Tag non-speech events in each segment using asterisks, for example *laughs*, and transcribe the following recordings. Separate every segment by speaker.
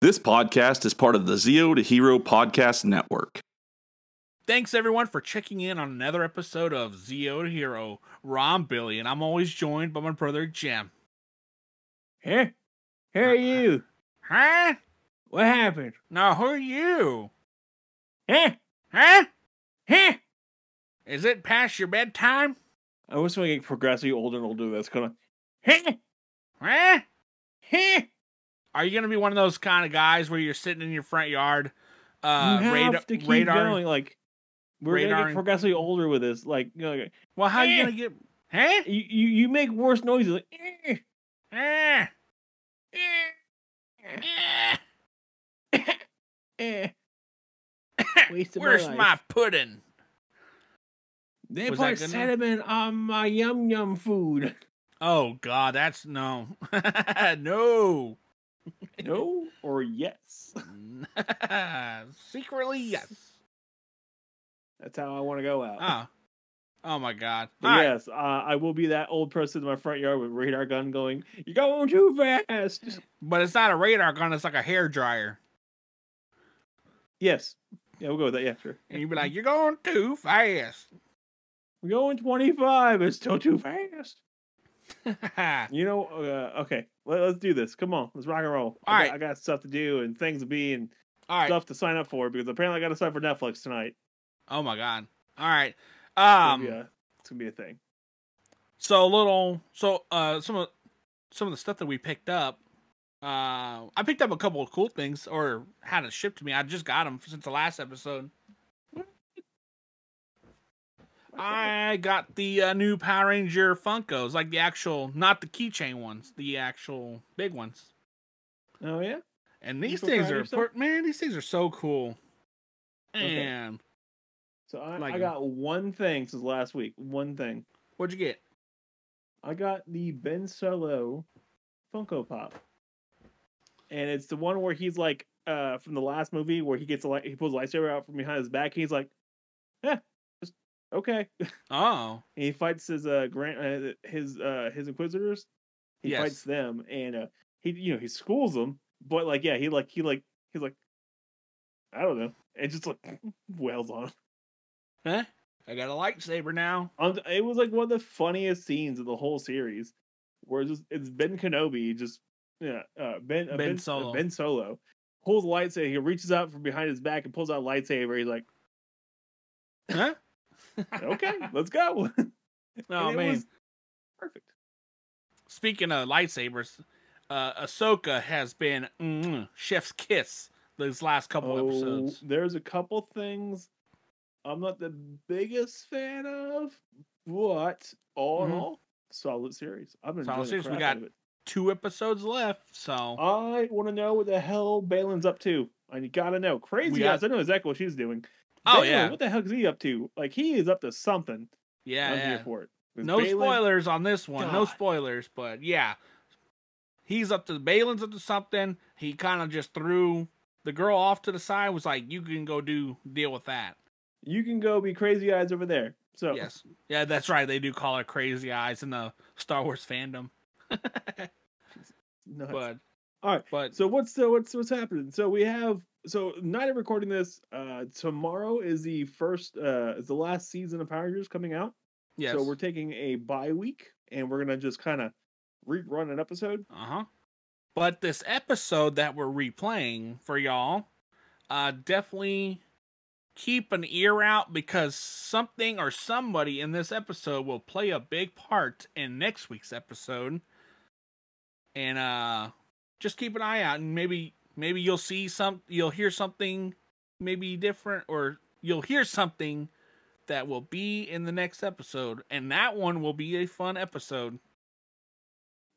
Speaker 1: This podcast is part of the Zeo to Hero Podcast Network.
Speaker 2: Thanks everyone for checking in on another episode of Zeo to Hero. Rom Billy, and I'm always joined by my brother Jim.
Speaker 3: Huh? Who are you?
Speaker 2: Huh?
Speaker 3: What happened?
Speaker 2: Now who are you?
Speaker 3: Huh?
Speaker 2: Huh?
Speaker 3: Huh?
Speaker 2: Is it past your bedtime?
Speaker 3: I was going to get progressively older and older. That's kind of. Huh?
Speaker 2: Huh?
Speaker 3: *laughs* Huh?
Speaker 2: Are you gonna be one of those kind of guys where you're sitting in your front yard, uh,
Speaker 3: you have
Speaker 2: radar,
Speaker 3: to keep
Speaker 2: radar?
Speaker 3: going. Like, we're going to
Speaker 2: radaring.
Speaker 3: get progressively older with this. Like, you, know, like,
Speaker 2: Well, how you
Speaker 3: Eh.
Speaker 2: gonna get? Huh?
Speaker 3: you, you you make worse noises. Like, *laughs* eh,
Speaker 2: *laughs* Eh?
Speaker 3: eh,
Speaker 2: Eh?
Speaker 3: eh. Wasted my
Speaker 2: Where's
Speaker 3: life.
Speaker 2: my pudding?
Speaker 3: They
Speaker 2: Was that
Speaker 3: put
Speaker 2: good enough?
Speaker 3: sediment on my yum yum food.
Speaker 2: Oh God, that's no, *laughs* no.
Speaker 3: *laughs*
Speaker 2: *laughs*
Speaker 3: No or yes?
Speaker 2: Secretly, yes.
Speaker 3: That's how I want to go out.
Speaker 2: Oh. Oh my god.
Speaker 3: But
Speaker 2: All right.
Speaker 3: yes, uh, I will be that old person in my front yard with radar gun going. You're going too
Speaker 2: *laughs*
Speaker 3: fast.
Speaker 2: But it's not a radar gun, it's like a hair dryer.
Speaker 3: Yes. Yeah, we'll go with that. Yeah, sure.
Speaker 2: And you'd be like, You're going too fast. *laughs*
Speaker 3: We're going 25. It's still too fast. You know, uh, okay, let, us do this. Come on, let's rock and roll. I,
Speaker 2: Alright.
Speaker 3: got, I got stuff to do and things to be and
Speaker 2: All right.
Speaker 3: stuff to sign up for because apparently I got to sign up for Netflix tonight.
Speaker 2: Oh my god. All right.
Speaker 3: Um,
Speaker 2: Um
Speaker 3: yeah, it's gonna be a thing.
Speaker 2: so a little so uh some of some of the stuff that we picked up uh I picked up a couple of cool things or had it shipped to me. I just got them since the last episode. I got the uh, new Power Ranger Funkos, like the actual not the keychain ones, the actual big ones.
Speaker 3: Oh yeah,
Speaker 2: And
Speaker 3: You
Speaker 2: these
Speaker 3: feel
Speaker 2: things
Speaker 3: proud of
Speaker 2: are
Speaker 3: yourself?
Speaker 2: per- man, these things are so cool.
Speaker 3: Okay.
Speaker 2: And
Speaker 3: so I,
Speaker 2: Like
Speaker 3: I
Speaker 2: 'em.
Speaker 3: got one thing since last week. One thing.
Speaker 2: what'd you get?
Speaker 3: I got the Ben Solo Funko Pop, and it's the one where he's like uh from the last movie where he gets a light, he pulls a lightsaber out from behind his back. And he's like, eh, just okay.
Speaker 2: Oh,
Speaker 3: and he fights his uh grand uh, his uh his inquisitors. He
Speaker 2: Yes.
Speaker 3: fights them, and uh, he you know he schools them, but like yeah, he like he like he's like I don't know, and just like *laughs* wails on. Him.
Speaker 2: huh? I got a lightsaber now.
Speaker 3: Um, It was like one of the funniest scenes of the whole series, where it's just it's Ben Kenobi just yeah uh, Ben,
Speaker 2: Ben
Speaker 3: uh, ben uh,
Speaker 2: Solo.
Speaker 3: Ben Solo pulls a lightsaber. He reaches out from behind his back and pulls out a lightsaber. He's like,
Speaker 2: Huh?
Speaker 3: *laughs*
Speaker 2: *laughs*
Speaker 3: okay, let's go. *laughs*
Speaker 2: Oh
Speaker 3: And it
Speaker 2: man.
Speaker 3: was perfect.
Speaker 2: Speaking of lightsabers, uh, Ahsoka has been mm, chef's kiss these last couple episodes.
Speaker 3: Oh, There's a couple things I'm not the biggest fan of, but all in
Speaker 2: Mhm.
Speaker 3: all, solid series. I've been
Speaker 2: Solid
Speaker 3: enjoying
Speaker 2: series.
Speaker 3: The
Speaker 2: We
Speaker 3: crap
Speaker 2: got-
Speaker 3: out of it.
Speaker 2: Two episodes left,
Speaker 3: Oh,
Speaker 2: so
Speaker 3: I want to know what the hell Balin's up to. I gotta know. Crazy
Speaker 2: got-
Speaker 3: ass. I know exactly what she's doing.
Speaker 2: oh
Speaker 3: Balin,
Speaker 2: yeah,
Speaker 3: What the hell is he up to? Like he is up to something.
Speaker 2: yeah,
Speaker 3: I'm
Speaker 2: yeah.
Speaker 3: here for it. 'Cause
Speaker 2: No
Speaker 3: Balin-
Speaker 2: spoilers on this one. No
Speaker 3: God.
Speaker 2: spoilers, but yeah, he's up to Balin's up to something. He kind of just threw the girl off to the side. Was like, you can go do deal with that.
Speaker 3: You can go be crazy eyes over there. So
Speaker 2: Yes, yeah, that's right. They do call her Crazy Eyes in the Star Wars fandom, *laughs*
Speaker 3: nuts.
Speaker 2: but
Speaker 3: All right.
Speaker 2: but
Speaker 3: So what's the what's what's happening? So we have so night of recording this. Uh, tomorrow is the first uh is the last season of Power Rangers coming out.
Speaker 2: yes,
Speaker 3: So we're taking a bye week and we're gonna just kind of rerun an episode.
Speaker 2: Uh huh. But this episode that we're replaying for y'all, uh, definitely keep an ear out because something or somebody in this episode will play a big part in next week's episode. And uh, just keep an eye out, and maybe maybe you'll see some, you'll hear something, maybe different, or you'll hear something that will be in the next episode, and that one will be a fun episode.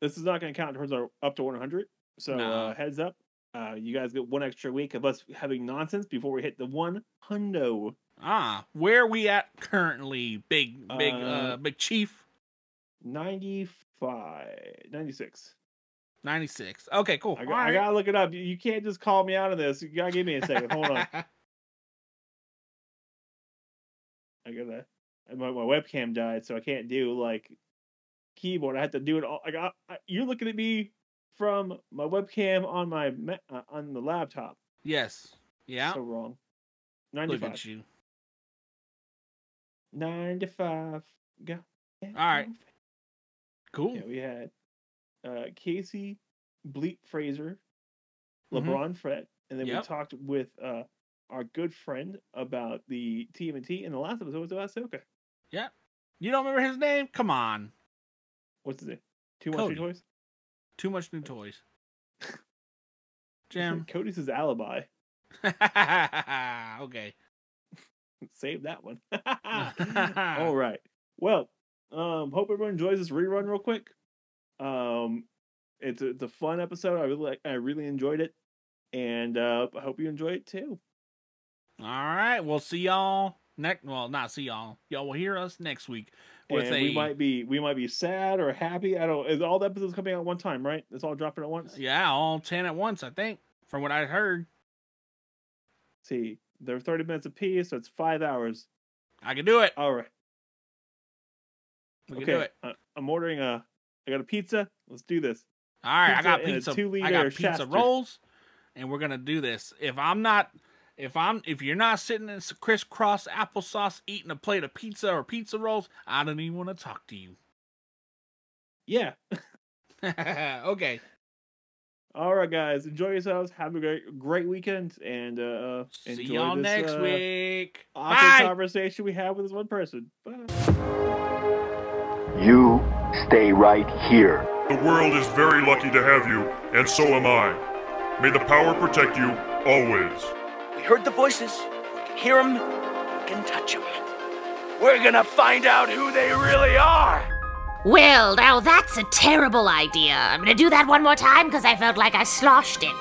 Speaker 3: This is not gonna count towards our up to 100. So
Speaker 2: No.
Speaker 3: uh, heads up, uh, you guys get one extra week of us having nonsense before we hit the one hundo.
Speaker 2: Ah, where we at currently, big big uh,
Speaker 3: Uh,
Speaker 2: big chief
Speaker 3: 95 96
Speaker 2: ninety six. Okay, cool.
Speaker 3: I, got, I gotta look it up you you can't just call me out of this you gotta give me a second hold on I gotta. and My, my webcam died, so I can't do like keyboard. I had to do it all. I got. I- You're looking at me from my webcam on my ma- uh, on the laptop.
Speaker 2: *laughs* Yes. Yeah.
Speaker 3: So wrong.
Speaker 2: Look
Speaker 3: 95.
Speaker 2: at you.
Speaker 3: 95. Go. All
Speaker 2: right. Cool.
Speaker 3: Yeah, we had uh, Casey Bleep Fraser,
Speaker 2: Mhm.
Speaker 3: LeBron Fred, and then
Speaker 2: Yep.
Speaker 3: we talked with uh, our good friend about the TMNT, and the last episode was about Ahsoka.
Speaker 2: You don't remember his name? Come on.
Speaker 3: What's his name? Two One Three
Speaker 2: Cody.
Speaker 3: Toys.
Speaker 2: Too much new
Speaker 3: *laughs*
Speaker 2: toys. Jim. *laughs*
Speaker 3: Cody's his alibi.
Speaker 2: okay.
Speaker 3: Save
Speaker 2: *laughs*
Speaker 3: that one. *laughs* All right. Well, um, hope everyone enjoys this rerun real quick. Um, it's a, it's a fun episode. I really like, I really enjoyed it, and uh, I hope you enjoy it too.
Speaker 2: All right. We'll see y'all next. Well, not see y'all. Y'all will hear us next week with
Speaker 3: and
Speaker 2: a.
Speaker 3: we might be we might be sad or happy. I don't. Is all the episodes coming out at one time, right? It's all dropping at once.
Speaker 2: Yeah, all ten at once. I think, from what I heard,
Speaker 3: See, they're thirty minutes apiece, so it's five hours.
Speaker 2: I can do it.
Speaker 3: All right.
Speaker 2: We
Speaker 3: okay.
Speaker 2: can do it.
Speaker 3: I, I'm ordering a. I got a pizza. Let's do this.
Speaker 2: All right, I
Speaker 3: Pizza
Speaker 2: got
Speaker 3: and a
Speaker 2: pizza. I
Speaker 3: two-liter
Speaker 2: got pizza
Speaker 3: Shasta.
Speaker 2: rolls, and we're gonna do this. If I'm not, if I'm, if you're not sitting in s- crisscross applesauce eating a plate of pizza or pizza rolls, I don't even want to talk to you. *laughs*
Speaker 3: Yeah.
Speaker 2: okay.
Speaker 3: All right, guys. Enjoy yourselves. Have a great great weekend, and uh,
Speaker 2: See
Speaker 3: enjoy
Speaker 2: y'all
Speaker 3: this,
Speaker 2: next
Speaker 3: uh,
Speaker 2: week.
Speaker 3: Awesome
Speaker 2: Bye.
Speaker 3: conversation we had with this one person. Bye.
Speaker 4: You stay right here.
Speaker 5: The world is very lucky to have you, and so am I. May the power protect you always.
Speaker 6: We heard the voices. We can hear them. We can touch them. We're gonna find out who they really are.
Speaker 7: Well, now that's a terrible idea. I'm gonna do that one more time because I felt like I sloshed it.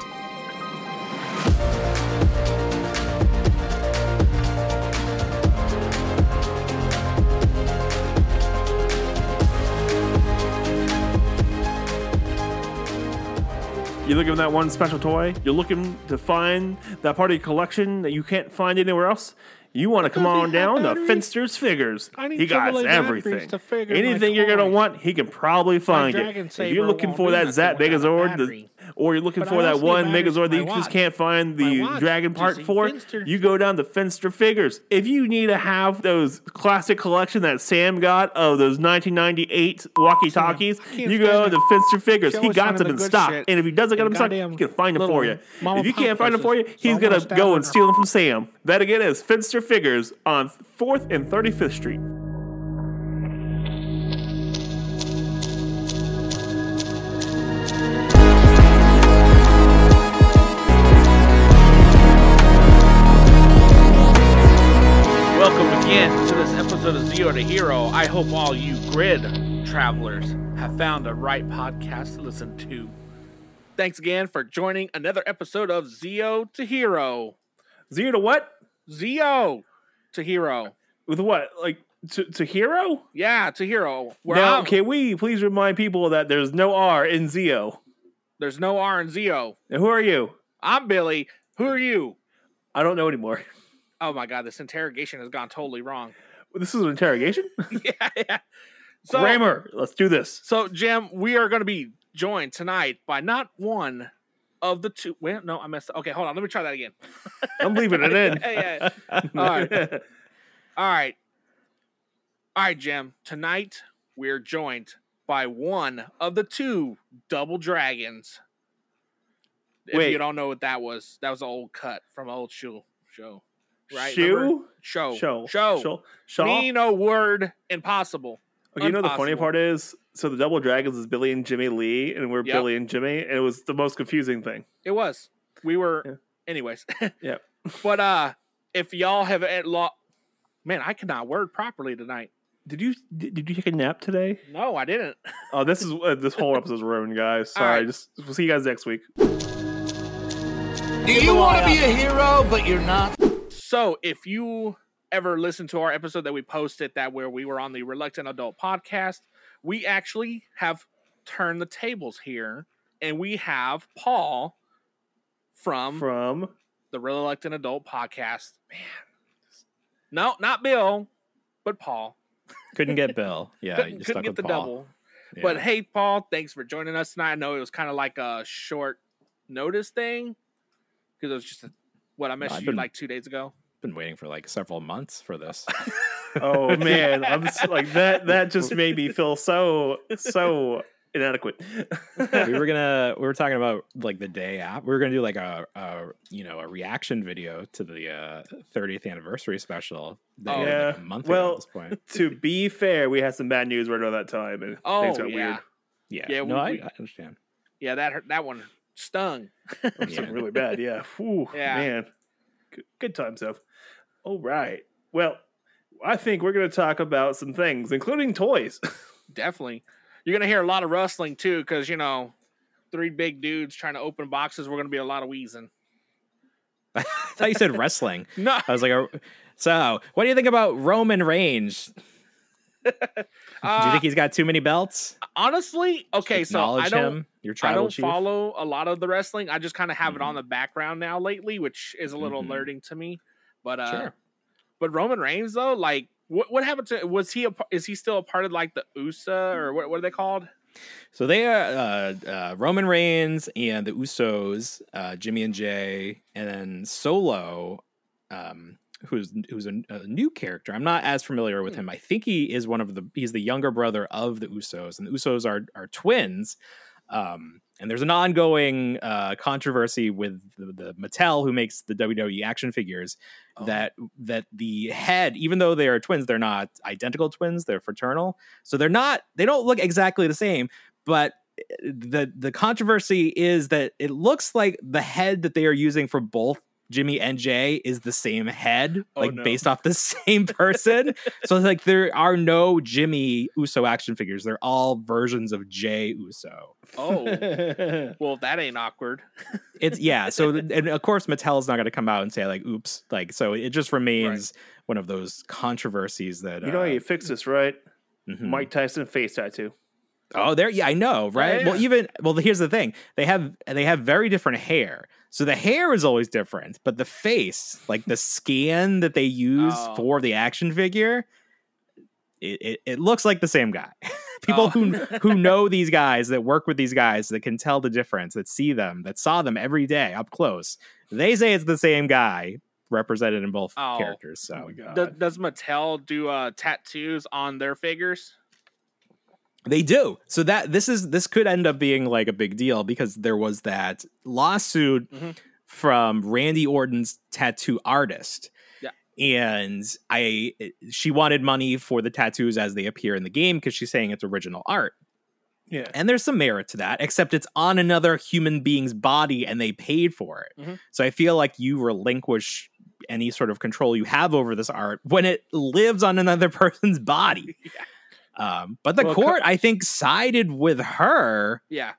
Speaker 3: You're looking for that one special toy. You're looking to find that part of your collection that you can't find anywhere else. You want to come on down to Finster's Figures.
Speaker 2: I need
Speaker 3: He got
Speaker 2: AAA batteries
Speaker 3: everything.
Speaker 2: to figure my
Speaker 3: Anything you're gonna
Speaker 2: toys.
Speaker 3: want, he can probably find it.
Speaker 2: Dragon
Speaker 3: If
Speaker 2: Saber
Speaker 3: you're looking
Speaker 2: won't
Speaker 3: for
Speaker 2: do
Speaker 3: that
Speaker 2: nothing
Speaker 3: Zat
Speaker 2: without a
Speaker 3: Megazord, the,
Speaker 2: battery.
Speaker 3: or you're looking
Speaker 2: But I
Speaker 3: for that
Speaker 2: also need
Speaker 3: one
Speaker 2: batteries for
Speaker 3: Megazord that
Speaker 2: my
Speaker 3: you just
Speaker 2: watch.
Speaker 3: can't find
Speaker 2: My
Speaker 3: the
Speaker 2: watch
Speaker 3: Dragon
Speaker 2: is
Speaker 3: Part
Speaker 2: in
Speaker 3: for,
Speaker 2: Finster.
Speaker 3: you go down to Finster Figures. If you need to have those classic collection that Sam got of those 1998 walkie talkies,
Speaker 2: I can't
Speaker 3: you go
Speaker 2: stand
Speaker 3: to Finster Figures.
Speaker 2: Show
Speaker 3: He
Speaker 2: us
Speaker 3: got
Speaker 2: one of
Speaker 3: them
Speaker 2: the
Speaker 3: in
Speaker 2: good
Speaker 3: stock,
Speaker 2: shit.
Speaker 3: and if he doesn't get
Speaker 2: And
Speaker 3: them in stock,
Speaker 2: goddamn
Speaker 3: he can find them for
Speaker 2: little
Speaker 3: you.
Speaker 2: mama
Speaker 3: If you
Speaker 2: pop
Speaker 3: can't find them for you,
Speaker 2: places. So
Speaker 3: he's
Speaker 2: I wanna
Speaker 3: gonna
Speaker 2: stab
Speaker 3: go
Speaker 2: her.
Speaker 3: and steal them from Sam. That again is Finster Figures on Fourth and 35th Street.
Speaker 2: Welcome again to this episode of Zero to Hero. I hope all you grid travelers have found the right podcast to listen to. Thanks again for joining another episode of Zero to Hero.
Speaker 3: Zero to what?
Speaker 2: Zero to Hero.
Speaker 3: With what? Like to, to hero?
Speaker 2: Yeah, to Hero. Where
Speaker 3: Now,
Speaker 2: I'm-
Speaker 3: can we please remind people that there's no R in Zio?
Speaker 2: There's no R and Zero.
Speaker 3: And who are you?
Speaker 2: I'm Billy. Who are you?
Speaker 3: I don't know anymore. *laughs*
Speaker 2: Oh my God, this interrogation has gone totally wrong. *laughs*
Speaker 3: This is an interrogation?
Speaker 2: yeah, yeah. So,
Speaker 3: Grammar. Let's do this.
Speaker 2: So, Jim, we are going to be joined tonight by not one of the two. Well, no, I messed up. Okay, hold on. Let me try that again.
Speaker 3: I'm leaving
Speaker 2: *laughs*
Speaker 3: it in.
Speaker 2: Yeah, Alright. All right. All right, Jim. Tonight, we're joined by one of the two double dragons. If
Speaker 3: Wait.
Speaker 2: you don't know what that was, that was an old cut from an old show. Show. Right? remember?
Speaker 3: *laughs*
Speaker 2: Show.
Speaker 3: Shoe? Show.
Speaker 2: Show.
Speaker 3: Shaw. Shaw.
Speaker 2: Me no word impossible.
Speaker 3: Okay, you know the funny
Speaker 2: Impossible.
Speaker 3: part is, so the Double Dragons is Billy and Jimmy Lee, and we're
Speaker 2: Yep.
Speaker 3: Billy and Jimmy, and it was the most confusing thing.
Speaker 2: It was. We were.
Speaker 3: Yeah.
Speaker 2: Anyways. *laughs*
Speaker 3: Yep.
Speaker 2: but uh, if y'all have at law, man, I cannot word properly tonight.
Speaker 3: Did you did, did you take a nap today?
Speaker 2: No, I didn't.
Speaker 3: Oh, this is uh, this whole episode's ruined, guys.
Speaker 2: All
Speaker 3: Sorry.
Speaker 2: right.
Speaker 3: Just we'll see you guys next week.
Speaker 8: Do you want to be a hero, but you're not?
Speaker 2: So if you ever listen to our episode that we posted that where we were on the Reluctant Adult podcast, we actually have turned the tables here, and we have Paul from, *laughs*
Speaker 3: From
Speaker 2: the Reluctant Adult podcast. Man, no, not Bill, but Paul.
Speaker 9: Couldn't get Bill. Yeah,
Speaker 2: couldn't,
Speaker 9: you
Speaker 2: *laughs* couldn't
Speaker 9: stuck
Speaker 2: get
Speaker 9: with
Speaker 2: the
Speaker 9: Paul.
Speaker 2: double. But hey, Paul, thanks for joining us tonight. I know it was kind of like a short notice thing because it was just a, what I messaged
Speaker 10: I've
Speaker 2: you
Speaker 10: been-
Speaker 2: like two days ago.
Speaker 10: been waiting for like several months
Speaker 2: *laughs*
Speaker 10: for this.
Speaker 3: Oh man, I'm s- like that. That just made me feel so so inadequate.
Speaker 2: *laughs*
Speaker 10: we were gonna we were talking about like the day app. We were gonna do like a, a you know a reaction video to the uh, 30th anniversary special. that
Speaker 2: Oh,
Speaker 10: aired, like,
Speaker 3: yeah.
Speaker 10: a month ago
Speaker 3: Well-
Speaker 10: at this point.
Speaker 3: *laughs* to be fair, we had some bad news right around that time, and
Speaker 2: Oh
Speaker 3: things got
Speaker 2: yeah,
Speaker 3: weird.
Speaker 10: Yeah,
Speaker 2: Yeah,
Speaker 10: no,
Speaker 2: we-
Speaker 10: I,
Speaker 2: we-
Speaker 10: I understand.
Speaker 2: yeah, that hurt, that one stung.
Speaker 3: *laughs* Something
Speaker 10: Yeah.
Speaker 3: really bad. Yeah. Whew,
Speaker 2: Yeah.
Speaker 3: Man. Good, good time, Seth. All right. Well, I think we're going to talk about some things, including toys.
Speaker 2: Definitely, you're gonna hear a lot of rustling too because you know, three big dudes trying to open boxes. We're gonna be a lot of wheezing.
Speaker 10: I thought you
Speaker 2: *laughs*
Speaker 10: said wrestling.
Speaker 2: No,
Speaker 10: *laughs* I was like, "Are- so what do you think about Roman Reigns? do you
Speaker 2: uh,
Speaker 10: think he's got too many belts?
Speaker 2: honestly, okay, so I
Speaker 10: Acknowledge
Speaker 2: don't.
Speaker 10: him. Your
Speaker 2: I
Speaker 10: tribal
Speaker 2: don't
Speaker 10: chief. Mm-hmm.
Speaker 2: follow a lot of the wrestling. I just kind of have it on the background now lately, which is a little
Speaker 10: Mhm.
Speaker 2: alerting to me. But uh,
Speaker 10: Sure.
Speaker 2: but Roman Reigns though, like what what happened to was he a, par- is he still a part of like the USA or what what are they called?
Speaker 10: So they are uh, uh, Roman Reigns and the Usos, uh, Jimmy and Jay, and then Solo, um, who's who's a, a new character. I'm not as familiar with him. I think he is one of the he's the younger brother of the Usos, and the Usos are are twins. Um, and there's an ongoing uh, controversy with the, the Mattel, who makes the WWE action figures,
Speaker 3: Oh.
Speaker 10: that that the head, even though they are twins, they're not identical twins. They're fraternal, so they're not they don't look exactly the same but eh, the the controversy is that it looks like the head that they are using for both Jimmy and Jay is the same head,
Speaker 3: Oh,
Speaker 10: like
Speaker 3: no.
Speaker 10: based off the *laughs* same person. so it's like there are no Jimmy Uso action figures; they're all versions of Jay Uso. *laughs*
Speaker 2: Oh, well that ain't awkward.
Speaker 10: It's yeah. So th- and of course Mattel's not going to come out and say like, "Oops!" Like so, it just remains one of those controversies that
Speaker 3: you know how
Speaker 10: uh,
Speaker 3: you fix this, right?
Speaker 10: mhm.
Speaker 3: Mike Tyson face tattoo.
Speaker 10: Oh, there. Yeah, I know, right? Well,
Speaker 2: yeah.
Speaker 10: even well, here's the thing: they have they have very different hair. So the hair is always different, but the face, like the skin that they use
Speaker 2: Oh.
Speaker 10: for the action figure, it, it, it looks like the same guy. *laughs* People
Speaker 2: Oh. *laughs*
Speaker 10: who who know these guys that work with these guys that can tell the difference, that see them, that saw them every day up close, they say it's the same guy represented in both
Speaker 2: Oh.
Speaker 10: characters. So
Speaker 3: God.
Speaker 2: Does, does Mattel do uh, tattoos on their figures?
Speaker 10: They do. So that this is this could end up being like a big deal because there was that lawsuit
Speaker 2: Mhm.
Speaker 10: from Randy Orton's tattoo artist.
Speaker 2: Yeah.
Speaker 10: And I she wanted money for the tattoos as they appear in the game because she's saying it's original art.
Speaker 3: yeah.
Speaker 10: And there's some merit to that, except it's on another human being's body and they paid for it.
Speaker 3: Mm-hmm.
Speaker 2: Mhm.
Speaker 10: So I feel like you relinquish any sort of control you have over this art when it lives on another *laughs* person's
Speaker 3: *laughs*
Speaker 10: body. Um, but the
Speaker 3: Well, co-
Speaker 10: court, I think, sided with her,
Speaker 2: Yeah.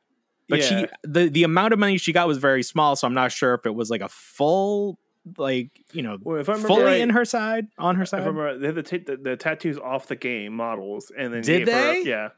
Speaker 10: but
Speaker 3: Yeah.
Speaker 10: she the, the amount of money she got was very small, so I'm not sure if it was like a full, like you know,
Speaker 3: Well, if I remember
Speaker 10: fully
Speaker 3: right-
Speaker 10: in her side on her
Speaker 3: If I
Speaker 10: side.
Speaker 3: remember, right, they had the, ta- the, the tattoos off the game models, and then
Speaker 10: Did
Speaker 3: gave her-
Speaker 10: they?
Speaker 3: yeah,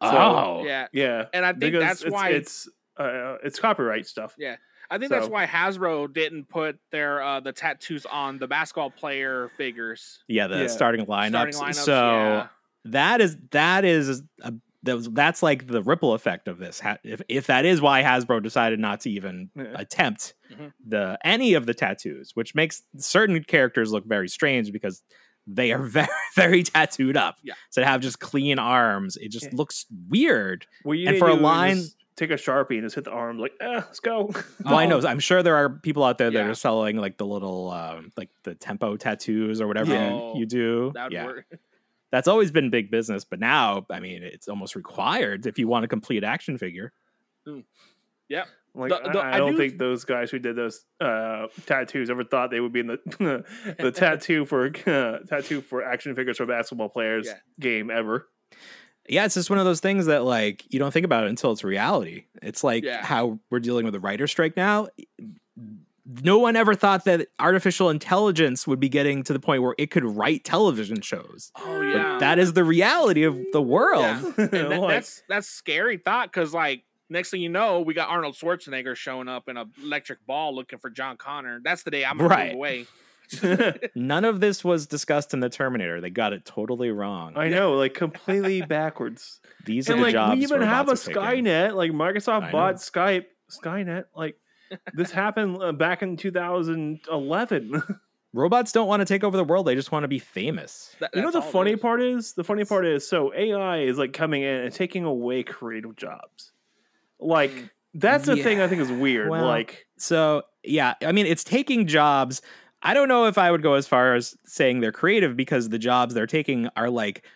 Speaker 10: oh,
Speaker 2: Yeah.
Speaker 3: yeah.
Speaker 2: And I think
Speaker 3: Because
Speaker 2: that's
Speaker 3: it's,
Speaker 2: why
Speaker 3: it's uh, it's copyright stuff.
Speaker 2: Yeah. I think that's
Speaker 3: So-
Speaker 2: why Hasbro didn't put their uh, the tattoos on the basketball player figures.
Speaker 10: yeah, the
Speaker 3: Yeah.
Speaker 10: starting lineups.
Speaker 2: starting lineups,
Speaker 10: so
Speaker 2: yeah.
Speaker 10: that is that is a, that was, that's like the ripple effect of this. Ha- If if that is why Hasbro decided not to even
Speaker 2: Mm-hmm.
Speaker 3: Yeah.
Speaker 10: attempt
Speaker 2: Mhm.
Speaker 10: the any of the tattoos, which makes certain characters look very strange because they are *laughs* very very tattooed up.
Speaker 2: Yeah.
Speaker 10: So to have just clean arms, it just
Speaker 3: Yeah.
Speaker 10: looks weird.
Speaker 3: What you
Speaker 10: And
Speaker 3: need
Speaker 10: for
Speaker 3: to
Speaker 10: a
Speaker 3: do is
Speaker 10: line-
Speaker 3: just take a sharpie and just hit the arm, like, eh, let's go.
Speaker 10: Well, Oh, I know. I'm sure there are people out there that
Speaker 2: Yeah.
Speaker 10: are selling like the little um, like the tempo tattoos or whatever
Speaker 2: Yeah. Oh,
Speaker 10: you, you do.
Speaker 2: That would work.
Speaker 10: that's always been big business, but now I mean it's almost required if you want a complete action figure.
Speaker 3: Like
Speaker 2: The-
Speaker 3: I-
Speaker 2: the-
Speaker 3: I,
Speaker 2: I
Speaker 3: don't
Speaker 2: do-
Speaker 3: think those guys who did those uh, tattoos ever thought they would be in the *laughs* the tattoo for *laughs* uh, tattoo for action figures for basketball players
Speaker 2: Yeah.
Speaker 3: game ever.
Speaker 10: Yeah, it's just one of those things that like you don't think about it until it's reality. It's like
Speaker 2: Yeah.
Speaker 10: how we're dealing with a writer strike now. No one ever thought that artificial intelligence would be getting to the point where it could write television shows.
Speaker 2: *laughs* Oh
Speaker 10: But
Speaker 2: yeah.
Speaker 10: that is the reality of the world.
Speaker 2: Yeah. And that,
Speaker 3: *laughs* Like,
Speaker 2: that's that's scary thought because like next thing you know we got Arnold Schwarzenegger showing up in a electric ball looking for John Connor. That's the day I'm gonna
Speaker 10: Right.
Speaker 2: move away.
Speaker 10: *laughs* None of this was discussed in the Terminator. They got it totally wrong.
Speaker 3: *laughs* I know, like *laughs* completely backwards.
Speaker 10: These are
Speaker 3: and
Speaker 10: the
Speaker 3: like
Speaker 10: jobs
Speaker 3: we even have a
Speaker 10: robots are taking.
Speaker 3: Skynet. Like
Speaker 10: I
Speaker 3: Microsoft
Speaker 10: know.
Speaker 3: bought Skype, Skynet. Like
Speaker 10: *laughs*
Speaker 3: this happened uh, back in 2011.
Speaker 10: Robots don't want to take over the world. They just want to be famous.
Speaker 2: That-
Speaker 3: you know
Speaker 2: that's
Speaker 3: what the
Speaker 2: all it
Speaker 3: funny
Speaker 2: is.
Speaker 3: part is? The funny part is so AI is like coming in and taking away creative jobs. Like
Speaker 2: Mm.
Speaker 3: that's the thing I think is
Speaker 10: Yeah.
Speaker 3: weird.
Speaker 10: Well,
Speaker 3: like
Speaker 10: So, yeah, I mean, it's taking jobs. I don't know if I would go as far as saying they're creative because the jobs they're taking are like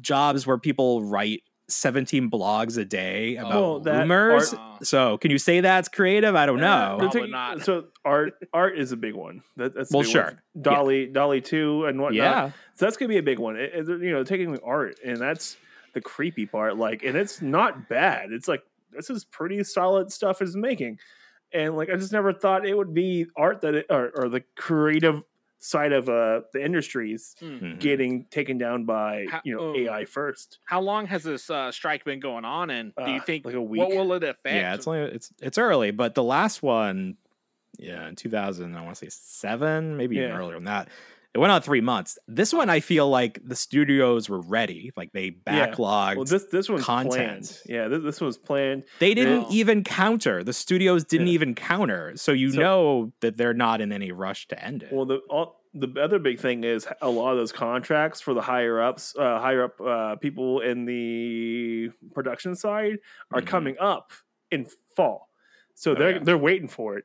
Speaker 10: jobs where people write 17 blogs a day about
Speaker 3: Well, that
Speaker 10: rumors.
Speaker 2: art-
Speaker 10: so, can you say that's creative? I don't
Speaker 2: Yeah,
Speaker 10: know.
Speaker 3: they're
Speaker 2: Probably
Speaker 3: taking-
Speaker 2: not.
Speaker 3: So art art is a big one. That, that's a
Speaker 10: Well,
Speaker 3: big one.
Speaker 10: sure.
Speaker 3: Dolly Dolly two and whatnot.
Speaker 10: Yeah.
Speaker 3: So that's gonna be a big one. It- it- you know, taking art and that's the creepy part. Like, and it's not bad. It's like this is pretty solid stuff it's making, and like I just never thought it would be art that it, or, or the creative side of uh the industries
Speaker 2: hmm.
Speaker 10: Mhm.
Speaker 3: getting taken down by
Speaker 2: Mm. How-
Speaker 3: you know
Speaker 2: oh.
Speaker 3: AI first.
Speaker 2: How long has this uh, strike been going on? And do you
Speaker 3: Uh,
Speaker 2: think
Speaker 3: like a
Speaker 2: what
Speaker 3: week.
Speaker 2: will it affect?
Speaker 10: Yeah, it's only it's it's early, but the last one, yeah, in two thousand, I want to say seven, maybe even
Speaker 3: Yeah.
Speaker 10: earlier than that. It went on three months. This one, I feel like the studios were ready, like they
Speaker 3: Yeah.
Speaker 10: backlogged.
Speaker 3: Well, this this one's
Speaker 10: content.
Speaker 3: planned. Yeah, this, this one's planned.
Speaker 10: they didn't
Speaker 2: Oh.
Speaker 10: even counter. The studios didn't
Speaker 3: Yeah.
Speaker 10: even counter, so you
Speaker 3: So-
Speaker 10: know that they're not in any rush to end it.
Speaker 3: Well, the all, the other big thing is a lot of those contracts for the higher ups, uh, higher up uh, people in the production side are
Speaker 10: Mhm.
Speaker 3: coming up in fall, so they're
Speaker 10: Oh, yeah.
Speaker 3: they're waiting for it.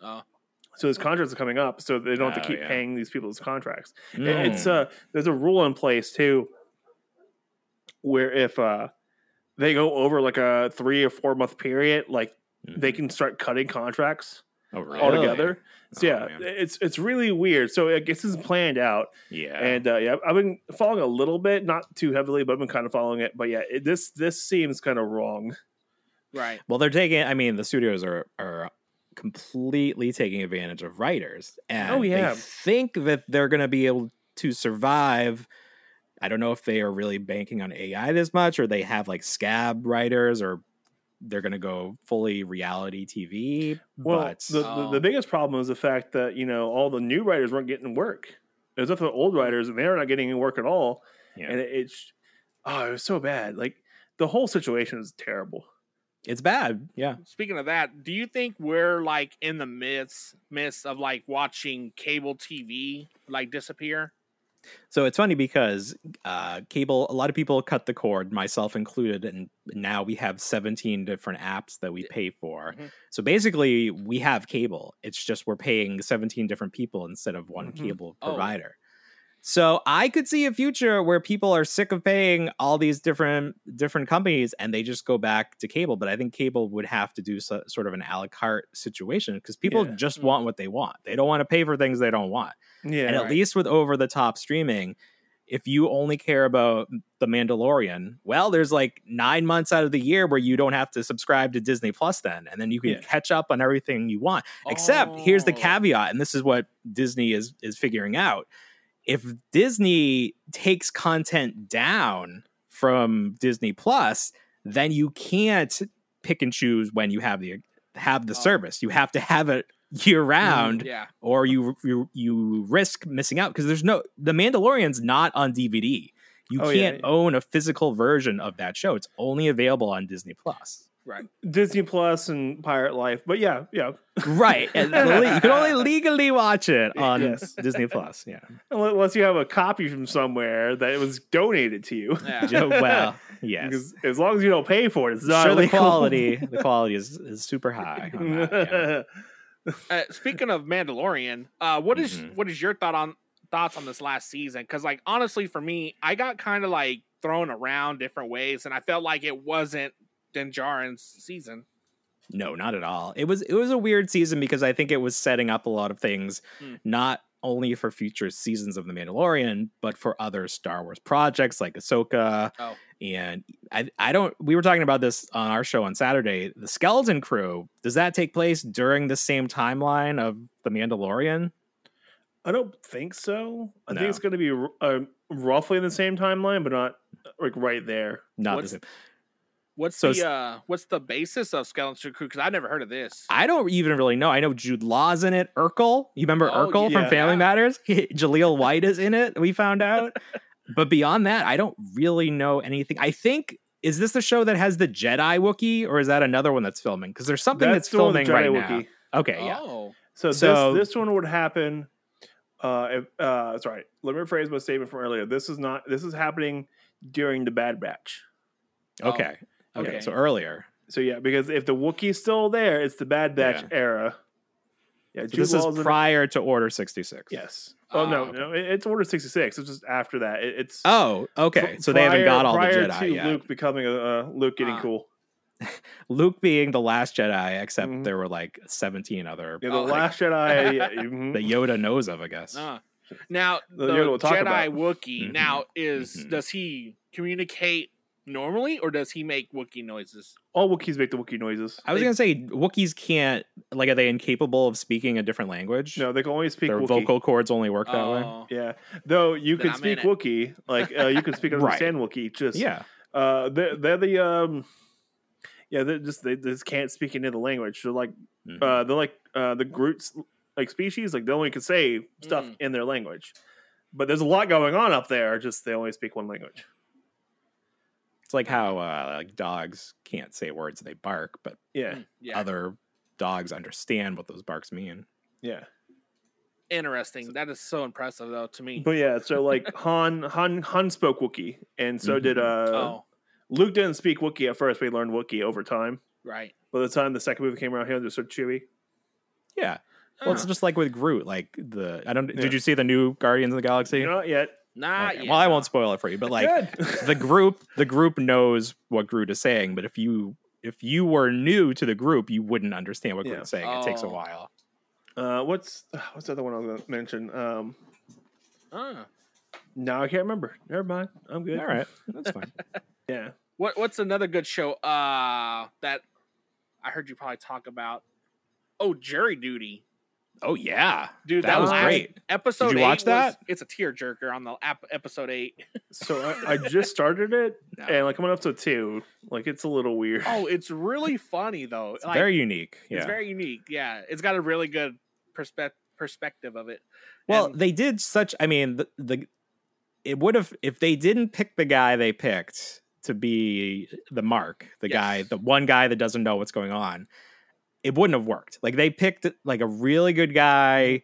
Speaker 2: Oh.
Speaker 3: So his contracts are coming up, so they don't have
Speaker 10: Oh,
Speaker 3: to keep
Speaker 10: yeah.
Speaker 3: paying these people's contracts.
Speaker 10: Mm.
Speaker 3: It- It's uh, there's a rule in place too, where if uh, they go over like a three or four month period, like
Speaker 10: Mhm.
Speaker 3: they can start cutting contracts
Speaker 10: oh, really?
Speaker 3: altogether. So
Speaker 10: Oh,
Speaker 3: yeah,
Speaker 10: man.
Speaker 3: it's it's really weird. So I guess this is planned out,
Speaker 10: yeah.
Speaker 3: and uh, yeah, I've been following a little bit, not too heavily, but I've been kind of following it. But yeah, it, this this seems kind of wrong.
Speaker 2: right.
Speaker 10: Well, they're taking. I mean, the studios are are completely taking advantage of writers, and
Speaker 3: Oh, yeah.
Speaker 10: they think that they're going to be able to survive. I don't know if they are really banking on AI this much, or they have like scab writers, or they're going to go fully reality TV.
Speaker 3: Well,
Speaker 10: but
Speaker 3: the, the the
Speaker 2: Oh.
Speaker 3: biggest problem is the fact that you know all the new writers weren't getting work. It was up to the old writers, and they're not getting any work at all.
Speaker 10: Hmm. Yeah.
Speaker 3: And it, it's oh, it was so bad. Like the whole situation is terrible.
Speaker 10: it's bad. Yeah.
Speaker 2: Speaking of that, do you think we're like in the midst midst of like watching cable TV like disappear?
Speaker 10: So it's funny because uh, cable, a lot of people cut the cord, myself included, and now we have 17 different apps that we pay for.
Speaker 2: Mhm.
Speaker 10: So basically, we have cable. It's just we're paying 17 different people instead of one
Speaker 3: Mhm.
Speaker 10: cable
Speaker 2: Oh.
Speaker 10: provider. So I could see a future where people are sick of paying all these different different companies and they just go back to cable. But I think cable would have to do so, sort of an a la carte situation because people
Speaker 3: Yeah.
Speaker 10: just
Speaker 2: Mm.
Speaker 10: want what they want. They don't want to pay for things they don't want
Speaker 3: Yeah,
Speaker 10: and at least with over the top streaming if you only care about the mandalorian well there's like nine months out of the year where you don't have to subscribe to disney plus then and then you can
Speaker 3: Yeah.
Speaker 10: catch up on everything you want except here's the
Speaker 2: Oh.
Speaker 10: caveat and this is what disney is is figuring out if disney takes content down from disney plus then you can't pick and choose when you have the have the
Speaker 2: Oh.
Speaker 10: service you have to have it year round
Speaker 2: Yeah.
Speaker 10: or you you you risk missing out because there's no the Mandalorian's not on DVD. You
Speaker 3: Oh, yeah,
Speaker 10: can't
Speaker 3: yeah.
Speaker 10: own a physical version of that show. It's only available on Disney Plus.
Speaker 3: Disney Plus and Pirate Life. But yeah, yeah,
Speaker 10: Right. And the le- you can *laughs* only legally watch it on
Speaker 3: Yes.
Speaker 10: Disney Plus. *laughs* Yeah.
Speaker 3: unless you have a copy from somewhere that was donated to you.
Speaker 10: *laughs*
Speaker 2: Yeah.
Speaker 10: Yeah, well,
Speaker 3: *laughs*
Speaker 10: yes.
Speaker 3: Because as long as you don't pay for it, it's not
Speaker 10: sure the
Speaker 3: illegal.
Speaker 10: quality
Speaker 3: *laughs*
Speaker 10: the *laughs* quality is, is super high. on that, yeah.
Speaker 2: uh, speaking of Mandalorian, uh, what is-
Speaker 10: Mhm.
Speaker 2: what is your thought on thoughts on this last season? Because like honestly, for me, I got kind of like thrown around different ways, and I felt like it wasn't Din Djarin's season.
Speaker 10: No, not at all. It was it was a weird season because I think it was setting up a lot of things,
Speaker 2: Hmm.
Speaker 10: not only for future seasons of The Mandalorian, but for other Star Wars projects like Ahsoka.
Speaker 2: Oh.
Speaker 10: And I I don't we were talking about this on our show on Saturday. The Skeleton Crew, does that take place during the same timeline of The Mandalorian?
Speaker 3: I don't think so. I
Speaker 10: No.
Speaker 3: think it's going to be um, r- uh, roughly in the same timeline, but not uh, like right there.
Speaker 10: Not
Speaker 2: What's-
Speaker 10: the same.
Speaker 2: What's
Speaker 10: So
Speaker 2: the
Speaker 10: s-
Speaker 2: uh, what's the basis of Skeleton Crew? Because I've never heard of this.
Speaker 10: I don't even really know. I know Jude Law's in it. Urkel, you remember
Speaker 2: Oh,
Speaker 10: Urkel
Speaker 11: yeah.
Speaker 10: from Family Matters? *laughs* Jaleel White is in it. We found
Speaker 3: *laughs*
Speaker 10: out. but beyond that, I don't really know anything. I think is this the show that has the Jedi Wookiee, or is that another one that's filming? Because there's something that's,
Speaker 3: the one with
Speaker 10: filming
Speaker 3: the
Speaker 10: right
Speaker 3: giant
Speaker 10: now.
Speaker 3: Wookiee.
Speaker 10: Okay, yeah.
Speaker 2: Oh,
Speaker 3: So,
Speaker 10: So-
Speaker 3: this this one would happen. Uh, if, uh, sorry. Let me rephrase my statement from earlier. This is not. This is happening during the Bad Batch.
Speaker 2: Oh,
Speaker 10: Okay. okay,
Speaker 2: okay.
Speaker 10: So earlier,
Speaker 3: So yeah, because if the Wookiee's still there, it's the Bad Batch
Speaker 10: Yeah.
Speaker 3: era. Yeah,
Speaker 10: so this
Speaker 3: Law's
Speaker 10: is
Speaker 3: in-
Speaker 10: prior to Order sixty six.
Speaker 3: Yes. Oh
Speaker 2: Ah,
Speaker 3: no,
Speaker 2: okay.
Speaker 3: no, it- it's Order sixty six. It's just after that. It- it's
Speaker 10: Oh, okay.
Speaker 3: pr-
Speaker 10: So they haven't
Speaker 3: prior-
Speaker 10: got all the
Speaker 3: prior
Speaker 10: Jedi
Speaker 3: to
Speaker 10: yet. Luke.
Speaker 3: Luke becoming a uh, Luke getting
Speaker 2: Ah.
Speaker 3: cool.
Speaker 10: being the last Jedi, except
Speaker 3: Mhm.
Speaker 10: there were like seventeen other
Speaker 3: Yeah, the
Speaker 2: Oh, like-
Speaker 3: Last Jedi.
Speaker 10: *laughs*
Speaker 3: Yeah, mhm.
Speaker 10: that Yoda knows of, I guess.
Speaker 3: Oh,
Speaker 2: uh.
Speaker 10: *laughs*
Speaker 2: now
Speaker 3: The
Speaker 2: the,
Speaker 3: Yoda we'll talk
Speaker 2: Jedi
Speaker 3: about.
Speaker 2: Wookiee.
Speaker 10: Mhm.
Speaker 2: Now is
Speaker 10: Mhm.
Speaker 2: does he communicate normally or does he make Wookiee noises?
Speaker 3: all Wookiees make the Wookiee noises.
Speaker 10: I was
Speaker 2: They-
Speaker 10: gonna say Wookiees can't like are they incapable of speaking a different language?
Speaker 3: No, they can only speak
Speaker 10: their
Speaker 3: Wookiee.
Speaker 10: vocal cords only work that way.
Speaker 2: Oh.
Speaker 3: Yeah, though you
Speaker 2: Then
Speaker 3: can
Speaker 2: I'm in
Speaker 3: speak
Speaker 2: it.
Speaker 3: Wookiee, like uh, you
Speaker 2: *laughs*
Speaker 3: can speak and
Speaker 10: Right.
Speaker 3: understand Wookiee. Just
Speaker 10: Yeah,
Speaker 3: uh, they're, they're the um, yeah, they just they just can't speak any of the language. They're like
Speaker 10: Mhm.
Speaker 2: Mm-hmm.
Speaker 3: uh, they're like uh, the Groot's like species. Like they only can say stuff
Speaker 2: Mm.
Speaker 3: in their language, but there's a lot going on up there. Just they only speak one language.
Speaker 10: it's like how uh, like dogs can't say words; they bark, but
Speaker 3: Yeah,
Speaker 2: Hmm, Yeah.
Speaker 10: other dogs understand what those barks mean.
Speaker 3: yeah.
Speaker 2: Interesting. That is so impressive though to me.
Speaker 3: But yeah, so
Speaker 2: *laughs*
Speaker 3: like Han Han Han spoke Wookiee, and so did uh,
Speaker 2: oh,
Speaker 3: Luke. Didn't speak Wookiee at first. We learned Wookiee over time.
Speaker 2: right.
Speaker 3: By the time the second movie came around, he understood Chewie.
Speaker 10: Yeah, well, it's
Speaker 2: Huh.
Speaker 10: just like with Groot. Like the I don't.
Speaker 3: Uh. Yeah.
Speaker 10: Did you see the new Guardians of the Galaxy?
Speaker 3: Not yet.
Speaker 2: Not
Speaker 10: Okay,
Speaker 2: yet.
Speaker 10: Well, I won't spoil it for you, but like the group, the group knows what Groot is saying. But if you if you were new to the group, you wouldn't understand what
Speaker 3: Yeah.
Speaker 10: Groot's saying. It takes a
Speaker 2: Oh.
Speaker 10: while.
Speaker 3: Uh, what's *sighs* what's the other one I was going to mention? Um,
Speaker 2: Huh.
Speaker 3: no, I can't remember. Never mind. I'm good.
Speaker 10: All right, that's fine.
Speaker 3: Yeah.
Speaker 2: What what's another good show uh that I heard you probably talk about? Oh, Jury Duty.
Speaker 10: Oh yeah,
Speaker 2: Dude,
Speaker 10: That
Speaker 2: that,
Speaker 10: was
Speaker 2: last
Speaker 10: great.
Speaker 2: Episode
Speaker 10: Did you
Speaker 2: eight
Speaker 10: watch that?
Speaker 2: Was, it's a tearjerker on the ap- episode eight.
Speaker 3: So I, I just started it,
Speaker 10: *laughs* No.
Speaker 3: and like I'm on episode two. Like it's a little weird.
Speaker 2: Oh, it's really funny though.
Speaker 10: It's
Speaker 2: Like,
Speaker 10: very unique. Yeah.
Speaker 2: It's very unique. Yeah, it's got a really good perspective perspective of it.
Speaker 10: well,
Speaker 2: and-
Speaker 10: they did such. I mean, the, the it would have if they didn't pick the guy they picked to be the mark, the guy,
Speaker 2: Yes.
Speaker 10: the one guy that doesn't know what's going on. It wouldn't have worked. Like they picked like a really good guy,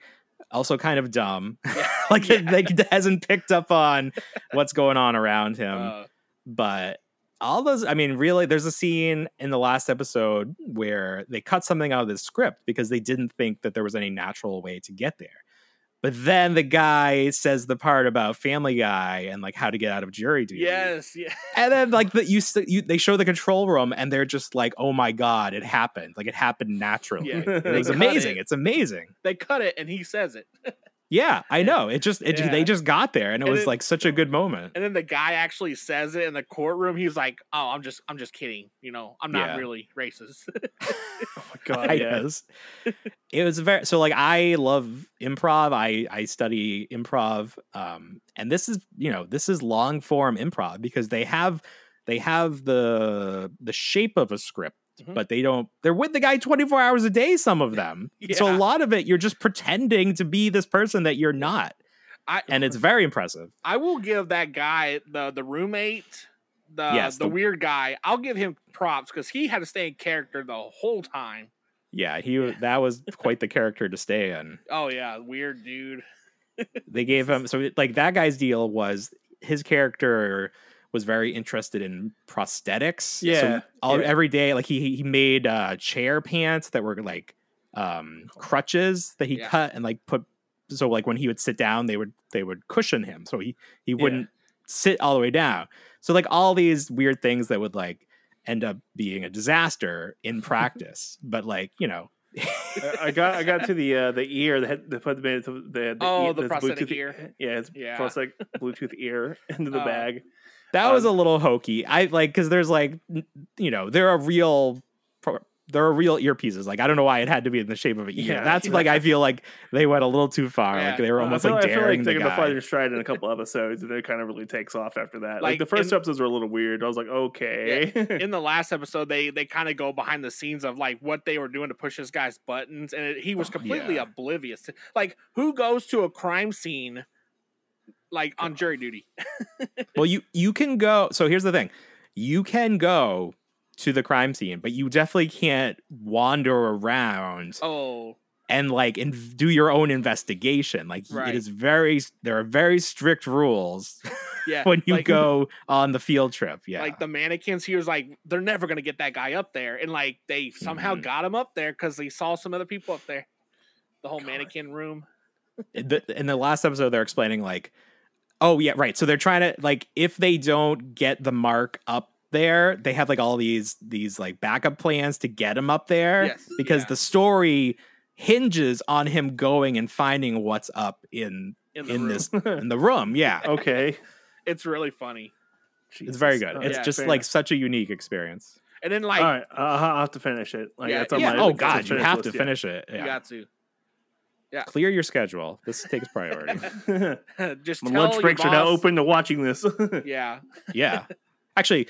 Speaker 10: also kind of dumb, *laughs* like
Speaker 2: Yeah.
Speaker 10: that that hasn't picked up on what's going on around him.
Speaker 2: Uh,
Speaker 10: but all those i mean really there's a scene in the last episode where they cut something out of the script because they didn't think that there was any natural way to get there but then the guy says the part about family guy and like how to get out of jury duty
Speaker 2: yes, yeah. *laughs*
Speaker 10: and then like the, you, s- you they show the control room and they're just like oh my god it happened like it happened naturally
Speaker 2: Yeah.
Speaker 10: And it's
Speaker 2: They cut
Speaker 10: amazing
Speaker 2: it.
Speaker 10: it's amazing
Speaker 2: They cut it and he says it.
Speaker 10: yeah i know it just it, they
Speaker 2: Yeah.
Speaker 10: just got there and it
Speaker 2: And
Speaker 10: was
Speaker 2: it-
Speaker 10: like such a good moment
Speaker 2: And then the guy actually says it in the courtroom. He's like, "Oh, I'm just, I'm just kidding. You know, I'm not
Speaker 10: Yeah.
Speaker 2: really racist." *laughs*
Speaker 3: Oh my god. *laughs*
Speaker 10: I *laughs*
Speaker 3: yeah.
Speaker 10: guess. It was very so like I love improv. I I study improv. Um and this is, you know, this is long form improv because they have they have the the shape of a script,
Speaker 2: Mhm.
Speaker 10: but they don't they're with the guy 24 hours a day some of them. So a
Speaker 2: Yeah.
Speaker 10: lot of it you're just pretending to be this person that you're not.
Speaker 2: I
Speaker 10: And it's very impressive.
Speaker 2: I will give that guy the the roommate, the
Speaker 10: Yes,
Speaker 2: the,
Speaker 10: the-
Speaker 2: weird guy. I'll give him props because he had to stay in character the whole time.
Speaker 10: Yeah, he w- that was quite the character to stay in.
Speaker 2: Oh yeah, weird dude.
Speaker 10: they gave him so it- like that guy's deal was his character was very interested in prosthetics.
Speaker 3: Yeah,
Speaker 10: so all,
Speaker 3: yeah.
Speaker 10: every day, like he he made uh, chair pants that were like um, crutches that he
Speaker 2: Yeah.
Speaker 10: cut and like put. So like when he would sit down, they would they would cushion him so he he
Speaker 3: Yeah.
Speaker 10: wouldn't sit all the way down. So like all these weird things that would like end up being a disaster
Speaker 3: *laughs*
Speaker 10: in practice, but like you know.
Speaker 3: I- I got I got to the uh, the ear that they put the the, the
Speaker 2: Oh,
Speaker 3: ear,
Speaker 2: the
Speaker 3: that's
Speaker 2: prosthetic
Speaker 3: Bluetooth
Speaker 2: ear.
Speaker 3: *laughs* Yeah, it's
Speaker 2: Yeah.
Speaker 3: prosthetic Bluetooth ear *laughs* into
Speaker 10: Uh,
Speaker 3: the
Speaker 2: Oh.
Speaker 3: bag.
Speaker 10: That was a
Speaker 3: Um,
Speaker 10: little hokey. I like because there's like n- you know there are real pro- there are real earpieces. Like I don't know why it had to be in the shape of an ear.
Speaker 3: Yeah.
Speaker 10: That's like I feel like they went a little too far. Like
Speaker 2: Yeah.
Speaker 10: they were almost like
Speaker 3: I feel
Speaker 10: daring
Speaker 3: like
Speaker 10: the
Speaker 3: they're gonna
Speaker 10: guy.
Speaker 3: fly their stride in a
Speaker 10: *laughs*
Speaker 3: couple episodes, and it kind of really takes off after that. Like,
Speaker 2: Like,
Speaker 3: the first
Speaker 2: in-
Speaker 3: episodes were a little weird. I was like, okay, *laughs*
Speaker 10: *laughs*
Speaker 2: in the last episode they they kind of go behind the scenes of like what they were doing to push this guy's buttons and it, he was completely
Speaker 10: yeah.
Speaker 2: oblivious to, like who goes to a crime scene like on jury duty
Speaker 10: well, you you can go. So here's the thing: you can go to the crime scene, but you definitely can't wander around
Speaker 2: oh
Speaker 10: and like and do your own investigation. Like
Speaker 2: Right.
Speaker 10: it is very there are very strict rules *laughs*
Speaker 2: yeah
Speaker 10: when you
Speaker 2: like-
Speaker 10: go on the field trip. Yeah,
Speaker 2: like the mannequins he was like they're never gonna get that guy up there and like they somehow
Speaker 10: Mhm.
Speaker 2: got him up there because they saw some other people up there the whole mannequin room
Speaker 10: the, in the last episode they're explaining like oh yeah right so they're trying to like if they don't get the mark up there they have like all these these like backup plans to get him up there
Speaker 2: Yes,
Speaker 10: because
Speaker 2: yeah.
Speaker 10: the story hinges on him going and finding what's up in
Speaker 2: in
Speaker 10: in,
Speaker 2: the room
Speaker 10: this in the room yeah
Speaker 3: Oh, okay.
Speaker 2: it's really funny
Speaker 10: it's very good
Speaker 3: Jesus. Oh,
Speaker 10: it's
Speaker 2: Yeah,
Speaker 10: just
Speaker 3: fair.
Speaker 10: like such a unique experience
Speaker 2: and then like
Speaker 3: All right, uh, I'll have to finish it. Like,
Speaker 2: Yeah,
Speaker 3: it's on
Speaker 10: yeah
Speaker 3: my-
Speaker 10: oh
Speaker 3: it's on my
Speaker 10: god you
Speaker 3: finish
Speaker 10: have
Speaker 3: list,
Speaker 10: to
Speaker 3: yeah.
Speaker 10: finish it yeah
Speaker 2: you got to *laughs*
Speaker 10: clear your schedule this takes priority
Speaker 3: *laughs*
Speaker 2: just
Speaker 3: My
Speaker 2: tell
Speaker 3: lunch
Speaker 2: your
Speaker 3: breaks are now
Speaker 2: boss-
Speaker 3: open to watching this. *laughs*
Speaker 2: yeah *laughs*
Speaker 10: yeah actually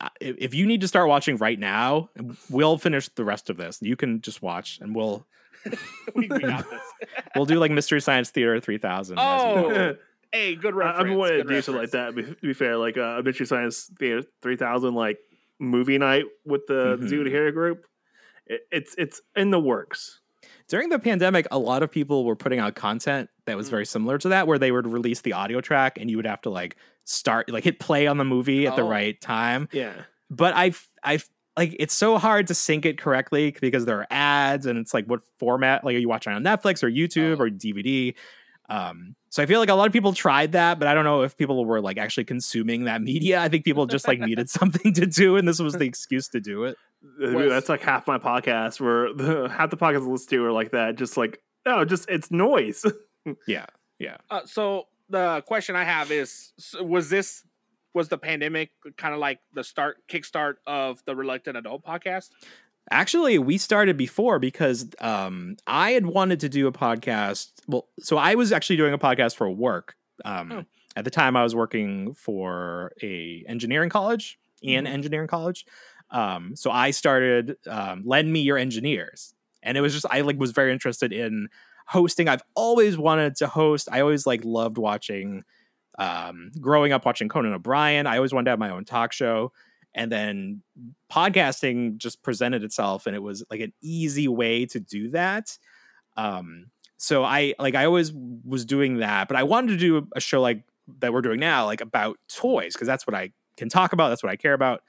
Speaker 10: I- if if you need to start watching right now we'll finish the rest of this you can just watch and we'll
Speaker 2: we, we got this
Speaker 10: we'll do like mystery science theater 3000 as we go.
Speaker 2: Oh, hey, good
Speaker 3: I-
Speaker 2: reference.
Speaker 3: I've been wanting to
Speaker 2: good
Speaker 3: do something like
Speaker 2: reference.
Speaker 3: that. be- To be fair, like uh, Mystery Science Theater three thousand, like movie night with the
Speaker 10: Mhm.
Speaker 3: Zoo to Hero group. It, it's it's in the works.
Speaker 10: during the pandemic a lot of people were putting out content that was
Speaker 2: Mm.
Speaker 10: very similar to that where they would release the audio track and you would have to like start like hit play on the movie at the
Speaker 2: Oh.
Speaker 10: right time
Speaker 3: Yeah,
Speaker 10: but i f- i f- like it's so hard to sync it correctly because there are ads and it's like what format like are you watching on netflix or youtube
Speaker 2: Oh.
Speaker 10: or dvd um so i feel like a lot of people tried that but i don't know if people were like actually consuming that *laughs* media i think people just like needed something to do and this was the excuse to do it
Speaker 3: Dude,
Speaker 2: Was-
Speaker 3: that's like half my podcast. Where *laughs* the, half the podcasts I listen to are like that. Just like no, just it's noise. *laughs*
Speaker 2: Uh, so the question I have is: s Was this was the pandemic kind of like the start kickstart of the Reluctant Adult podcast?
Speaker 10: Actually, we started before because um, I had wanted to do a podcast. Well, so I was actually doing a podcast for work. Um,
Speaker 2: Oh.
Speaker 10: At the time, I was working for a engineering college, an engineering college. Um, so I started um, lend me your engineers, and it was just I like was very interested in hosting. I've always wanted to host. I always like loved watching. Um, growing up watching Conan O'Brien, I always wanted to have my own talk show. And then podcasting just presented itself and it was like an easy way to do that um so i like i always was doing that but i wanted to do a show like that we're doing now like about toys because that's what i can talk about that's what i care about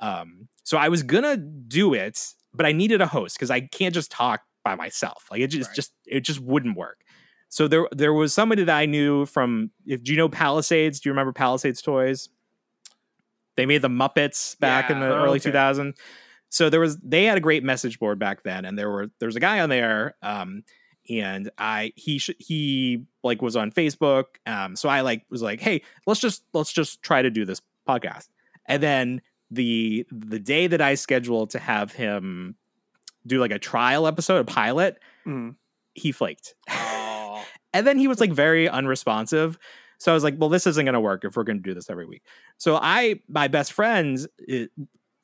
Speaker 10: um so i was gonna do it but i needed a host because i can't just talk by myself like it just
Speaker 2: Right.
Speaker 10: just it just wouldn't work so there there was somebody that i knew from if do you know palisades do you remember palisades toys they made the muppets back in
Speaker 2: Yeah.
Speaker 10: the
Speaker 3: Oh,
Speaker 10: early
Speaker 3: okay.
Speaker 10: 2000s so there was they had a great message board back then and there were there was a guy on there um and i he sh- he like was on facebook um so i like was like hey let's just let's just try to do this podcast and then the the day that i scheduled to have him do like a trial episode a pilot
Speaker 3: Mm.
Speaker 10: he flaked *laughs*
Speaker 2: Oh,
Speaker 10: and then he was like very unresponsive. So I was like, well, this isn't going to work if we're going to do this every week. So I, my best friend i-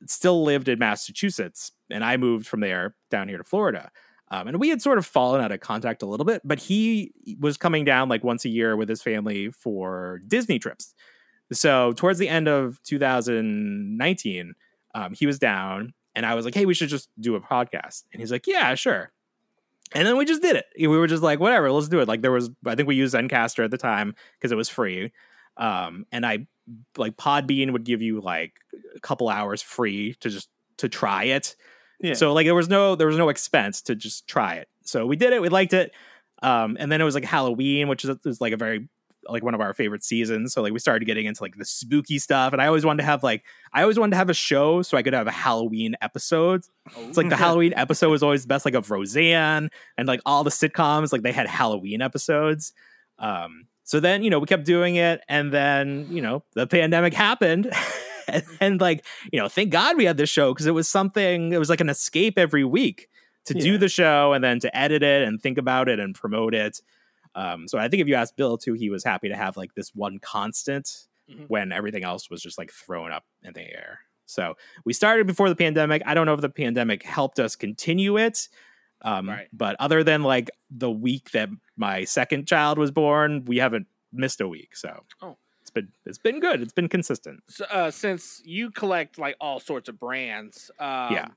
Speaker 10: still lived in Massachusetts and I moved from there down here to Florida. Um, and we had sort of fallen out of contact a little bit, but he was coming down like once a year with his family for Disney trips. So towards the end of 2019, um, he was down and I was like, hey, we should just do a podcast. And he's like, yeah, sure. And then we just did it. We were just like, whatever, let's do it. Like there was, I think we used Zencaster at the time because it was free. Um, and I like Podbean would give you like a couple hours free to just to try it.
Speaker 3: Yeah.
Speaker 10: So like there was no there was no expense to just try it. So we did it. We liked it. Um, and then it was like Halloween, which is, is like a very like one of our favorite seasons. So like we started getting into like the spooky stuff. And I always wanted to have like I always wanted to have a show so I could have a Halloween episode. It's like the Halloween episode was always the best, like of Roseanne and like all the sitcoms, like they had Halloween episodes. Um, so then, you know, we kept doing it. And then, you know, the pandemic happened *laughs* and, and like you know, thank God we had this show because it was something. It was like an escape every week to do the show and then to edit it and think about it and promote it. Um, so I think if you asked Bill too, he was happy to have like this one constant
Speaker 2: Mhm.
Speaker 10: when everything else was just like thrown up in the air. So we started before the pandemic. I don't know if the pandemic helped us continue it. Um,
Speaker 2: Right.
Speaker 10: But other than like the week that my second child was born, we haven't missed a week. So
Speaker 2: Oh.
Speaker 10: it's been it's been good. It's been consistent.
Speaker 2: So, uh, since you collect like all sorts of brands, um,
Speaker 10: Yeah.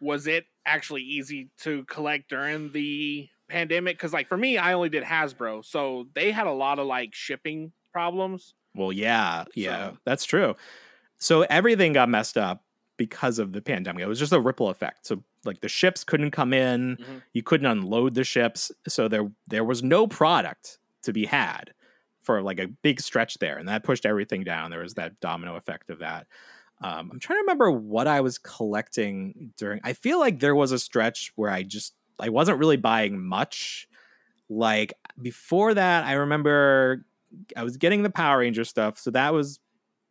Speaker 2: was it actually easy to collect during the pandemic? Because like for me, I only did Hasbro, so they had a lot of like shipping problems.
Speaker 10: Well, yeah, yeah,
Speaker 2: So-
Speaker 10: that's true. So everything got messed up because of the pandemic. It was just a ripple effect. So like the ships couldn't come in,
Speaker 2: Mhm.
Speaker 10: you couldn't unload the ships, so there there was no product to be had for like a big stretch there, and that pushed everything down. There was that domino effect of that. Um, I'm trying to remember what I was collecting during. I feel like there was a stretch where I just I wasn't really buying much. Like before that, I remember I was getting the Power Ranger stuff, so that was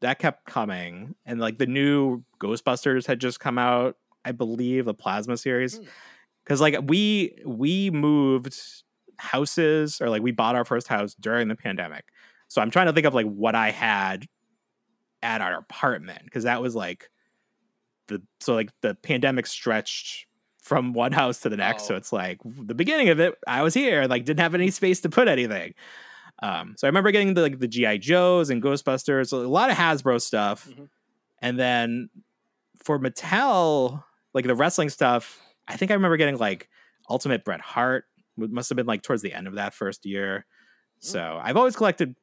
Speaker 10: that kept coming, and like the new Ghostbusters had just come out, I believe, the Plasma series,
Speaker 2: Hmm.
Speaker 10: because like we we moved houses or like we bought our first house during the pandemic, so I'm trying to think of like what I had at our apartment because that was like the so like the pandemic stretched from one house to the next, so
Speaker 2: Oh.
Speaker 10: it's like the beginning of it, I was here, like didn't have any space to put anything. Um, so I remember getting the like the GI Joes and Ghostbusters, a lot of Hasbro stuff,
Speaker 2: Mhm.
Speaker 10: and then for Mattel, like the wrestling stuff, I think I remember getting like Ultimate Bret Hart. It must have been like towards the end of that first year. So I've always collected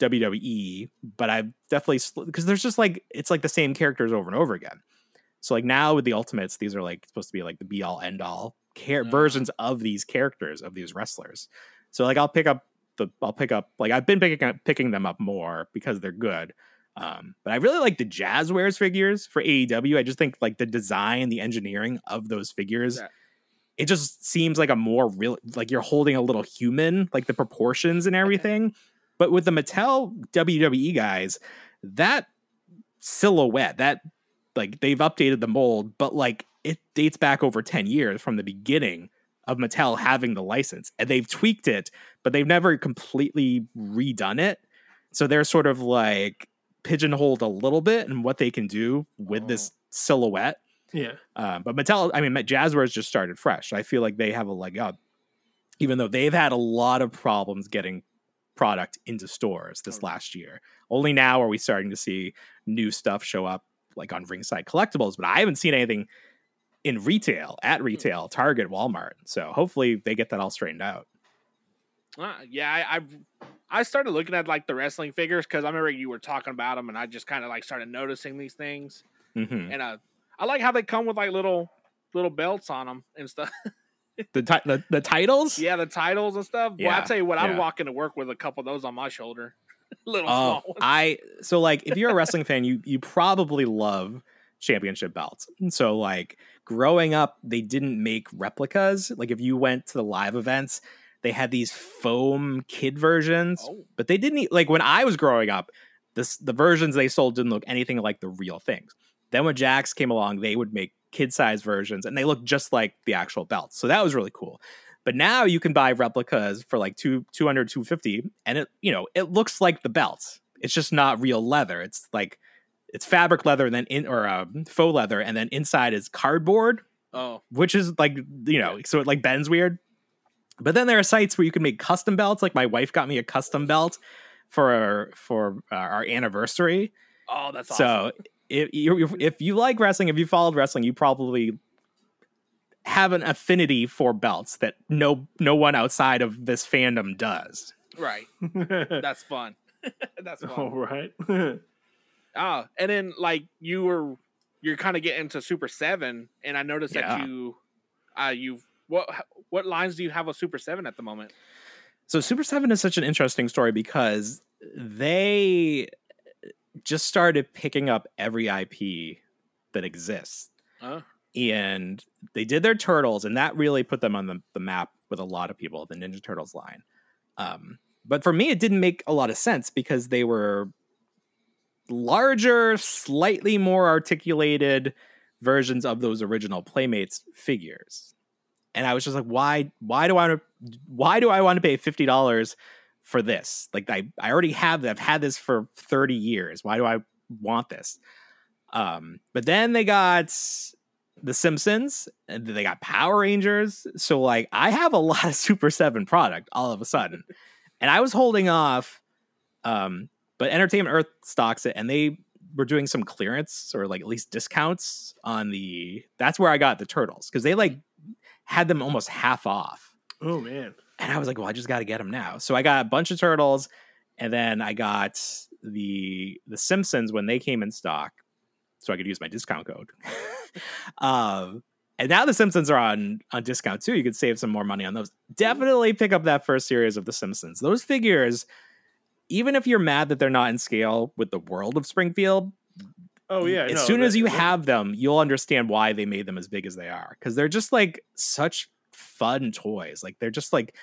Speaker 10: WWE, but I've definitely because there's just like it's like the same characters over and over again. So like now with the Ultimates, these are like supposed to be like the be all end all char-
Speaker 2: Ah.
Speaker 10: versions of these characters of these wrestlers. So like I'll pick up the I'll pick up like I've been picking up, picking them up more because they're good. Um, but I really like the Jazzwares figures for AEW. I just think like the design, the engineering of those figures,
Speaker 2: Yeah.
Speaker 10: it just seems like a more real like you're holding a little human, like the proportions and everything. But with the Mattel WWE guys, that silhouette, that like they've updated the mold, but like it dates back over 10 years from the beginning of Mattel having the license. And they've tweaked it, but they've never completely redone it. So they're sort of like pigeonholed a little bit in what they can do with this silhouette.
Speaker 3: Yeah.
Speaker 10: Um, but Mattel, I mean, Jazzwares just started fresh. I feel like they have a leg up, even though they've had a lot of problems getting product into stores this last year. Only now are we starting to see new stuff show up, like on Ringside Collectibles. But I haven't seen anything in retail, at retail, Target, Walmart. So hopefully they get that all straightened out.
Speaker 2: Uh, yeah, I, I I started looking at like the wrestling figures because I remember you were talking about them, and I just kind of like started noticing these things,
Speaker 10: Mhm.
Speaker 2: and uh, I like how they come with like little little belts on them and stuff. *laughs*
Speaker 10: The, ti- the the titles,
Speaker 2: yeah, the titles and stuff. well,
Speaker 10: Yeah,
Speaker 2: I tell you what, I'd
Speaker 10: yeah.
Speaker 2: walk into work with a couple of those on my shoulder. *laughs* little
Speaker 10: Oh,
Speaker 2: small
Speaker 10: *laughs*
Speaker 2: ones.
Speaker 10: I so like
Speaker 2: *laughs*
Speaker 10: if you're a wrestling fan, you you probably love championship belts. And so like growing up, they didn't make replicas. Like if you went to the live events, they had these foam kid versions,
Speaker 2: Oh.
Speaker 10: but they didn't e- like when I was growing up. This the versions they sold didn't look anything like the real things. Then when Jax came along, they would make kid size versions, and they looked just like the actual belts. So that was really cool. But now you can buy replicas for like two, 200, 250, and it, you know, it looks like the belt. It's just not real leather. It's like, it's fabric leather and then in, or um, faux leather, and then inside is cardboard,
Speaker 2: Oh,
Speaker 10: which is like, you know, so it like bends weird. But then there are sites where you can make custom belts. Like my wife got me a custom belt for our, for uh, our anniversary.
Speaker 2: oh, that's awesome.
Speaker 10: So if you if you like wrestling, if you followed wrestling, you probably have an affinity for belts that no no one outside of this fandom does.
Speaker 2: Right. That's fun. *laughs*
Speaker 10: *laughs*
Speaker 2: That's fun.
Speaker 3: *laughs* All right.
Speaker 2: Ah, and then like you were you're kind of getting into Super 7 and I noticed
Speaker 10: Yeah.
Speaker 2: that you uh you what what lines do you have with Super 7 at the moment?
Speaker 10: So Super 7 is such an interesting story because they just started picking up every IP that exists.
Speaker 2: Uh,
Speaker 10: and they did their turtles and that really put them on the, the map with a lot of people the ninja turtles line um, but for me it didn't make a lot of sense because they were larger, slightly more articulated versions of those original Playmates figures. And I was just like, why why do I why do I want to pay fifty dollars for this? Like I, I already have that. I've had this for 30 years. Why do I want this? Um, but then they got the Simpsons and they got Power Rangers. So like I have a *laughs* lot of Super 7 product all of a sudden. And I was holding off um, but Entertainment Earth stocks it, and they were doing some clearance or like at least discounts on the. That's where I got the turtles because they like had them almost half off,
Speaker 3: Oh man.
Speaker 10: and I was like, well, I just got to get them now. So I got a bunch of turtles, and then I got the the Simpsons when they came in stock, so I could use my discount code. *laughs* um, and now the Simpsons are on on discount too. You could save some more money on those. Definitely pick up that first series of the Simpsons. Those figures even if you're mad that they're not in scale with the world of Springfield,
Speaker 3: Oh yeah.
Speaker 10: as
Speaker 3: no,
Speaker 10: soon as
Speaker 3: that-
Speaker 10: you
Speaker 3: that-
Speaker 10: have them, you'll understand why they made them as big as they are because they're just like such fun toys. Like they're just like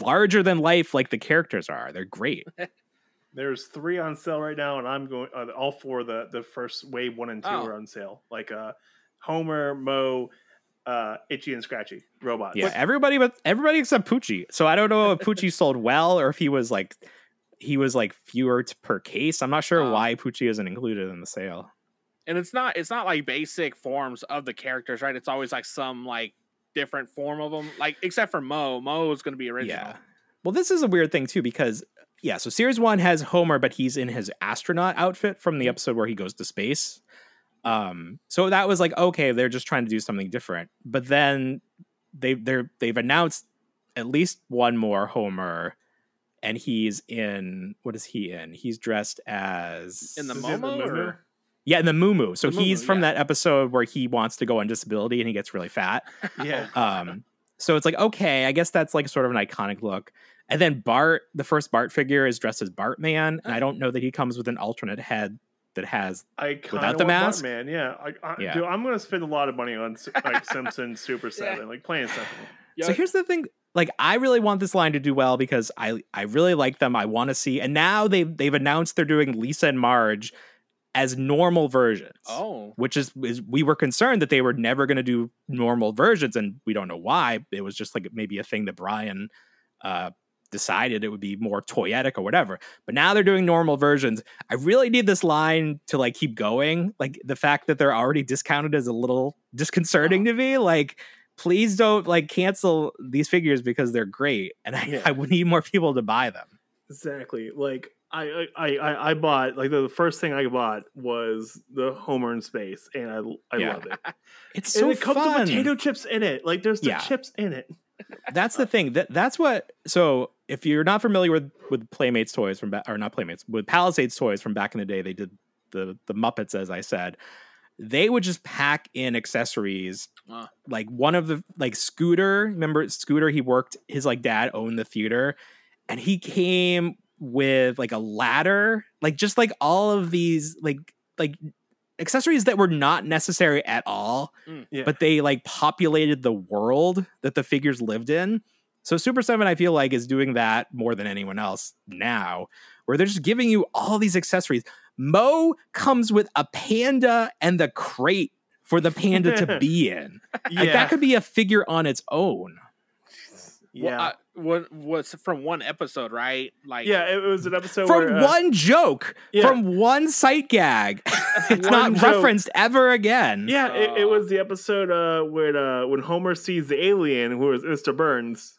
Speaker 10: larger than life, like the characters are. They're great.
Speaker 3: there's three on sale right now, and I'm going uh, all four. Of the the first wave one and two
Speaker 2: Oh.
Speaker 3: are on sale. Like uh, Homer, Mo, uh, Itchy and Scratchy robots.
Speaker 10: Yeah, everybody but everybody except Poochie. So I don't know if Poochie sold well or if he was like he was like fewer t- per case. I'm not sure
Speaker 2: Oh.
Speaker 10: why Poochie isn't included in the sale.
Speaker 2: and it's not it's not like basic forms of the characters, right? It's always like some like different form of them, like except for Mo. Mo is going to be original.
Speaker 10: Yeah. Well, this is a weird thing too because yeah, so series one has Homer, but he's in his astronaut outfit from
Speaker 2: Mm.
Speaker 10: the episode where he goes to space. Um, so that was like okay, they're just trying to do something different. But then they they're they've announced at least one more Homer, and he's in what is he in? He's dressed as
Speaker 2: In the
Speaker 3: Is it the
Speaker 2: Momo,
Speaker 3: Momo?
Speaker 2: or-
Speaker 10: yeah in the Moo. So
Speaker 2: The Moo
Speaker 10: he's
Speaker 2: Moo,
Speaker 10: from
Speaker 2: yeah.
Speaker 10: that episode where he wants to go on disability and he gets really fat.
Speaker 3: *laughs* yeah.
Speaker 10: Um, so it's like, okay, I guess that's like sort of an iconic look. And then Bart, the first Bart figure is dressed as Bartman. And I don't know that he comes with an alternate head that has,
Speaker 3: I kinda
Speaker 10: Without the
Speaker 3: want
Speaker 10: mask?
Speaker 3: man. Yeah, I, I,
Speaker 10: Yeah.
Speaker 3: Dude, I'm gonna spend a lot of money *laughs* on like Simpsons Super Seven, like playing something.
Speaker 10: so here's the thing. Like, I really want this line to do well because I, I really like them. I want to see, and now they've, they've announced they're doing Lisa and Marge as normal versions.
Speaker 2: Oh,
Speaker 10: which is, is we were concerned that they were never going to do normal versions and we don't know why it was just like maybe a thing that brian uh, decided it would be more toyetic or whatever but now they're doing normal versions i really need this line to like keep going like the fact that they're already discounted is a little disconcerting to me like please don't like cancel these figures because they're great and i,
Speaker 3: Yeah.
Speaker 10: I would need more people to buy them
Speaker 3: Exactly. Like I, I, I, I bought like the first thing I bought was the Homer in space, and I, I
Speaker 10: Yeah.
Speaker 3: love it.
Speaker 10: it's
Speaker 3: and
Speaker 10: so
Speaker 3: it comes
Speaker 10: fun.
Speaker 3: with potato chips in it. Like there's the
Speaker 10: Yeah.
Speaker 3: chips in it.
Speaker 10: that's the thing that that's what so if you're not familiar with with playmates toys from ba- or not playmates with palisades toys from back in the day they did the the muppets as i said they would just pack in accessories
Speaker 2: Ah.
Speaker 10: like one of the like scooter remember scooter he worked his like dad owned the theater and he came with like a ladder like just like all of these like like accessories that were not necessary at all
Speaker 3: Yeah.
Speaker 10: but they like populated the world that the figures lived in. So Super 7 I feel like is doing that more than anyone else now where they're just giving you all these accessories. Mo comes with a panda and the crate for the panda to be in. Like that could be a figure on its own.
Speaker 3: yeah.
Speaker 2: Well, I- Uh, what was from one episode, right? Like,
Speaker 3: yeah, it was an episode
Speaker 10: from
Speaker 3: where, uh,
Speaker 10: one joke,
Speaker 3: yeah.
Speaker 10: from one
Speaker 3: *laughs*
Speaker 10: sight gag. it's
Speaker 3: One
Speaker 10: not
Speaker 3: joke.
Speaker 10: referenced ever again.
Speaker 3: Yeah, it, it
Speaker 2: Uh,
Speaker 3: was the episode uh, when uh, when Homer sees the alien who is Mr. Burns,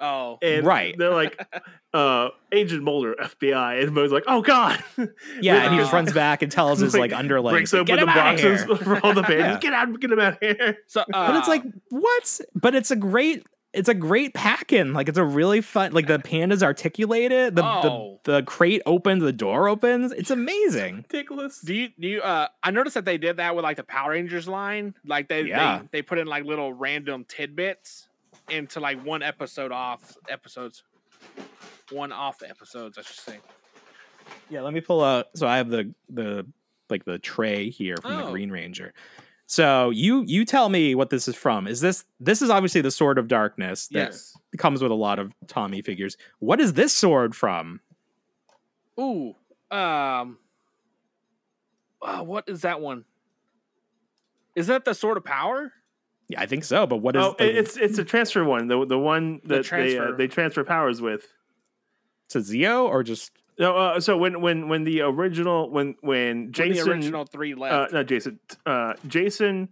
Speaker 2: oh,
Speaker 3: and
Speaker 10: Right.
Speaker 3: they're like, *laughs* uh, Agent Mulder, FBI, and Mo's like, oh god,
Speaker 10: Yeah, and he just
Speaker 2: Uh,
Speaker 10: runs back and tells
Speaker 3: *laughs*
Speaker 10: his like underling,
Speaker 3: breaks
Speaker 10: like,
Speaker 3: open the
Speaker 10: "Get him outta
Speaker 3: boxes *laughs*
Speaker 10: here."
Speaker 3: for
Speaker 10: *laughs*
Speaker 3: all the babies,
Speaker 10: Yeah.
Speaker 3: get out, get him out of here. *laughs*
Speaker 10: *laughs*
Speaker 2: so uh,
Speaker 10: but it's like what but it's a great it's a great packing like it's a really fun like the pandas articulated the
Speaker 2: Oh.
Speaker 10: the, the crate opens the door opens it's amazing
Speaker 3: Ridiculous.
Speaker 2: Do you do you uh I noticed that they did that with like the Power Rangers line. Like they
Speaker 10: Yeah.
Speaker 2: they, they put in like little random tidbits into like one episode off episodes. One off episodes, I should say.
Speaker 10: yeah let me pull out so i have the the like the tray here from the
Speaker 2: Oh.
Speaker 10: green ranger so you you tell me what this is from is this this is obviously the sword of darkness that
Speaker 2: Yes.
Speaker 10: comes with a lot of tommy figures what is this sword from
Speaker 2: Ooh. Um uh, what is that one? Is that the Sword of Power?
Speaker 10: Yeah, I think so. But what is?
Speaker 3: Oh,
Speaker 10: like,
Speaker 3: it- it's it's a transfer one. The the one
Speaker 2: The
Speaker 3: that they uh,
Speaker 2: transfer.
Speaker 3: they transfer powers with.
Speaker 10: to Zio or just
Speaker 3: No, uh, so when when when the original when when
Speaker 2: When
Speaker 3: Jason
Speaker 2: the original three
Speaker 3: uh,
Speaker 2: left.
Speaker 3: not Jason t- uh, Jason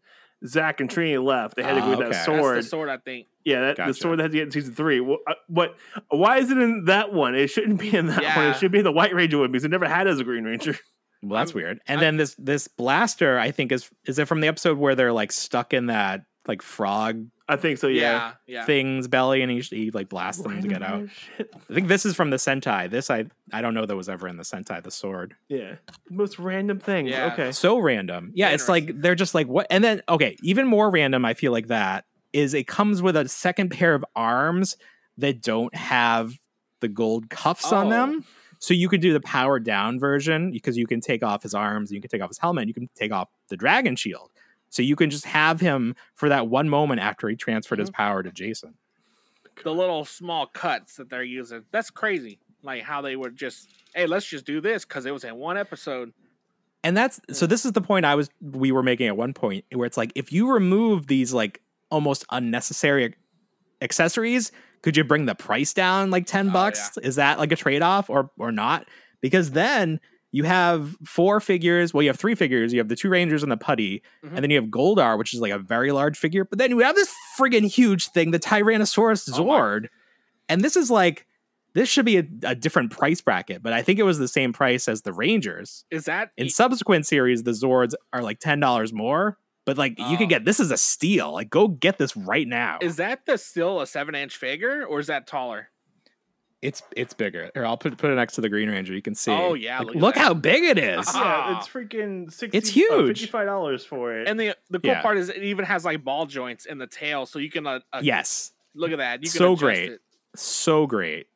Speaker 3: Zach and Trini left. They had to
Speaker 10: Ah,
Speaker 3: go with
Speaker 10: okay.
Speaker 3: that
Speaker 10: That's
Speaker 2: That's
Speaker 3: sword.
Speaker 2: the sword, I think.
Speaker 3: Yeah, that,
Speaker 10: Gotcha.
Speaker 3: the sword that had to get in season three. Well, uh, what? Why is it in that one? It shouldn't be in that one.
Speaker 2: Yeah.
Speaker 3: It should be in the White Ranger one because it never had as a Green Ranger. *laughs*
Speaker 10: well, that's
Speaker 2: I'm-
Speaker 10: weird. And
Speaker 2: I-
Speaker 10: then this this blaster, I think is is it from the episode where they're like stuck in that like frog
Speaker 3: I think so. Yeah.
Speaker 2: yeah, yeah.
Speaker 10: thing's belly, and he, he like blasts them to get out. I think this is from the Sentai. This I I don't know that was ever in the Sentai. The sword.
Speaker 3: Yeah. Most random things.
Speaker 2: Yeah.
Speaker 3: Okay.
Speaker 10: so random. Yeah, it's like they're just like what, and then okay, even more random. I feel like that is it comes with a second pair of arms that don't have the gold cuffs on
Speaker 2: Oh.
Speaker 10: them, so you could do the power down version because you can take off his arms, you can take off his helmet, and you can take off the dragon shield, so you can just have him for that one moment after he transferred his power to Jason.
Speaker 2: the
Speaker 3: uh,
Speaker 2: little small cuts that they're using. That's crazy. Like how they would just, hey, let's just do this because it was in one episode.
Speaker 10: and that's so this is the point i was we were making at one point where it's like if you remove these like almost unnecessary accessories could you bring the price down like 10
Speaker 2: Oh,
Speaker 10: bucks is that like a trade-off or or not because then you have four figures well you have three figures you have the two rangers and the putty
Speaker 2: Mhm.
Speaker 10: and then you have goldar which is like a very large figure but then you have this friggin' huge thing the tyrannosaurus
Speaker 2: Oh my.
Speaker 10: zord and this is like this should be a, a different price bracket but i think it was the same price as the rangers
Speaker 2: Is that e,
Speaker 10: in subsequent series the zords are like $10 more but like you
Speaker 2: Oh.
Speaker 10: could get this is a steal like go get this right now
Speaker 2: is that the still a seven inch figure or is that taller?
Speaker 10: it's it's bigger here i'll put, put it next to the green ranger you can see
Speaker 2: Oh, yeah,
Speaker 10: Like,
Speaker 2: look
Speaker 10: look,
Speaker 2: at that.
Speaker 10: how
Speaker 2: *laughs*
Speaker 10: big it is
Speaker 2: Uh-huh. Ah.
Speaker 3: Yeah, it's freaking sixty.
Speaker 10: It's huge.
Speaker 3: Fifty five dollars for it.
Speaker 2: And the the cool
Speaker 10: Yeah.
Speaker 2: part is it even has like ball joints in the tail, so you can uh, uh,
Speaker 10: yes
Speaker 2: look at that. You can
Speaker 10: So
Speaker 2: adjust
Speaker 10: great.
Speaker 2: it.
Speaker 10: so great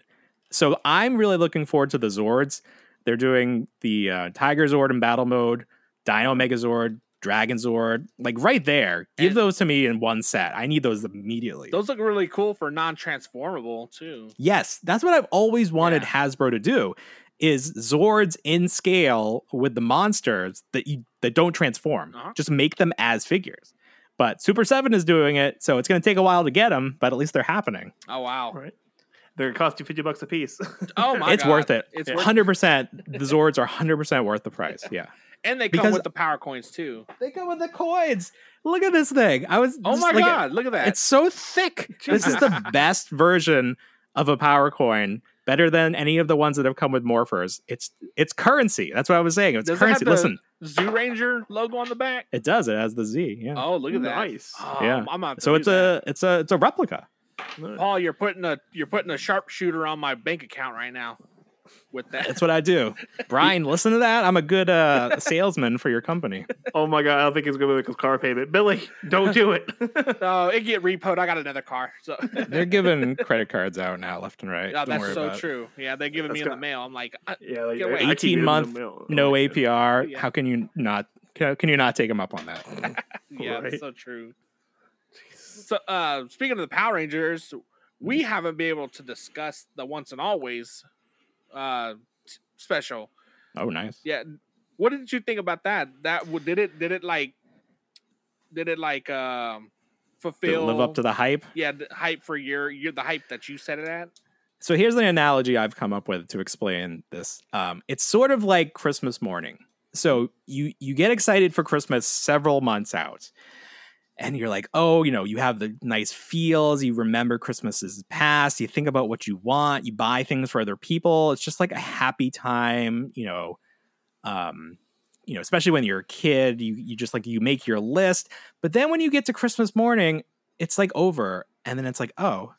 Speaker 10: so i'm really looking forward to the zords they're doing the uh, tiger zord in battle mode dino megazord dragon zord like right there give
Speaker 2: And-
Speaker 10: those to me in one set i need those immediately
Speaker 2: Those look really cool for non transformable too.
Speaker 10: Yes, that's what I've always wanted
Speaker 2: Yeah.
Speaker 10: Hasbro to do is Zords in scale with the monsters that you that don't transform.
Speaker 2: Uh-huh.
Speaker 10: Just make them as figures. But Super 7 is doing it, so it's going to take a while to get them, but at least they're happening.
Speaker 2: Oh wow!
Speaker 3: Right. They're gonna cost you fifty bucks a piece.
Speaker 2: Oh my!
Speaker 10: it's
Speaker 2: God.
Speaker 10: worth it.
Speaker 2: It's worth,
Speaker 10: 100%.
Speaker 2: *laughs*
Speaker 10: the Zords are 100% worth the price. Yeah.
Speaker 2: and they come
Speaker 10: because-
Speaker 2: with the power coins too.
Speaker 10: They go with the coins. Look at this thing. I was
Speaker 2: Oh
Speaker 10: just
Speaker 2: my
Speaker 10: like-
Speaker 2: God! Look at that.
Speaker 10: It's so thick. This is
Speaker 2: *laughs*
Speaker 10: the best version of a power coin. Better than any of the ones that have come with morphers. It's it's currency. That's what I was saying. It's
Speaker 2: Does it have
Speaker 10: currency.
Speaker 2: the
Speaker 10: Listen,
Speaker 2: Zoo Ranger logo on the back.
Speaker 10: it does. It has the Z. Yeah.
Speaker 2: Oh, look at that!
Speaker 3: Nice.
Speaker 2: Oh,
Speaker 10: Yeah.
Speaker 2: I'm gonna have to
Speaker 10: so
Speaker 2: do
Speaker 10: it's
Speaker 2: that.
Speaker 10: a it's a it's a replica.
Speaker 2: Paul. You're putting a you're putting a sharpshooter on my bank account right now. With that,
Speaker 10: That's what I do. Brian, listen to that. I'm a good uh, salesman for your company.
Speaker 3: *laughs* oh my god! I don't think it's gonna make a car payment. Billy, don't do it.
Speaker 2: *laughs* oh, it get repoed. I got another car.
Speaker 10: *laughs*
Speaker 2: So
Speaker 10: They're giving credit cards out now, left and
Speaker 2: *laughs*
Speaker 10: right.
Speaker 2: Yeah,
Speaker 10: Don't
Speaker 2: that's
Speaker 10: worry
Speaker 2: so
Speaker 10: about it.
Speaker 2: true. Yeah, they're giving
Speaker 3: That's
Speaker 2: me in the
Speaker 3: got-
Speaker 2: mail. I'm like, uh, I,
Speaker 3: *laughs* yeah, like
Speaker 2: Get away.
Speaker 3: I- I keep
Speaker 10: 18
Speaker 3: it in the
Speaker 10: month,
Speaker 3: mail. Oh
Speaker 10: No
Speaker 3: Like,
Speaker 10: APR.
Speaker 2: Oh, Yeah.
Speaker 10: How can you not? How can you not take them up on that?
Speaker 2: *laughs* yeah, that's
Speaker 3: Right.
Speaker 2: so true. So, uh, speaking of the Power Rangers,
Speaker 10: Mm.
Speaker 2: we haven't been able to discuss the Once and Always uh, s- special.
Speaker 10: Oh, nice.
Speaker 2: Yeah, what did you think about that? That w- did it? Did it like? Did it like um,
Speaker 10: Did it
Speaker 2: fulfill?
Speaker 10: live up to the hype.
Speaker 2: yeah the hype for your your the hype that you set it at?
Speaker 10: So here's an analogy I've come up with to explain this. Um, it's sort of like Christmas morning. So you you get excited for Christmas several months out, and you're like, oh, you know, you have the nice feels. You remember Christmas is past. You think about what you want. You buy things for other people. It's just like a happy time, you know. Um, you know, especially when you're a kid, you you just like you make your list. But then when you get to Christmas morning, it's like over, and then it's like, oh,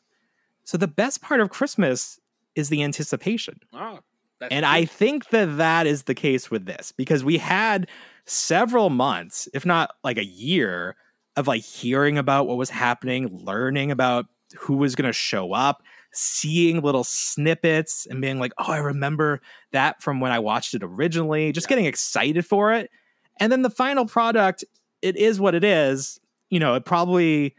Speaker 10: so the best part of Christmas is the anticipation.
Speaker 2: Oh, that's
Speaker 10: And
Speaker 2: true.
Speaker 10: I think that that is the case with this because we had several months, if not like a year, of like hearing about what was happening, learning about who was going to show up, seeing little snippets and being like, oh, I remember that from when I watched it originally, just getting excited for it. And then the final product, it is what it is. You know, it probably.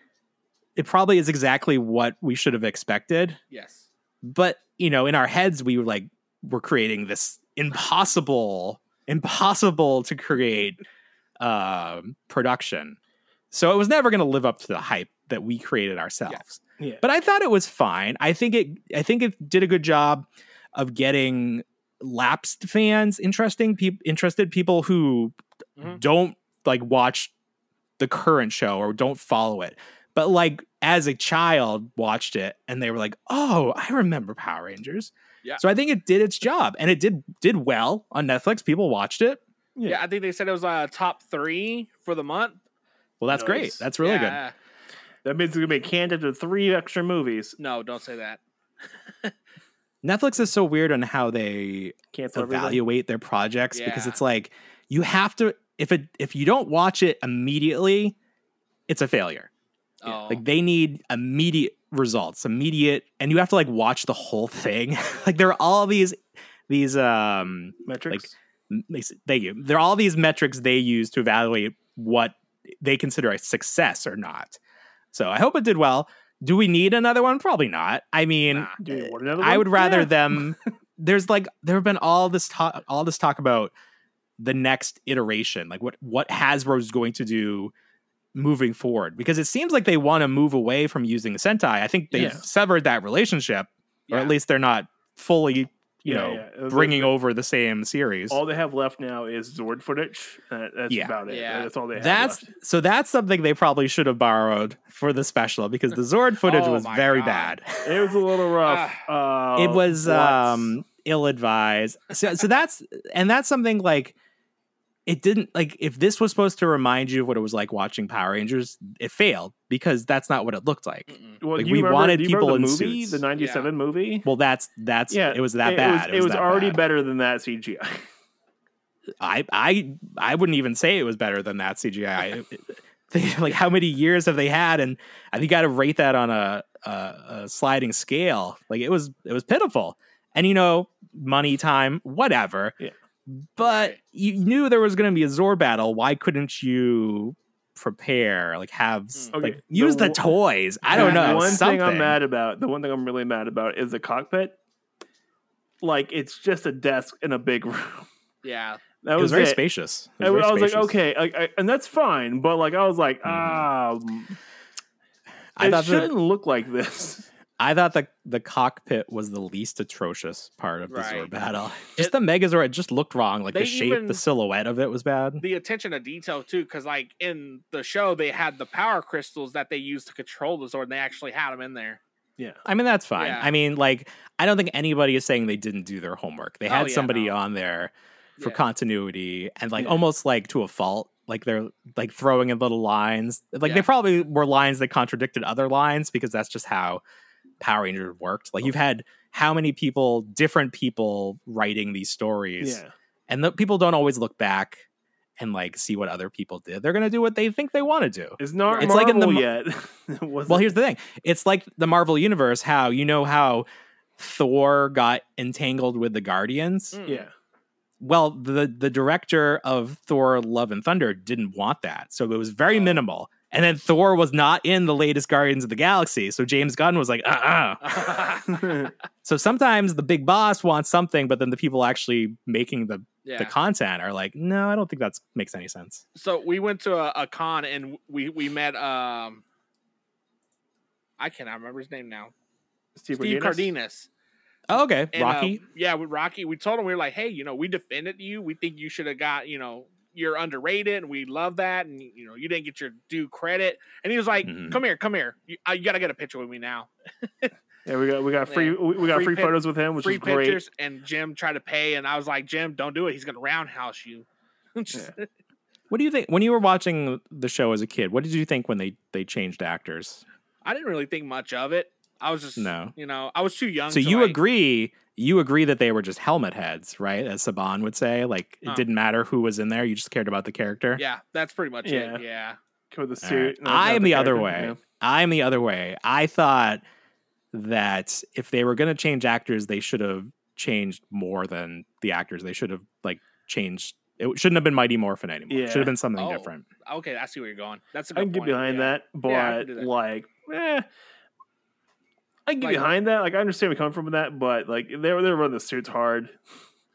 Speaker 10: It probably is exactly what we should have expected
Speaker 2: yes.
Speaker 10: but you know in our heads we were like we're creating this impossible impossible to create um production. So it was never going to live up to the hype that we created ourselves.
Speaker 3: Yeah.
Speaker 10: But I thought it was fine. I think it I think it did a good job of getting lapsed fans, interesting people interested people who
Speaker 2: Mm-hmm.
Speaker 3: Mhm.
Speaker 10: don't like watch the current show or don't follow it. But like as a child watched it and they were like, "Oh, I remember Power Rangers."
Speaker 2: Yeah.
Speaker 10: So I think it did its job and it did did well on Netflix. People watched it.
Speaker 2: Yeah. I think they said it was uh, top three for the month.
Speaker 10: Well, that's great.
Speaker 3: Nice.
Speaker 10: That's really good.
Speaker 2: Yeah.
Speaker 3: That means it's gonna be candid to three extra movies.
Speaker 2: No, don't say that.
Speaker 10: Netflix is so weird on how they
Speaker 3: Cancel everything.
Speaker 10: evaluate their projects because
Speaker 2: Yeah.
Speaker 10: it's like you have to if it if you don't watch it immediately, it's a failure.
Speaker 2: Oh,
Speaker 10: Like they need immediate results, immediate and you have to like watch the whole thing. *laughs* like there are all these these um
Speaker 3: metrics.
Speaker 10: m- they s- thank you. There are all these metrics they use to evaluate what they consider a success or not. So I hope it did well. Do we need another one? Probably not. I mean,
Speaker 2: Nah.
Speaker 3: Do you want another
Speaker 10: I
Speaker 3: one?
Speaker 10: would rather
Speaker 3: Yeah. *laughs*
Speaker 10: them. There's like there have been all this talk, all this talk about the next iteration, like what what Hasbro's going to do moving forward, because it seems like they want to move away from using Sentai. I think they've
Speaker 3: Yeah.
Speaker 10: severed that relationship, or
Speaker 2: Yeah.
Speaker 10: at least they're not fully, you
Speaker 3: Yeah,
Speaker 10: know,
Speaker 3: yeah.
Speaker 10: bringing over the same series.
Speaker 3: all they have left now is Zord footage. Uh, that's
Speaker 10: Yeah.
Speaker 3: about it.
Speaker 2: Yeah.
Speaker 3: That's all they have.
Speaker 10: that's
Speaker 3: left.
Speaker 10: so that's something they probably should have borrowed for the special because the Zord footage
Speaker 2: Oh
Speaker 10: was
Speaker 2: my
Speaker 10: very
Speaker 2: God.
Speaker 10: bad.
Speaker 3: it was a little
Speaker 2: *sighs* Ah.
Speaker 3: rough. uh,
Speaker 10: it was
Speaker 3: lots.
Speaker 10: um ill advised so so that's and that's something like it didn't like if this was supposed to remind you of what it was like watching power rangers it failed because that's not what it looked like
Speaker 2: mm-mm.
Speaker 3: Well,
Speaker 10: like,
Speaker 3: do you
Speaker 10: we
Speaker 3: remember-
Speaker 10: wanted
Speaker 3: do you remember
Speaker 10: people in
Speaker 3: the movie, the
Speaker 10: suits.
Speaker 3: '97 movie.
Speaker 10: well that's that's yeah it was that bad
Speaker 3: It was,
Speaker 10: that
Speaker 3: already
Speaker 10: bad.
Speaker 3: better than that CGI.
Speaker 10: i i i wouldn't even say it was better than that
Speaker 3: *laughs*
Speaker 10: cgi They- like how many years have they had and i think you gotta rate that on a, a a sliding scale like it was it was pitiful and you know money time whatever
Speaker 3: Yeah.
Speaker 10: but
Speaker 2: Right.
Speaker 10: you knew there was going to be a zor battle why couldn't you prepare like have s-
Speaker 3: Mm.
Speaker 10: like
Speaker 3: Okay, the
Speaker 10: use the,
Speaker 3: wo-
Speaker 10: toys i don't
Speaker 3: The
Speaker 10: know
Speaker 3: One
Speaker 10: something.
Speaker 3: thing I'm mad about. The one thing I'm really mad about is the cockpit. Like it's just a desk in a big room.
Speaker 2: Yeah.
Speaker 3: That
Speaker 10: it was
Speaker 3: was,
Speaker 10: very
Speaker 3: it.
Speaker 10: spacious It
Speaker 3: I,
Speaker 10: very
Speaker 3: I was like,
Speaker 10: spacious.
Speaker 3: okay, like, I, and that's fine, but like I was like, ah,
Speaker 10: Mm-hmm. i
Speaker 3: it
Speaker 10: thought the,
Speaker 3: shouldn't look like
Speaker 10: *laughs*
Speaker 3: this.
Speaker 10: i thought the the cockpit was the least atrocious part of the zor
Speaker 2: Right.
Speaker 10: battle
Speaker 2: *laughs*
Speaker 10: just the megazord it just looked wrong like the
Speaker 2: They
Speaker 10: shape
Speaker 2: even-
Speaker 10: the silhouette of it was bad
Speaker 2: The attention to detail too, because like in the show, they had the power crystals that they used to control the Zord, and they actually had them in there.
Speaker 10: I mean, that's fine.
Speaker 2: Yeah.
Speaker 10: I mean, like, I don't think anybody is saying they didn't do their homework. They
Speaker 2: Oh,
Speaker 10: had
Speaker 2: yeah,
Speaker 10: somebody
Speaker 2: no.
Speaker 10: on there for
Speaker 2: Yeah.
Speaker 10: continuity and, like,
Speaker 3: Yeah.
Speaker 10: almost like to a fault. Like, they're like throwing in little lines. Like, they
Speaker 2: Yeah.
Speaker 10: probably were lines that contradicted other lines because that's just how Power Rangers worked. Like, you've had how many people, different people writing these stories,
Speaker 3: Yeah,
Speaker 10: and the people don't always look back and, like, see what other people did. They're going to do what they think they want to do.
Speaker 3: it's not
Speaker 10: It's like in
Speaker 3: Marvel
Speaker 10: the
Speaker 3: yet. *laughs* It wasn't-
Speaker 10: Well, here's the thing. It's like the Marvel universe how you know how Thor got entangled with the Guardians.
Speaker 2: Mm.
Speaker 10: *laughs*
Speaker 3: yeah,
Speaker 10: Well, the the director of Thor Love and Thunder didn't want that. So it was very
Speaker 2: Oh.
Speaker 10: minimal. And then Thor was not in the latest Guardians of the Galaxy. So James Gunn was like, "Uh-uh." So sometimes the big boss wants something, but then the people actually making the,
Speaker 2: *laughs* yeah.
Speaker 10: the content are like, "No, I don't think that makes any sense."
Speaker 2: so we went to a, a con and we we met um I cannot remember his name now.
Speaker 3: Steve,
Speaker 2: Steve Cardenas.
Speaker 10: Oh, okay,
Speaker 2: And, uh,
Speaker 10: Rocky.
Speaker 2: yeah, with Rocky, we told him we were like, hey, you know, we defended you. We think you should have got, you know, you're underrated, and we love that, and you know, you didn't get your due credit. And he was like,
Speaker 10: Mhm.
Speaker 2: come here, come here. You, uh, you got to get a picture with me now.
Speaker 3: Yeah, we got we got free
Speaker 2: Yeah.
Speaker 3: we, we got free,
Speaker 2: Free pic-
Speaker 3: photos with him, which
Speaker 2: Free
Speaker 3: is great.
Speaker 2: pictures, and Jim tried to pay, and I was like, Jim, don't do it. He's gonna roundhouse you. *laughs* Just-
Speaker 10: What do you think when you were watching the show as a kid? What did you think when they they changed actors?
Speaker 2: I didn't really think much of it. I was just,
Speaker 10: No.
Speaker 2: you know, I was too young.
Speaker 10: So
Speaker 2: to,
Speaker 10: you
Speaker 2: like-
Speaker 10: agree you agree that they were just helmet heads, right? As Saban would say, like it
Speaker 2: Huh.
Speaker 10: didn't matter who was in there, you just cared about the character.
Speaker 2: Yeah, that's pretty much
Speaker 3: Yeah.
Speaker 2: it. Yeah.
Speaker 3: Come with the
Speaker 10: All
Speaker 3: suit.
Speaker 10: right.
Speaker 3: no,
Speaker 10: I
Speaker 3: not
Speaker 10: am the other
Speaker 3: character,
Speaker 10: way. I'm the other way. I thought that if they were going to change actors, they should have changed more than the actors. They should have like changed. It shouldn't have been Mighty Morphin anymore. It should
Speaker 3: Yeah.
Speaker 10: have been something
Speaker 2: Oh.
Speaker 10: different.
Speaker 2: Okay, I see where you're going. That's a
Speaker 3: yeah.
Speaker 2: good
Speaker 3: I can get
Speaker 2: point,
Speaker 3: behind
Speaker 2: yeah.
Speaker 3: that, but
Speaker 2: Yeah, I can do that.
Speaker 3: like, eh. I can get
Speaker 2: Like-
Speaker 3: behind that. Like, I understand we come from that, but like, they were they were running the suits hard.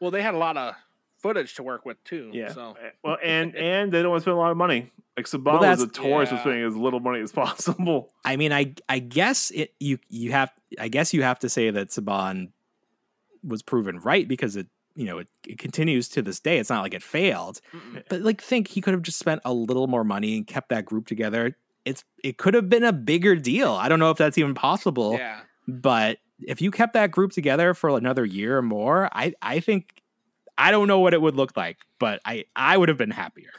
Speaker 2: Well, they had a lot of footage to work with too.
Speaker 3: Yeah.
Speaker 2: Mm,
Speaker 3: Eh,
Speaker 2: So
Speaker 3: Well,
Speaker 2: *laughs*
Speaker 3: and and they don't want to spend a lot of money. Like Saban was
Speaker 10: that's-
Speaker 3: a tourist for
Speaker 2: Yeah.
Speaker 3: spending as little money as possible.
Speaker 10: I mean, I I guess it you you have I guess you have to say that Saban was proven right because it you know it, it continues to this day. It's not like it failed,
Speaker 2: Mm-mm.
Speaker 10: but like think he could have just spent a little more money and kept that group together. It's it could have been a bigger deal. I don't know if that's even possible,
Speaker 2: yeah.
Speaker 10: but if you kept that group together for another year or more, I I think I don't know what it would look like, but I I would have been happier.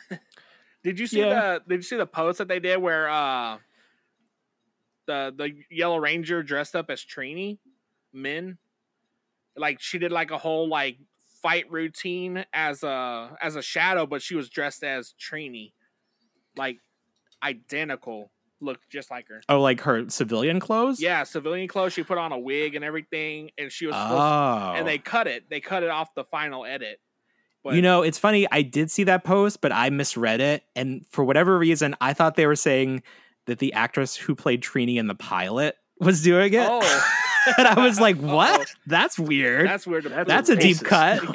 Speaker 2: Did you see
Speaker 3: Yeah.
Speaker 2: the Did you see the post that they did where uh the the Yellow Ranger dressed up as Trini, Min, like she did like a whole like fight routine as a as a shadow, but she was dressed as Trini, like identical, looked just like her.
Speaker 10: Oh, like her civilian clothes?
Speaker 2: Yeah, civilian clothes. She put on a wig and everything, and she was supposed
Speaker 10: Oh.
Speaker 2: and they cut it. They cut it off the final edit. But
Speaker 10: you know, it's funny. I did see that post, but I misread it, and for whatever reason, I thought they were saying that the actress who played Trini in the pilot was doing it.
Speaker 2: Oh.
Speaker 10: *laughs* and I was like, "What?
Speaker 2: Uh-oh.
Speaker 10: That's weird. That's,
Speaker 2: that's weird. to
Speaker 3: That's-
Speaker 10: a
Speaker 2: pull-
Speaker 10: deep
Speaker 3: racist.
Speaker 10: cut."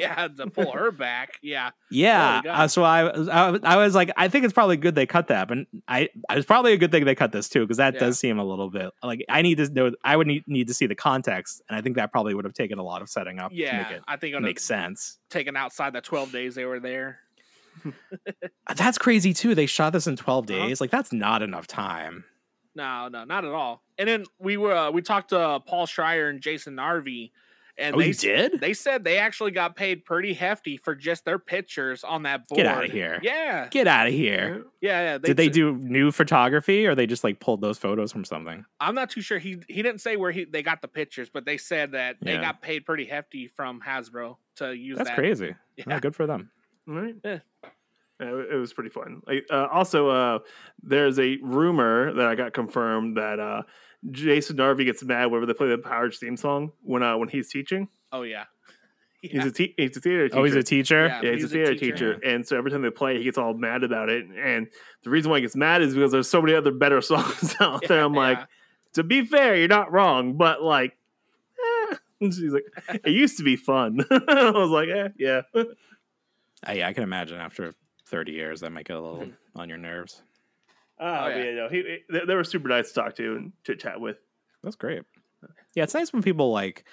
Speaker 2: *laughs* Yeah, to pull her back. Yeah.
Speaker 10: Yeah.
Speaker 2: Oh God.
Speaker 10: uh, so I, was- I, was- I was like, I think it's probably good they cut that, but I, I was probably a good thing they cut this too because that
Speaker 2: Yeah.
Speaker 10: does seem a little bit like I need to know. I would need, need to see the context, and I think that probably would have taken a lot of setting up to
Speaker 2: Yeah,
Speaker 10: make it
Speaker 2: I think it would
Speaker 10: make sense.
Speaker 2: taken outside the 12 days they were there.
Speaker 10: That's crazy too. They shot this in twelve
Speaker 2: Uh-huh.
Speaker 10: days. Like that's not enough time.
Speaker 2: No, no, not at all. And then we were uh, we talked to Paul Schreier and Jason Narvey, and
Speaker 10: oh,
Speaker 2: they
Speaker 10: you
Speaker 2: s-
Speaker 10: did?
Speaker 2: They said they actually got paid pretty hefty for just their pictures on that board.
Speaker 10: Get outta here.
Speaker 2: Yeah,
Speaker 10: Get out of here.
Speaker 2: yeah, yeah.
Speaker 10: did they
Speaker 2: t-
Speaker 10: do new photography, or they just like pulled those photos from something?
Speaker 2: I'm not too sure. He he didn't say where he they got the pictures, but they said that they
Speaker 10: Yeah.
Speaker 2: got paid pretty hefty from Hasbro to use
Speaker 10: That's
Speaker 2: that.
Speaker 10: crazy.
Speaker 2: Yeah.
Speaker 10: Yeah, good for them.
Speaker 3: Right.
Speaker 2: Yeah.
Speaker 3: Yeah, It it was pretty fun. Like, uh, also, uh, there's a rumor that I got confirmed that uh, Jason Narvey gets mad whenever they play the Power Rangers theme song when uh, when he's teaching.
Speaker 2: Oh yeah. *laughs*
Speaker 3: He's a te- he's a theater teacher.
Speaker 10: Oh, he's a teacher.
Speaker 2: Yeah.
Speaker 3: yeah, he's a
Speaker 2: music
Speaker 3: theater
Speaker 2: teacher.
Speaker 3: teacher, and so every time they play, he gets all mad about it. And the reason why he gets mad is because there's so many other better *laughs* songs out there. I'm like,
Speaker 2: Yeah.
Speaker 3: to be fair, you're not wrong, but like, eh. *laughs* And she's like, it used to be fun. *laughs* I was like, eh, yeah.
Speaker 10: Uh, yeah, I can imagine after 30 years that might get
Speaker 2: *laughs*
Speaker 10: a little on your nerves.
Speaker 3: Oh,
Speaker 2: yeah.
Speaker 3: yeah. no, he, he- they, they were super nice to talk to and chit chat with.
Speaker 10: That's great. Yeah, it's nice when people like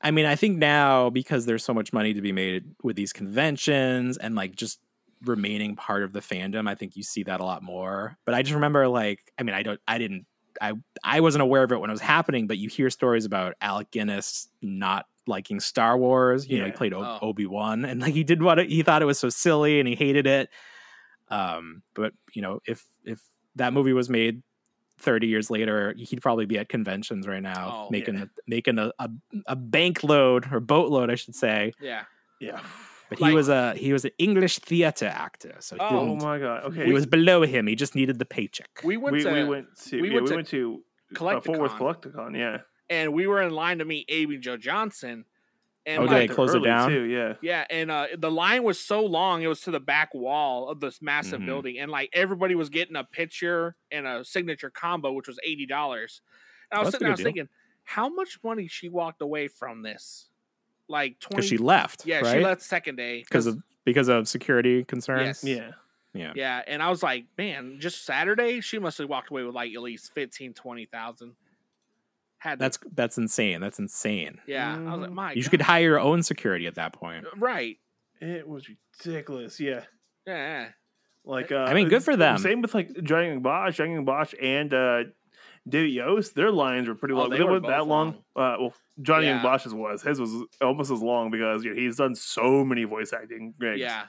Speaker 10: I mean, I think now because there's so much money to be made with these conventions and like just remaining part of the fandom, I think you see that a lot more. But I just remember like I mean, I don't I didn't I I wasn't aware of it when it was happening, but you hear stories about Alec Guinness not liking Star Wars. You know, he
Speaker 3: Yeah.
Speaker 10: played o-
Speaker 2: Oh.
Speaker 10: Obi-Wan and like he did what he thought it was so silly and he hated it. Um, but you know, if if that movie was made 30 years later, he'd probably be at conventions right now
Speaker 2: Oh,
Speaker 10: making making a, a a bank load or boatload, I should say.
Speaker 2: Yeah.
Speaker 3: Yeah.
Speaker 10: But
Speaker 2: Like-
Speaker 10: he was a he was an English theater actor, so he
Speaker 2: Oh,
Speaker 3: Oh
Speaker 10: didn't.
Speaker 3: my god. Okay.
Speaker 10: It was below him. He just needed the paycheck.
Speaker 2: We went
Speaker 3: we,
Speaker 2: to
Speaker 3: we went to
Speaker 2: we
Speaker 3: yeah,
Speaker 2: went
Speaker 3: we
Speaker 2: to
Speaker 3: went to uh,
Speaker 2: collect
Speaker 3: Fort Worth Collecticon. Yeah.
Speaker 2: and we were in line to meet Abe and Joe Johnson. And
Speaker 10: Oh,
Speaker 3: We
Speaker 10: did
Speaker 3: got
Speaker 10: they
Speaker 2: like,
Speaker 3: there
Speaker 10: close it
Speaker 3: early,
Speaker 10: down?
Speaker 3: Too, yeah.
Speaker 2: yeah, and uh, the line was so long, it was to the back wall of this massive
Speaker 10: Mhm.
Speaker 2: building, and like everybody was getting a picture and a signature combo, which was eighty dollars. And I was
Speaker 10: That's a
Speaker 2: sitting, there, I
Speaker 10: good
Speaker 2: was
Speaker 10: deal.
Speaker 2: thinking, how much money she walked away from this? Like twenty?
Speaker 10: Because she left.
Speaker 2: yeah,
Speaker 10: right?
Speaker 2: she left second day
Speaker 10: because of because of security
Speaker 2: yes,
Speaker 10: concerns.
Speaker 3: Yeah.
Speaker 10: Yeah.
Speaker 2: yeah. And I was like, man, just Saturday, she must have walked away with like at least fifteen, twenty thousand. Had to-
Speaker 10: That's that's insane. That's insane.
Speaker 2: yeah. I was like,
Speaker 3: Mhm.
Speaker 2: my
Speaker 10: you
Speaker 2: God.
Speaker 10: could hire your own security at that point.
Speaker 2: right.
Speaker 3: It was ridiculous. Yeah.
Speaker 2: Yeah.
Speaker 3: Like uh,
Speaker 10: I mean, good for
Speaker 3: it's-
Speaker 10: them.
Speaker 3: Same with like Dragon Bosch, Dragon Bosch, and uh, David Yost. Their lines were pretty
Speaker 2: Oh,
Speaker 3: long.
Speaker 2: they
Speaker 3: They,
Speaker 2: were
Speaker 3: weren't that
Speaker 2: both
Speaker 3: long. Uh, well, Johnny
Speaker 2: Yeah.
Speaker 3: Young Bosch's was. His was almost as long because you know, he's done so many voice acting gigs
Speaker 2: Yeah.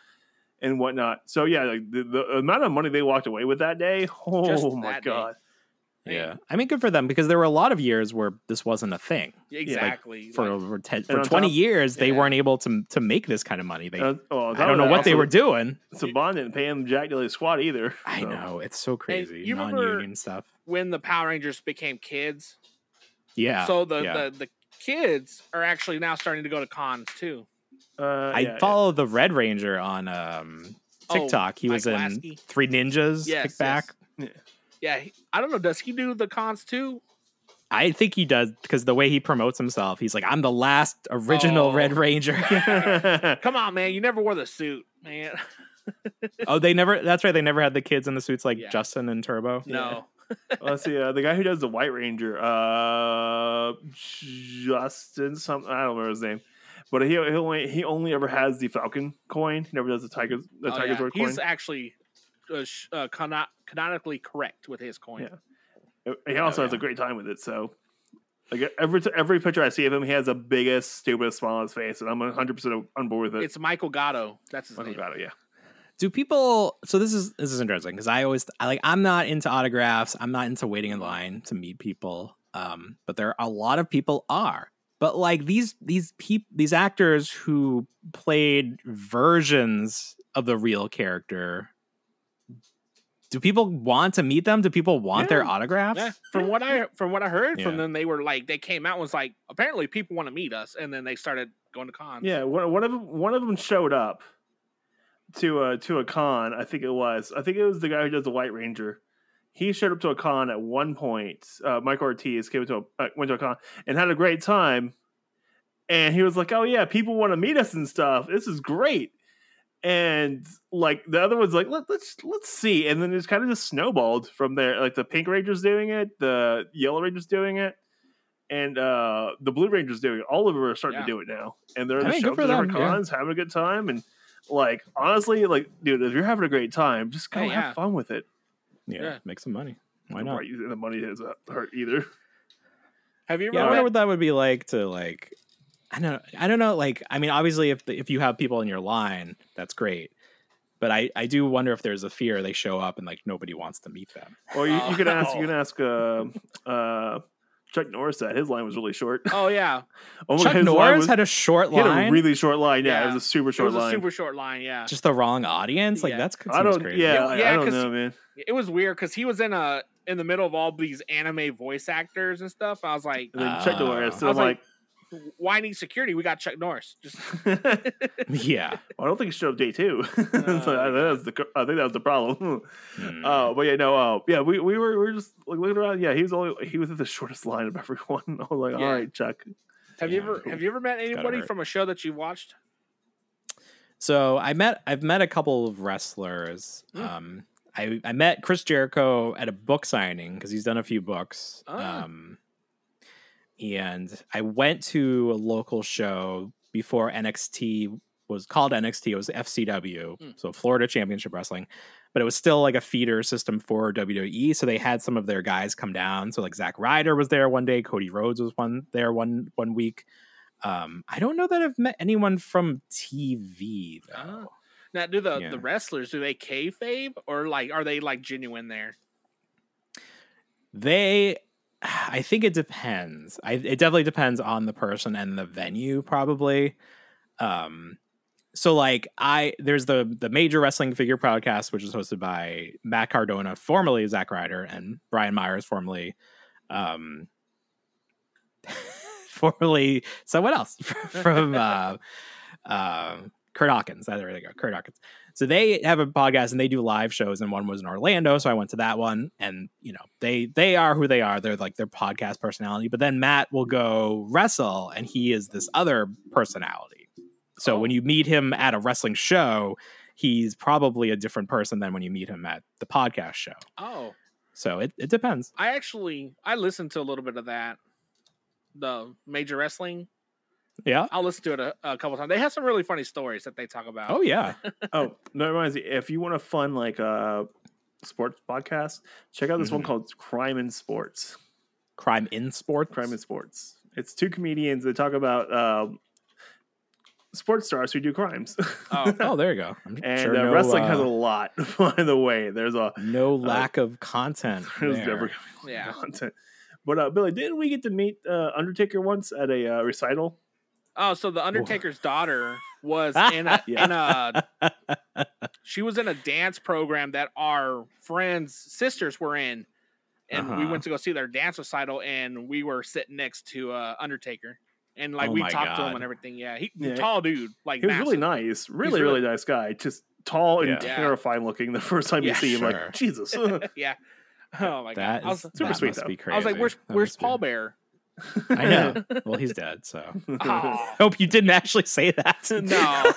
Speaker 3: and whatnot. So yeah, like the, the amount of money they walked away with that day. *laughs* Oh my
Speaker 2: that day.
Speaker 3: god!
Speaker 10: Yeah. I mean, good for them because there were a lot of years where this wasn't a thing.
Speaker 2: Exactly.
Speaker 10: For
Speaker 2: Like,
Speaker 10: over ten,
Speaker 3: And
Speaker 10: for
Speaker 3: on
Speaker 10: twenty
Speaker 3: top-
Speaker 10: years, they
Speaker 2: yeah.
Speaker 10: weren't able to to make this kind of money. They
Speaker 3: Uh, oh,
Speaker 10: I don't know what they were doing.
Speaker 3: doing. Saban didn't pay him jack to squat either.
Speaker 10: I
Speaker 3: so.
Speaker 10: know it's so crazy.
Speaker 2: you remember-
Speaker 10: Non-union stuff.
Speaker 2: when the Power Rangers became kids.
Speaker 10: Yeah.
Speaker 2: so uh, the,
Speaker 10: yeah.
Speaker 2: the the kids are actually now starting to go to cons too.
Speaker 3: Uh,
Speaker 10: I
Speaker 3: yeah,
Speaker 10: follow the Red Ranger on um,
Speaker 2: Oh,
Speaker 10: TikTok. he
Speaker 2: Mike
Speaker 10: was in
Speaker 2: Lasky?
Speaker 10: Three Ninjas
Speaker 2: Yes,
Speaker 10: Kickback.
Speaker 2: yes. Yeah, he- I don't know. Does he do the cons too?
Speaker 10: I think he does because the way he promotes himself, he's like, "I'm the last original
Speaker 2: Oh.
Speaker 10: Red Ranger."
Speaker 2: *laughs* Come on, man. You never wore the suit, man. *laughs*
Speaker 10: oh, they never. That's right. They never had the kids in the suits like
Speaker 2: Yeah.
Speaker 10: Justin and Turbo.
Speaker 2: No.
Speaker 3: Let's see. Uh, the guy who does the White Ranger, uh, Justin something. I don't remember his name, but he he only he only ever has the Falcon coin. He never does the Tiger the
Speaker 2: Oh,
Speaker 3: Tiger
Speaker 2: yeah.
Speaker 3: Zord
Speaker 2: He's
Speaker 3: coin.
Speaker 2: actually uh, sh- uh, cano- canonically correct with his coin.
Speaker 3: Yeah. He also
Speaker 10: Oh,
Speaker 3: has a great time with it. So, like every t- every picture I see of him, he has the biggest, stupidest smile on his face, and I'm 100 percent on board with it.
Speaker 2: It's Michael Gatto. That's his
Speaker 3: Michael
Speaker 2: name.
Speaker 3: Gatto, yeah.
Speaker 10: Do people? So this is this is interesting because I always I like I'm not into autographs. I'm not into waiting in line to meet people. Um, but there are a lot of people are. But like these these peop, these actors who played versions of the real character. Do people want to meet them? Do people want their
Speaker 3: Yeah.
Speaker 10: autographs?
Speaker 2: Yeah, from what I from what I heard
Speaker 10: Yeah.
Speaker 2: from them, they were like they came out and was like apparently people want to meet us, and then they started going to cons.
Speaker 3: Yeah, one, one of them, one of them showed up to a to a con. I think it was. I think it was the guy who does the White Ranger. He showed up to a con at one point. Uh, Mike Ortiz came to a, uh, went to a con and had a great time. And he was like, "Oh yeah, people want to meet us and stuff. This is great." And like the other one's like, Let, "Let's let's see." And then it's kind of just snowballed from there. Like the Pink Ranger's doing it, the Yellow Ranger's doing it and uh the Blue Rangers doing it. All of them are starting
Speaker 2: Yeah.
Speaker 3: to do it now, and they're
Speaker 10: I
Speaker 3: in the
Speaker 10: mean,
Speaker 3: show
Speaker 10: good for
Speaker 3: different
Speaker 10: them, yeah.
Speaker 3: cons, having a good time, and like honestly, like dude, if you're having a great time, just go
Speaker 2: Hey, yeah.
Speaker 3: have fun with it.
Speaker 10: yeah,
Speaker 2: Yeah.
Speaker 10: make some money. Oh, Why
Speaker 3: I'm
Speaker 10: not?
Speaker 3: right, The money doesn't hurt *laughs* either.
Speaker 2: Have you ever?
Speaker 10: Yeah, I
Speaker 3: Right.
Speaker 10: wonder what that would be like to like. I don't. I don't know. Like, I mean, obviously, if the, if you have people in your line, that's great. But I I do wonder if there's a fear they show up and like nobody wants to meet them.
Speaker 3: Or you, you can ask,
Speaker 2: Oh.
Speaker 3: you can ask *laughs* uh, uh, Chuck Norris that his line was really short. *laughs*
Speaker 2: *laughs* oh yeah,
Speaker 3: Oh my
Speaker 10: Chuck
Speaker 3: God, his line
Speaker 10: Norris
Speaker 3: was-
Speaker 10: had a short
Speaker 3: he had
Speaker 10: line.
Speaker 3: a really short line. Yeah, it
Speaker 2: Yeah.
Speaker 3: was a super
Speaker 2: it
Speaker 3: short
Speaker 2: was a
Speaker 3: line.
Speaker 2: super short line. Yeah,
Speaker 10: just the wrong audience. Like
Speaker 2: Yeah.
Speaker 10: that's seems
Speaker 3: I don't.
Speaker 10: crazy.
Speaker 3: Yeah, I-
Speaker 2: Yeah,
Speaker 3: I don't
Speaker 2: 'cause-
Speaker 3: know, man.
Speaker 2: it was weird because he was in a in the middle of all these anime voice actors and stuff. I was like,
Speaker 3: And then Chuck
Speaker 10: Uh,
Speaker 3: Norris.
Speaker 2: I
Speaker 3: So I'm
Speaker 2: was
Speaker 3: like,
Speaker 2: like- why need security? We got Chuck Norris. Just
Speaker 10: *laughs* yeah.
Speaker 3: I don't think he showed up day two. *laughs* so
Speaker 2: my
Speaker 3: I, that was the, co- I think that was the problem. *laughs*
Speaker 10: Mm.
Speaker 3: Oh, but yeah, no, uh, yeah, we, we were we were just like looking around. Yeah, he was only he was at the *laughs* shortest line of everyone. *laughs* I was like,
Speaker 2: Yeah.
Speaker 3: all right, Chuck.
Speaker 2: have you
Speaker 10: Yeah.
Speaker 2: ever have you ever met anybody
Speaker 10: hurt.
Speaker 2: from a show that you watched?
Speaker 10: So I met I've met a couple of wrestlers.
Speaker 2: Mm.
Speaker 10: Um, I I met Chris Jericho at a book signing because he's done a few books.
Speaker 2: Ah.
Speaker 10: Um, and I went to a local show before NXT was called NXT. It was FCW,
Speaker 2: Mm.
Speaker 10: so Florida Championship Wrestling, but it was still like a feeder system for WWE. So they had some of their guys come down. So like Zack Ryder was there one day. Cody Rhodes was one there one one week. Um, I don't know that I've met anyone from TV though.
Speaker 2: Ah. Now, do the
Speaker 10: Yeah.
Speaker 2: the wrestlers do they kayfabe or like are they like genuine there?
Speaker 10: They, I think it depends. I, it definitely depends on the person and the venue, probably. Um, so like I, there's the the major wrestling figure podcast, which is hosted by Matt Cardona, formerly Zack Ryder, and Brian Myers, formerly, um, *laughs* formerly someone else *laughs* from uh, um, Kurt Hawkins. There they go, Kurt Hawkins. So they have a podcast and they do live shows, and one was in Orlando, so I went to that one. And you know, they they are who they are. They're like their podcast personality. But then Matt will go wrestle, and he is this other personality. So
Speaker 2: Oh.
Speaker 10: when you meet him at a wrestling show, he's probably a different person than when you meet him at the podcast show.
Speaker 2: Oh,
Speaker 10: So it, it depends.
Speaker 2: I actually I listened to a little bit of that, the major wrestling.
Speaker 10: Yeah.
Speaker 2: I'll listen to it a, a couple times. They have some really funny stories that they talk about.
Speaker 10: Oh yeah.
Speaker 3: *laughs* Oh, no, it reminds me. If you want a fun like uh sports podcast, check out this one
Speaker 10: Mhm.
Speaker 3: called Crime in Sports.
Speaker 10: Crime in sports.
Speaker 3: Crime in Sports. It's two comedians. They talk about um, sports stars who do crimes. *laughs*
Speaker 2: Oh.
Speaker 10: *laughs* *laughs* Oh, there you go. I'm
Speaker 3: and
Speaker 10: sure
Speaker 3: uh,
Speaker 10: no,
Speaker 3: wrestling has
Speaker 10: uh,
Speaker 3: a lot. *laughs* By the way, there's a
Speaker 10: no lack
Speaker 3: *laughs*
Speaker 10: of content.
Speaker 3: there's
Speaker 10: there.
Speaker 3: never
Speaker 2: yeah.
Speaker 3: content. But uh, Billy, didn't we get to meet uh, Undertaker once at a uh, recital?
Speaker 2: Oh, so the Undertaker's daughter was in
Speaker 10: *laughs*
Speaker 2: a, in a she was in a dance program that our friends' sisters were in, and we
Speaker 10: Uh-huh.
Speaker 2: went to go see their dance recital, and we were sitting next to uh, Undertaker, and like
Speaker 10: Oh
Speaker 2: we
Speaker 10: my
Speaker 2: talked to him
Speaker 10: God.
Speaker 2: and everything. Yeah, he
Speaker 3: Yeah.
Speaker 2: tall dude, like
Speaker 3: He was really
Speaker 2: massive.
Speaker 3: nice,
Speaker 2: really-
Speaker 3: really, really nice guy. Just tall and
Speaker 10: Yeah.
Speaker 2: Yeah.
Speaker 3: terrifying looking. The first time
Speaker 2: Yeah,
Speaker 3: you see him,
Speaker 10: sure.
Speaker 3: like Jesus. Oh
Speaker 2: yeah. Oh my
Speaker 3: *laughs*
Speaker 10: That
Speaker 2: god, I
Speaker 10: is
Speaker 2: was,
Speaker 3: super
Speaker 10: that
Speaker 3: sweet,
Speaker 10: must
Speaker 3: though.
Speaker 10: be crazy.
Speaker 2: I was like, "Where's
Speaker 10: That
Speaker 2: where's
Speaker 10: must be-
Speaker 2: Paul
Speaker 10: *laughs*
Speaker 2: Bear?"
Speaker 10: I know. Well, he's dead, so *laughs*
Speaker 2: Aw.
Speaker 10: hope you didn't actually say that.
Speaker 2: Oh, no,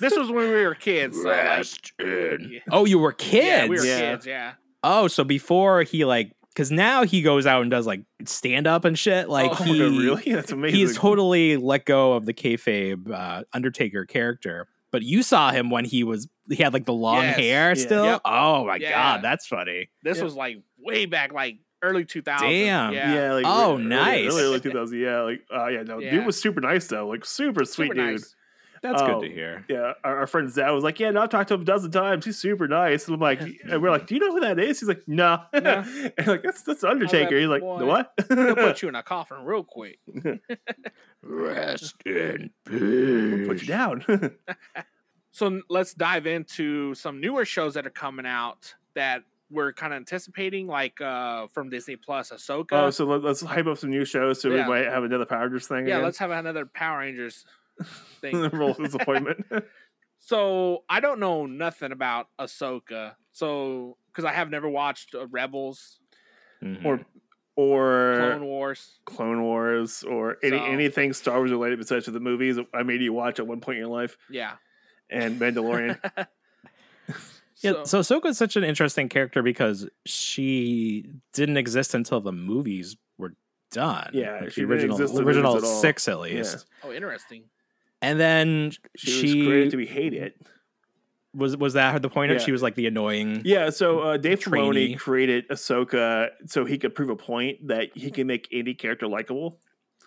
Speaker 2: this was when we were kids. So like,
Speaker 10: in. Oh, you were kids.
Speaker 2: yeah, we were
Speaker 3: Yeah.
Speaker 2: kids. Yeah,
Speaker 10: Oh, so before he like, because now he goes out and does like stand up and shit. Like
Speaker 3: Oh, *laughs*
Speaker 10: he
Speaker 3: really? That's amazing.
Speaker 10: he's totally let go of the kayfabe uh, Undertaker character. But you saw him when he was he had like the long
Speaker 2: Yes.
Speaker 10: hair
Speaker 3: Yeah.
Speaker 10: still.
Speaker 2: Yep.
Speaker 10: Oh my
Speaker 2: Yeah.
Speaker 10: god, that's funny.
Speaker 2: this
Speaker 3: Yeah.
Speaker 2: was like way back, like early 2000s.
Speaker 10: Damn.
Speaker 2: Yeah.
Speaker 3: yeah. like
Speaker 10: Oh,
Speaker 3: really-
Speaker 10: nice.
Speaker 3: Really early 2000. Yeah, like uh, yeah. No,
Speaker 2: Yeah.
Speaker 3: dude was super nice though. Like super sweet
Speaker 2: Super
Speaker 3: dude.
Speaker 2: nice.
Speaker 10: That's
Speaker 3: Oh.
Speaker 10: good to hear.
Speaker 3: Yeah, our, our friend Zad was like, "Yeah, no, I've talked to him a dozen times. He's super nice." And I'm like, and we're like, "Do you know who that is?" He's like, "No."
Speaker 2: No.
Speaker 3: *laughs* and like, that's that's Undertaker. He's like,
Speaker 2: "Boy." *laughs*
Speaker 3: "What?"
Speaker 2: They'll put you in a coffin real quick.
Speaker 3: We'll put you down.
Speaker 2: So n- let's dive into some newer shows that are coming out that we're kind of anticipating, like uh from Disney Plus, Ahsoka.
Speaker 3: *laughs* oh, so let, us hype up some new shows so
Speaker 2: Uh, Yeah.
Speaker 3: we might have another Power Rangers thing.
Speaker 2: yeah,
Speaker 3: again. *laughs*
Speaker 2: let's have another Power Rangers thing.
Speaker 3: roll his appointment.
Speaker 2: *laughs* So I don't know nothing about Ahsoka. So because I have never watched uh, Rebels,
Speaker 10: Mhm.
Speaker 3: or or
Speaker 2: Clone
Speaker 3: Clone,
Speaker 2: Wars.
Speaker 3: Wars or any
Speaker 2: So-
Speaker 3: anything Star Wars related besides the movies I made you watch at one point in your life
Speaker 2: Yeah. *laughs*
Speaker 3: and Mandalorian.
Speaker 10: Yeah, so, so Ahsoka's such an interesting character because she didn't exist until the movies were done.
Speaker 3: Yeah,
Speaker 10: like
Speaker 3: she
Speaker 10: the
Speaker 3: didn't
Speaker 10: original
Speaker 3: exist in the movies
Speaker 10: original
Speaker 3: at all.
Speaker 10: six at
Speaker 3: Yeah.
Speaker 10: least.
Speaker 2: oh, interesting.
Speaker 10: And then
Speaker 3: She,
Speaker 10: she,
Speaker 3: was created to be hated.
Speaker 10: was was that her the point?
Speaker 3: Yeah.
Speaker 10: She was like the annoying.
Speaker 3: Yeah, so uh, Dave
Speaker 10: Trainee.
Speaker 3: Filoni created Ahsoka so he could prove a point that he can make any character likable.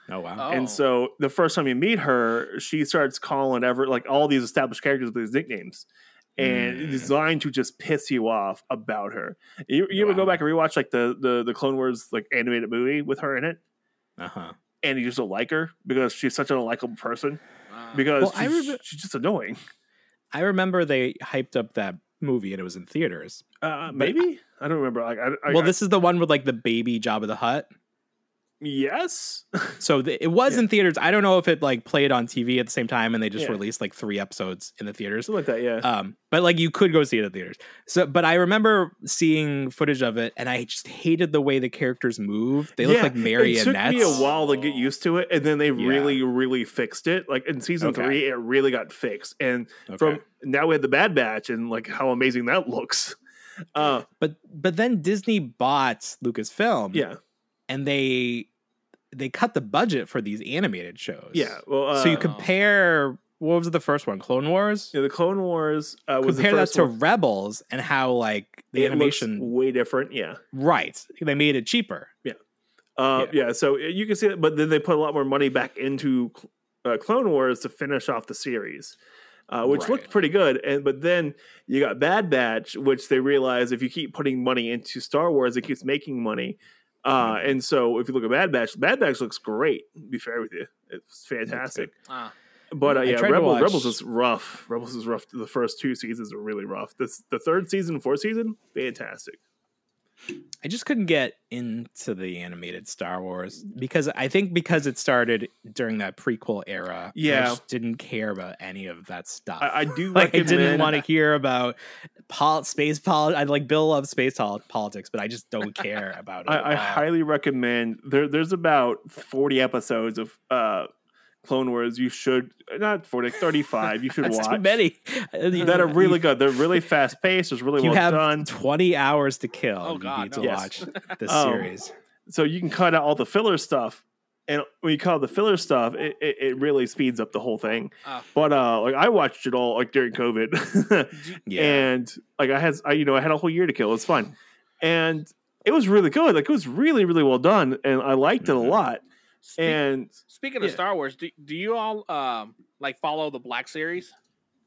Speaker 10: Oh wow.
Speaker 2: Oh.
Speaker 3: And so the first time you meet her, she starts calling ever like all these established characters with these nicknames. And
Speaker 10: Mm.
Speaker 3: designed to just piss you off about her. You, you ever go
Speaker 10: Wow.
Speaker 3: back and rewatch like the, the the Clone Wars like animated movie with her in it,
Speaker 10: Uh huh.
Speaker 3: and you just don't like her because she's such an unlikable person
Speaker 2: Wow.
Speaker 3: because
Speaker 10: Well, I
Speaker 3: she's,
Speaker 10: remem-
Speaker 3: she's just annoying.
Speaker 10: I remember they hyped up that movie and it was in theaters.
Speaker 3: Uh,
Speaker 10: But-
Speaker 3: maybe I don't remember. Like, I, I,
Speaker 10: well,
Speaker 3: I-
Speaker 10: this is the one with like the baby Job of the Hut.
Speaker 3: yes,
Speaker 10: So th- it was
Speaker 3: Yeah.
Speaker 10: in theaters. I don't know if it like played on TV at the same time and they just
Speaker 3: Yeah.
Speaker 10: released like three episodes in the theaters.
Speaker 3: something like that. *laughs* Yeah,
Speaker 10: Um, but like you could go see it at theaters. So, but I remember seeing footage of it, and I just hated the way the characters moved. They look
Speaker 3: Yeah,
Speaker 10: like
Speaker 3: It took
Speaker 10: marionettes.
Speaker 3: me a while to get used to it, and then they
Speaker 10: Yeah.
Speaker 3: really, really fixed it. Like in season
Speaker 10: Okay.
Speaker 3: three, it really got fixed. And
Speaker 10: Okay.
Speaker 3: from now we had the Bad Batch, and like how amazing that looks. Uh,
Speaker 10: but but then Disney bought Lucasfilm,
Speaker 3: yeah,
Speaker 10: and they they cut the budget for these animated shows.
Speaker 3: yeah. Well, uh,
Speaker 10: so you compare what was the first one, Clone Wars?
Speaker 3: yeah, the Clone Wars uh, was the
Speaker 10: compare that
Speaker 3: first
Speaker 10: to
Speaker 3: one.
Speaker 10: Rebels and how like
Speaker 3: It
Speaker 10: the
Speaker 3: looks
Speaker 10: animation,
Speaker 3: way different. Yeah.
Speaker 10: right? They made it cheaper.
Speaker 3: Uh, yeah. so you can see that, but then they put a lot more money back into Cl- uh, Clone Wars to finish off the series, uh, which
Speaker 10: Right.
Speaker 3: looked pretty good. And but then you got Bad Batch, which they realize if you keep putting money into Star Wars, it keeps making money. Uh,
Speaker 10: Hmm.
Speaker 3: and so if you look at Bad Batch, Bad Batch looks great. To be fair with you, it's fantastic.
Speaker 2: Ah.
Speaker 3: But uh,
Speaker 10: I
Speaker 3: yeah,
Speaker 10: tried to
Speaker 3: Rebel,
Speaker 10: watch-
Speaker 3: Rebels is rough. Rebels is rough. The first two seasons are really rough. This the third season, fourth season, fantastic.
Speaker 10: I just couldn't get into the animated Star Wars because I think because it started during that prequel era. I
Speaker 3: Yeah.
Speaker 10: just didn't care about any of that stuff.
Speaker 3: I,
Speaker 10: *laughs*
Speaker 3: I do
Speaker 10: like I didn't
Speaker 3: recommend-
Speaker 10: want to hear about pol- space politics. I like Bill loves space pol- politics, but I
Speaker 3: *laughs*
Speaker 10: just don't care about it. at
Speaker 3: I, I
Speaker 10: all.
Speaker 3: highly recommend. There, there's about 40 episodes of uh, Clone Wars. You should not
Speaker 10: *laughs*
Speaker 3: 40, 35. You should
Speaker 10: That's
Speaker 3: watch
Speaker 10: too many *laughs*
Speaker 3: that are really
Speaker 10: You-
Speaker 3: good. They're
Speaker 10: *laughs*
Speaker 3: really fast paced. It's really
Speaker 10: You
Speaker 3: well
Speaker 10: have
Speaker 3: done.
Speaker 10: twenty hours to kill.
Speaker 2: Oh,
Speaker 10: you
Speaker 2: God,
Speaker 10: need to
Speaker 2: no.
Speaker 3: Yes.
Speaker 10: watch
Speaker 3: *laughs*
Speaker 10: this
Speaker 3: Um,
Speaker 10: series.
Speaker 3: So you can cut out all the filler stuff. And when you cut out the filler stuff, it, it, it really speeds up the whole thing.
Speaker 2: Ah.
Speaker 3: But uh, like I watched it all like during COVID. *laughs*
Speaker 10: Yeah,
Speaker 3: and like I had, I, you know, I had a whole year to kill. It's fun, and it was really good. Like it was really, really well done, and I liked it
Speaker 10: Mhm.
Speaker 3: a lot.
Speaker 2: Speak-
Speaker 3: And
Speaker 2: Speaking of
Speaker 3: Yeah.
Speaker 2: Star Wars, do, do you all um like follow the Black series?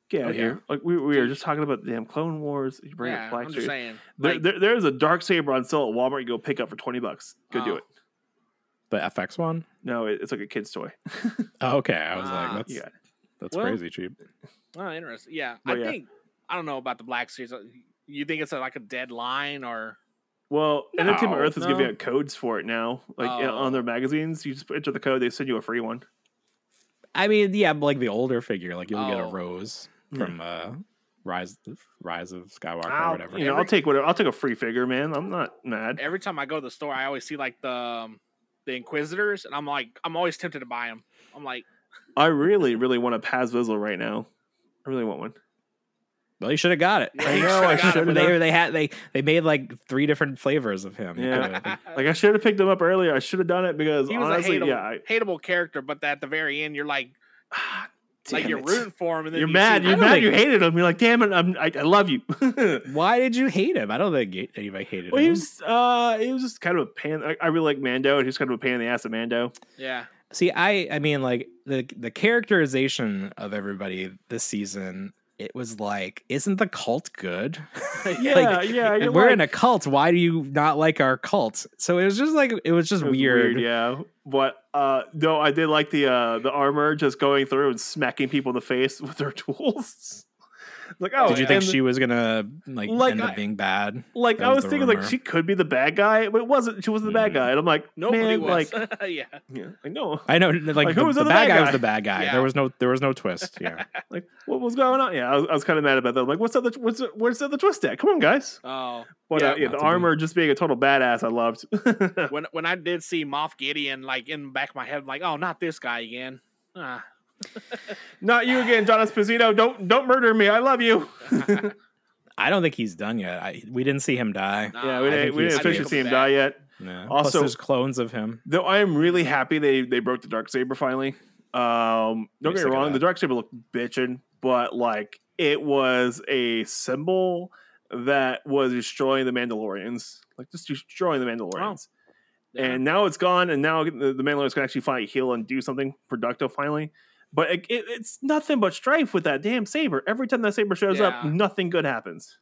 Speaker 3: Get
Speaker 10: Oh,
Speaker 3: out of
Speaker 10: yeah.
Speaker 3: here! Like we, we were just talking about the damn Clone Wars. You bring
Speaker 2: yeah,
Speaker 3: up Black
Speaker 2: I'm just
Speaker 3: Series.
Speaker 2: saying.
Speaker 3: There,
Speaker 2: like,
Speaker 3: there- there's a dark saber on sale at Walmart. You go pick up for twenty bucks. Go do
Speaker 2: Oh.
Speaker 3: it.
Speaker 10: the FX one.
Speaker 3: No, it, it's like a kid's toy.
Speaker 10: Oh, okay, I was
Speaker 2: Ah.
Speaker 10: like, that's
Speaker 3: Yeah,
Speaker 10: that's
Speaker 2: Well,
Speaker 10: crazy cheap.
Speaker 2: oh, interesting. Yeah,
Speaker 3: But
Speaker 2: I
Speaker 3: yeah.
Speaker 2: think I don't know about the Black series. uh, You think it's a, like a deadline or?
Speaker 3: Well,
Speaker 10: No.
Speaker 3: Entertainment Earth is giving
Speaker 2: No.
Speaker 3: out codes for it now. Like you know,
Speaker 2: Oh.
Speaker 3: on their magazines, you just enter the code. They send you a free one.
Speaker 10: I mean, yeah, but like the older figure, like you'll get a
Speaker 2: Oh.
Speaker 3: Hmm.
Speaker 10: rose
Speaker 3: Yeah.
Speaker 10: from uh Rise, Rise of Skywalker, or
Speaker 3: I'll,
Speaker 10: whatever.
Speaker 3: you know, I'll take whatever. I'll take a free figure, man. I'm not mad.
Speaker 2: Every time I go to the store, I always see like the um, the Inquisitors, and I'm like, I'm always tempted to buy them. I'm like,
Speaker 3: I really, really want a Paz Vizsla right now. I really want one.
Speaker 10: well, you should have got it.
Speaker 2: Yeah,
Speaker 10: *laughs*
Speaker 2: you
Speaker 3: know, I
Speaker 10: Got it.
Speaker 3: should've
Speaker 10: They,
Speaker 3: done-
Speaker 10: they had they they made like three different flavors of him.
Speaker 3: Yeah.
Speaker 10: Uh,
Speaker 3: *laughs* Like I should have picked them up earlier. I should have done it because
Speaker 2: *laughs* he was
Speaker 3: honestly,
Speaker 2: a hateable,
Speaker 3: yeah, I, ah,
Speaker 2: hateable character, but at the very end, you're
Speaker 3: *laughs*
Speaker 2: like, like
Speaker 3: damn
Speaker 2: you're
Speaker 3: it.
Speaker 2: rooting for him, and then
Speaker 3: You're
Speaker 2: you see
Speaker 3: mad.
Speaker 2: him-
Speaker 3: You're
Speaker 10: don't
Speaker 3: mad.
Speaker 10: think-
Speaker 3: You hated him. You're like, damn it. I'm, I, I love you. *laughs* well,
Speaker 10: why did you hate him? I don't think you- anybody hated him.
Speaker 3: he was. Uh, he was just kind of a pan. I, I really like Mando, and he's kind of a pain in the ass of Mando.
Speaker 2: yeah,
Speaker 10: See, I I mean like the the characterization of everybody this season, it was like, isn't the cult good? *laughs* *laughs* Like,
Speaker 3: *laughs* Yeah, yeah.
Speaker 10: we're
Speaker 3: You're
Speaker 10: in a
Speaker 3: like-
Speaker 10: cult. Why do you not like our cult? So it was just like it was just
Speaker 3: It was
Speaker 10: weird.
Speaker 3: Yeah, but uh, no, I did like the uh the armor just going through and smacking people in the face *laughs* with their tools. *laughs* like, oh,
Speaker 10: Did you think
Speaker 3: and-
Speaker 10: she was gonna like,
Speaker 3: Like,
Speaker 10: end
Speaker 3: I-
Speaker 10: up being bad?
Speaker 3: Like
Speaker 10: that
Speaker 3: I
Speaker 10: was
Speaker 3: was
Speaker 10: the
Speaker 3: thinking, like
Speaker 10: rumor?
Speaker 3: she could be the bad guy, but it wasn't. She wasn't the bad
Speaker 10: Mm.
Speaker 3: guy, and I'm like,
Speaker 2: nobody
Speaker 3: man,
Speaker 2: was. *laughs*
Speaker 3: like,
Speaker 2: yeah,
Speaker 3: yeah, like no,
Speaker 10: I know, like,
Speaker 3: Like, who
Speaker 10: the,
Speaker 3: was
Speaker 10: the
Speaker 3: the bad
Speaker 10: bad guy
Speaker 3: guy?
Speaker 10: was the bad guy.
Speaker 2: Yeah.
Speaker 10: There was no, there was no twist.
Speaker 3: *laughs*
Speaker 10: Yeah,
Speaker 3: like what was going on? Yeah, I was, I was kind of mad about that. I'm like, what's up? The, what's where's the twist at? Come on, guys. *laughs*
Speaker 2: oh.
Speaker 3: But yeah,
Speaker 2: Yeah.
Speaker 3: uh, yeah
Speaker 10: Not
Speaker 3: the
Speaker 10: to be.
Speaker 3: armor just being a total badass, I loved.
Speaker 2: when when I did see Moff Gideon, like in the back of my head, I'm like, oh, not this guy again. Ah.
Speaker 3: Not you again, John Esposito. Don't don't murder me. I love you.
Speaker 10: I don't think he's done yet. I, we didn't see him die.
Speaker 2: Nah,
Speaker 3: yeah, we
Speaker 10: I
Speaker 3: didn't
Speaker 10: think
Speaker 3: we
Speaker 10: he's
Speaker 3: didn't officially
Speaker 2: dead.
Speaker 3: see him die yet.
Speaker 10: No. Plus,
Speaker 3: Also-
Speaker 10: there's clones of him.
Speaker 3: Though I am really happy they they broke the dark saber finally. Um,
Speaker 10: What do you
Speaker 3: don't get
Speaker 10: think
Speaker 3: me
Speaker 10: of
Speaker 3: wrong, the
Speaker 10: that?
Speaker 3: dark saber looked bitchin', but like it was a symbol that was destroying the Mandalorians, like just destroying the Mandalorians.
Speaker 2: Yeah.
Speaker 3: And now it's gone, and now the, the Mandalorians can actually finally heal and do something productive finally. But it, it, it's nothing but strife with that damn saber. Every time that saber shows up,
Speaker 2: Yeah.
Speaker 3: nothing good happens.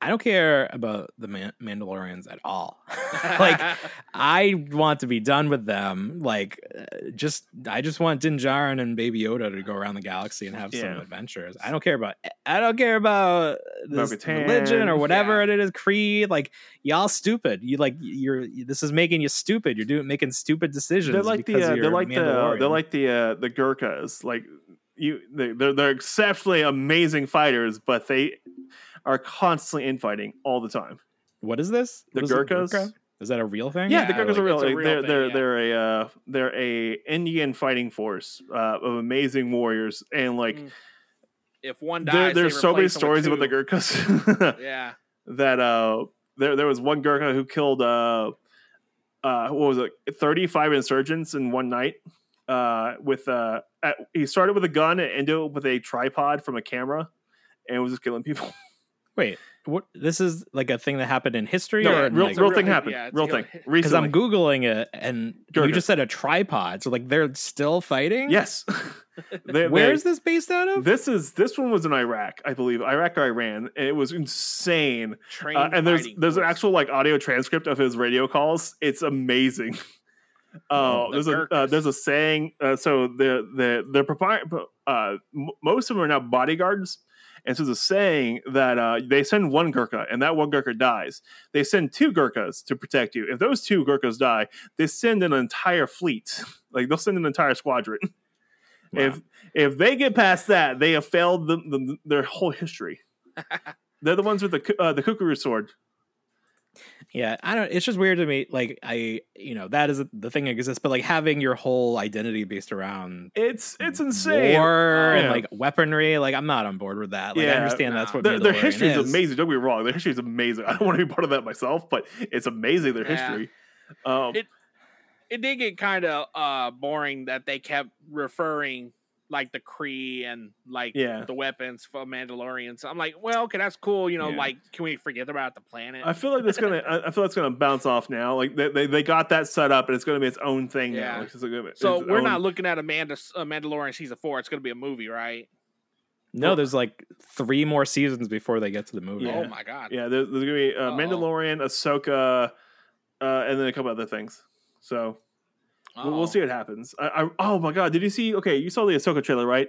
Speaker 10: I don't care about the Man- Mandalorians at all. *laughs*
Speaker 2: *laughs*
Speaker 10: like, I want to be done with them. Like, uh, just I just want Din Djarin and Baby Yoda to go around the galaxy and have some
Speaker 3: Yeah.
Speaker 10: adventures. I don't care about I don't care about this
Speaker 3: Bo-Katan.
Speaker 10: religion or whatever it is. Creed, like y'all stupid. You like you're this is making you stupid. You're doing making stupid decisions.
Speaker 3: They're like the
Speaker 10: because
Speaker 3: uh,
Speaker 10: you're
Speaker 3: they're like the uh,
Speaker 10: Mandalorian.
Speaker 3: they're like the uh, the Gurkhas. Like you, they, they're they're exceptionally amazing fighters, but they are constantly infighting all the time.
Speaker 10: what is this?
Speaker 3: The
Speaker 10: What is a
Speaker 3: Gurkhas?
Speaker 10: Gurkha? Is that a real thing?
Speaker 3: Yeah, the
Speaker 10: I
Speaker 3: Gurkhas
Speaker 10: like-
Speaker 3: are real.
Speaker 2: it's a
Speaker 3: like,
Speaker 2: real
Speaker 3: they're
Speaker 2: thing,
Speaker 3: they're
Speaker 2: yeah.
Speaker 3: they're a uh, they're a Indian fighting force uh, of amazing warriors, and like
Speaker 2: Mm. if one dies,
Speaker 3: there,
Speaker 2: they
Speaker 3: there's so many
Speaker 2: replace him with
Speaker 3: stories about the
Speaker 2: two.
Speaker 3: Gurkhas. *laughs*
Speaker 2: Yeah,
Speaker 3: that uh there there was one Gurkha who killed uh uh what was it 35 insurgents in one night uh with uh at, he started with a gun and ended up with a tripod from a camera and was just killing people.
Speaker 10: Wait, what? This is like a thing that happened in history,
Speaker 3: no,
Speaker 10: or
Speaker 3: real,
Speaker 10: in, like,
Speaker 3: real
Speaker 2: real-
Speaker 3: thing happened.
Speaker 2: yeah, it's
Speaker 3: real
Speaker 2: real-
Speaker 3: thing.
Speaker 10: because I'm
Speaker 3: Recently.
Speaker 10: googling it, and
Speaker 3: Gurkhas.
Speaker 10: you just said a tripod, so like they're still fighting.
Speaker 3: yes. They-
Speaker 10: Where
Speaker 3: they-
Speaker 10: is this based out of?
Speaker 3: this is this one was in Iraq, I believe. Iraq or Iran, and it was insane.
Speaker 2: train
Speaker 3: Uh, and there's there's an actual like audio transcript of his radio calls. It's amazing. *laughs* Oh,
Speaker 2: the
Speaker 3: there's a uh,
Speaker 2: Gurkhas.
Speaker 3: there's a saying. Uh, so the the the propri- uh, m- most of them are now bodyguards, and so there's a saying that uh, they send one Gurkha and that one Gurkha dies. They send two Gurkhas to protect you. If those two Gurkhas die, they send an entire fleet. *laughs* Like they'll send an entire squadron. *laughs*
Speaker 10: Wow.
Speaker 3: If if they get past that, they have failed the, the, their whole history. They're the ones with the cu- uh, the kukuru sword.
Speaker 10: yeah, I don't. It's just weird to me. Like I, you know, that is the thing that exists, but like having your whole identity based around
Speaker 3: It's it's insane.
Speaker 10: war and
Speaker 3: Yeah.
Speaker 10: like weaponry. Like I'm not on board with that. Like I
Speaker 3: Yeah,
Speaker 10: understand that's
Speaker 2: nah.
Speaker 10: what
Speaker 3: Their, their
Speaker 10: Mandalorian
Speaker 3: history is
Speaker 10: is.
Speaker 3: amazing. Don't be wrong. Their history is amazing. I don't want to be part of that myself, but it's amazing their
Speaker 2: Yeah.
Speaker 3: history. Um,
Speaker 2: It- it did get kind of uh boring that they kept referring like the Kree and like
Speaker 3: Yeah.
Speaker 2: the weapons for Mandalorians. I'm like, well, okay, that's cool. You know,
Speaker 10: Yeah.
Speaker 2: like, can we forget about the planet?
Speaker 3: I feel like that's
Speaker 2: *laughs*
Speaker 3: gonna. I I feel that's gonna bounce off now. Like they, they, they got that set up, and it's gonna be its own thing
Speaker 2: Yeah.
Speaker 3: now. Like, it's gonna be
Speaker 2: so
Speaker 3: its
Speaker 2: we're
Speaker 3: own-
Speaker 2: not looking at Amanda uh, Mandalorian season four. It's going to be a movie, right?
Speaker 10: No, there's like three more seasons before they get to the movie.
Speaker 3: Yeah.
Speaker 2: Oh my god!
Speaker 3: Yeah, there's, there's gonna be uh,
Speaker 2: Uh-oh.
Speaker 3: Mandalorian, Ahsoka, uh, and then a couple other things. So we'll, we'll
Speaker 2: Uh-oh.
Speaker 3: see what happens. I, I, oh my god, did you see? Okay, you saw the Ahsoka trailer, right?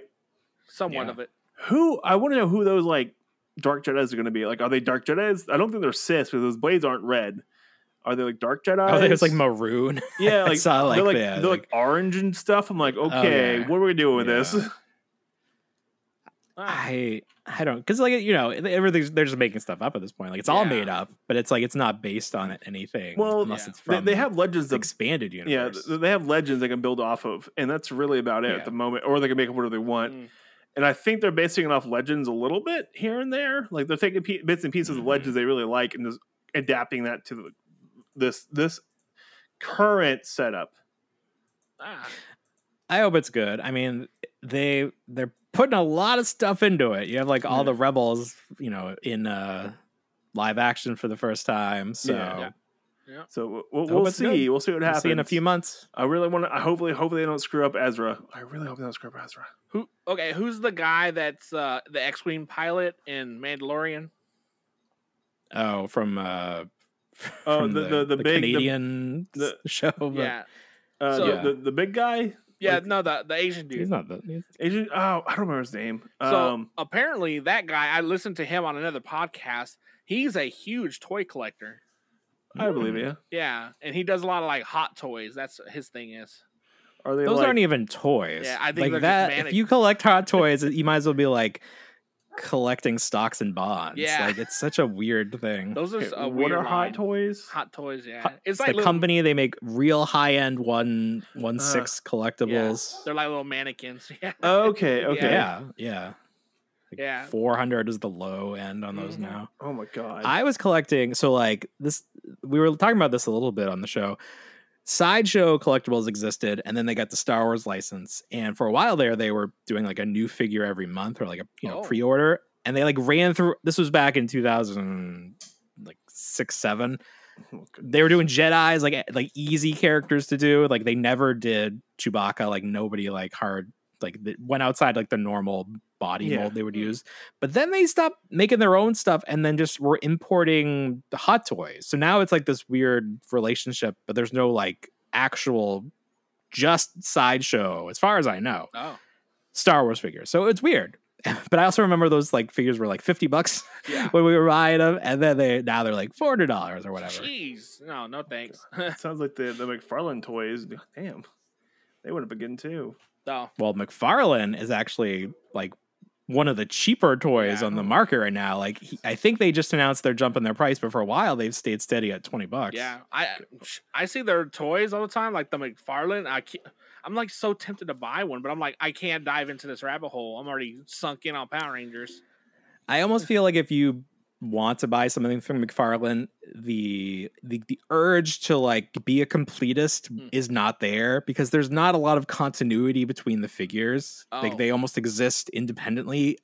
Speaker 2: somewhat
Speaker 10: Yeah.
Speaker 2: of it.
Speaker 3: Who I want to know who those like dark Jedi's are going to be. Like, are they dark Jedi's? I don't think they're cis because those blades aren't red. Are they like dark Jedi?
Speaker 10: *laughs* Oh, there's like maroon.
Speaker 3: yeah,
Speaker 10: *laughs* I
Speaker 3: like,
Speaker 10: saw, like,
Speaker 3: they're like
Speaker 10: yeah,
Speaker 3: they're like, orange and stuff. I'm like, okay,
Speaker 10: yeah.
Speaker 3: what are we doing with this?
Speaker 10: Yeah.
Speaker 2: Ah,
Speaker 10: I I don't because like you know everything's they're just making stuff up at this point. Like it's all
Speaker 2: Yeah.
Speaker 10: made up, but it's like it's not based on
Speaker 3: *laughs*
Speaker 10: anything.
Speaker 3: Well,
Speaker 10: unless
Speaker 2: yeah.
Speaker 10: it's
Speaker 3: They,
Speaker 10: from
Speaker 3: they have legends
Speaker 10: the
Speaker 3: that
Speaker 10: expanded
Speaker 3: yeah,
Speaker 10: universe.
Speaker 3: th- they have legends they can build off of, and that's really about it
Speaker 10: Yeah.
Speaker 3: at the moment. Or they can make up whatever they want.
Speaker 11: Mm.
Speaker 3: And I think they're basing it off legends a little bit here and there. Like they're taking pe bits and
Speaker 10: Mm-hmm.
Speaker 3: pieces of legends they really like and just adapting that to the, this this current setup.
Speaker 2: Ah,
Speaker 10: I hope it's good. I mean, they they're putting a lot of stuff into it. You have like all the rebels, you know, in uh live action for the first time. So
Speaker 3: Yeah. So w- w-
Speaker 10: hope
Speaker 3: we'll,
Speaker 10: it's
Speaker 3: see.
Speaker 10: good.
Speaker 3: We'll see what
Speaker 10: we'll
Speaker 3: happens
Speaker 10: see in a few months.
Speaker 3: I really want to. I hopefully, hopefully they don't screw up Ezra. I really hope they don't screw up Ezra.
Speaker 2: who? Okay, who's the guy that's uh, the X-wing pilot in Mandalorian?
Speaker 10: Oh, from uh
Speaker 3: Oh,
Speaker 10: from
Speaker 3: the- the- the big- the-
Speaker 10: Canadian
Speaker 3: the-
Speaker 10: s- show. But
Speaker 2: yeah,
Speaker 3: Uh,
Speaker 2: So-
Speaker 3: the, the the big guy,
Speaker 2: yeah.
Speaker 3: like-
Speaker 2: no, the the Asian dude.
Speaker 10: he's not the he's-
Speaker 3: Agent. Oh, I don't remember his name.
Speaker 2: So
Speaker 3: um,
Speaker 2: apparently, that guy. I listened to him on another podcast. He's a huge toy collector.
Speaker 3: I
Speaker 10: Hmm.
Speaker 3: believe you.
Speaker 2: Yeah, and he does a lot of like hot toys. That's what his thing is.
Speaker 3: Are they
Speaker 10: those
Speaker 3: like,
Speaker 10: aren't even toys.
Speaker 2: Yeah, I think they're
Speaker 10: like
Speaker 2: just
Speaker 10: that. If
Speaker 2: mannequins.
Speaker 10: you collect hot toys, you might as well be like collecting stocks and bonds.
Speaker 2: Yeah.
Speaker 10: like it's such a weird thing.
Speaker 2: Those are
Speaker 3: Okay,
Speaker 2: s- a
Speaker 3: what
Speaker 2: weird
Speaker 3: are hot
Speaker 2: line.
Speaker 3: toys?
Speaker 2: Hot toys, yeah.
Speaker 10: Hot-
Speaker 2: it's
Speaker 10: It's
Speaker 2: like
Speaker 10: the
Speaker 2: little,
Speaker 10: company they make real high end one one
Speaker 3: Uh,
Speaker 10: six collectibles.
Speaker 2: *laughs* They're like little mannequins. *laughs* Yeah.
Speaker 3: Okay, *laughs*
Speaker 2: Yeah.
Speaker 3: okay.
Speaker 10: Yeah, yeah.
Speaker 2: Yeah.
Speaker 10: Four hundred is the low end on those
Speaker 2: Mhm.
Speaker 10: now.
Speaker 3: Oh my god. *laughs*
Speaker 10: I was collecting. So like this, we were talking about this a little bit on the show. Sideshow collectibles existed, and then they got the Star Wars license. And for a while there, they were doing like a new figure every month or like a you know
Speaker 2: Oh.
Speaker 10: pre-order. And they like ran through. This was back in two thousand like six seven.
Speaker 3: Oh
Speaker 10: They were doing Jedi's like eh, like easy characters to do. Like they never did Chewbacca. Like nobody like hard like that went outside like the normal body
Speaker 3: Yeah.
Speaker 10: mold they would use. But then they stopped making their own stuff and then just were importing the hot toys. So now it's like this weird relationship, but there's no like actual just sideshow, as far as I know,
Speaker 2: Oh.
Speaker 10: Star Wars figures. So it's weird. *laughs* But I also remember those like figures were like 50 bucks *laughs*
Speaker 2: Yeah.
Speaker 3: *laughs*
Speaker 10: when we were buying them. And then they now they're like $400 or whatever.
Speaker 2: Jeez. No, no thanks.
Speaker 3: Sounds like the the McFarlane toys. Damn, they would have been good too.
Speaker 2: no.
Speaker 10: Well, McFarlane is actually like one of the cheaper toys
Speaker 2: Yeah.
Speaker 10: on the market right now. Like he, I think they just announced they're jumping their price, but for a while they've stayed steady at 20 bucks.
Speaker 2: Yeah. I I see their toys all the time, like the McFarlane. I can't, I'm like so tempted to buy one, but I'm like, I can't dive into this rabbit hole. I'm already sunk in on Power Rangers.
Speaker 10: I almost feel like if you want to buy something from McFarlane, the the, the urge to like be a completist
Speaker 2: Mm.
Speaker 10: is not there because there's not a lot of continuity between the figures.
Speaker 2: Oh.
Speaker 10: Like they almost exist independently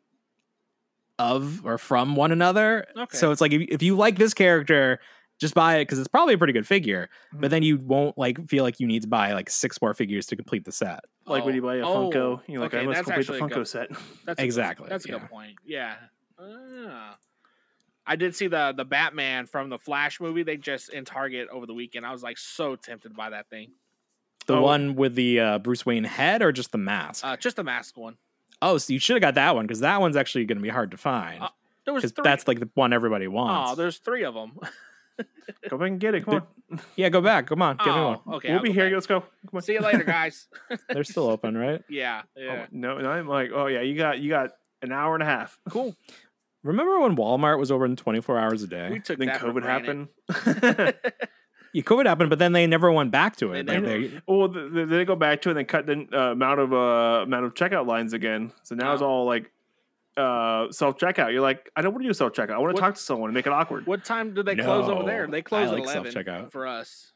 Speaker 10: of or from one another.
Speaker 2: Okay.
Speaker 10: So it's like if, if you like this character, just buy it because it's probably a pretty good figure.
Speaker 2: Hmm.
Speaker 10: But then you won't like feel like you need to buy like six more figures to complete the set.
Speaker 3: Like when you buy a
Speaker 2: Oh,
Speaker 3: Funko, you're like,
Speaker 2: okay,
Speaker 3: I must
Speaker 2: that's
Speaker 3: complete the
Speaker 2: actually a
Speaker 3: Funko
Speaker 2: good- *laughs*
Speaker 3: set.
Speaker 2: That's a good-
Speaker 10: Exactly,
Speaker 2: that's a
Speaker 10: yeah.
Speaker 2: good point. Yeah. Ah. I did see the the Batman from the Flash movie. They just in Target over the weekend. I was like so tempted by that thing.
Speaker 10: The
Speaker 3: Oh.
Speaker 10: one with the uh, Bruce Wayne head or just the mask?
Speaker 2: Uh, just the mask one.
Speaker 10: oh, so you should have got that one because that one's actually going to be hard to find.
Speaker 2: Uh, There was
Speaker 10: because
Speaker 2: three.
Speaker 10: that's like the one everybody wants.
Speaker 2: oh, there's three of
Speaker 3: *laughs*
Speaker 2: them.
Speaker 3: Go back and get it. Come on,
Speaker 10: yeah, go back. Come on, give me one.
Speaker 2: oh, *laughs* okay.
Speaker 3: we'll
Speaker 2: I'll
Speaker 3: be
Speaker 2: go
Speaker 3: here.
Speaker 2: back.
Speaker 3: Let's go. Come on.
Speaker 2: See you later,
Speaker 3: *laughs*
Speaker 2: guys.
Speaker 10: They're still
Speaker 2: *laughs*
Speaker 10: open, right?
Speaker 2: yeah, yeah.
Speaker 3: Oh, no, and I'm like, oh yeah, you got you got an hour and a half. Cool.
Speaker 10: Remember when Walmart was open 24 hours a
Speaker 2: we
Speaker 10: day?
Speaker 2: took
Speaker 3: then
Speaker 2: that for
Speaker 3: COVID
Speaker 2: granted.
Speaker 3: happened.
Speaker 2: *laughs*
Speaker 3: *laughs*
Speaker 10: Yeah, COVID happened, but then they never went back to it.
Speaker 2: They
Speaker 10: Like,
Speaker 2: never-
Speaker 10: they-
Speaker 3: well, th- th- they go back to it and they cut the uh, amount of uh, amount of checkout lines again. So now it's
Speaker 2: Oh.
Speaker 3: all like uh, self checkout. You're like, I don't want to do self checkout. I want
Speaker 2: What-
Speaker 3: to talk to someone and make it awkward.
Speaker 2: What time do they close over there?
Speaker 10: No,
Speaker 2: They close
Speaker 10: I
Speaker 2: at
Speaker 10: like
Speaker 2: eleven
Speaker 10: self-checkout.
Speaker 2: for us.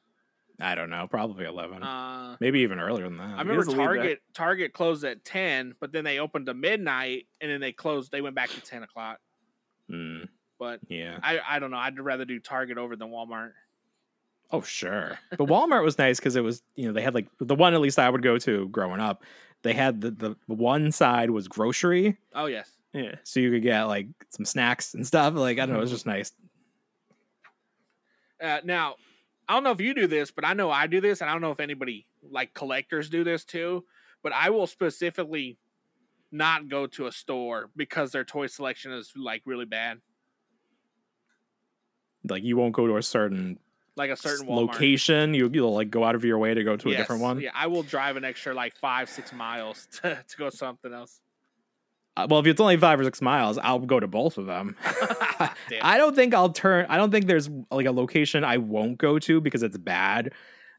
Speaker 10: I don't know, probably 11,
Speaker 2: Uh,
Speaker 10: maybe even earlier than
Speaker 2: I
Speaker 10: that.
Speaker 2: remember
Speaker 3: is a lead back.
Speaker 2: Target Target closed at ten, but then they opened to midnight, and then they closed. They went back to ten o'clock.
Speaker 10: Mm,
Speaker 2: But
Speaker 10: yeah.
Speaker 2: I I don't know. I'd rather do Target over than Walmart. *laughs*
Speaker 10: Oh, sure. But Walmart was nice because it was, you know, they had like the one at least I would go to growing up. They had the, the one side was grocery,
Speaker 2: Oh yes.
Speaker 3: yeah.
Speaker 10: so you could get like some snacks and stuff. Like, I don't know, it was just nice.
Speaker 2: Uh, now, I don't know if you do this, but I know I do this, and I don't know if anybody like collectors do this too. But I will specifically not go to a store because their toy selection is like really bad,
Speaker 10: Like, you won't go to a certain,
Speaker 2: like a certain Walmart.
Speaker 10: location. You, you'll like go out of your way to go to a different
Speaker 2: Yes, *laughs*
Speaker 10: one.
Speaker 2: Yeah, I will drive an extra like five, six miles to, to go something else.
Speaker 10: Uh, well, if it's only five or six miles, I'll go to both
Speaker 2: *laughs*
Speaker 10: of them. *laughs* I don't think I'll turn. I don't think there's like a location I won't go to because it's bad.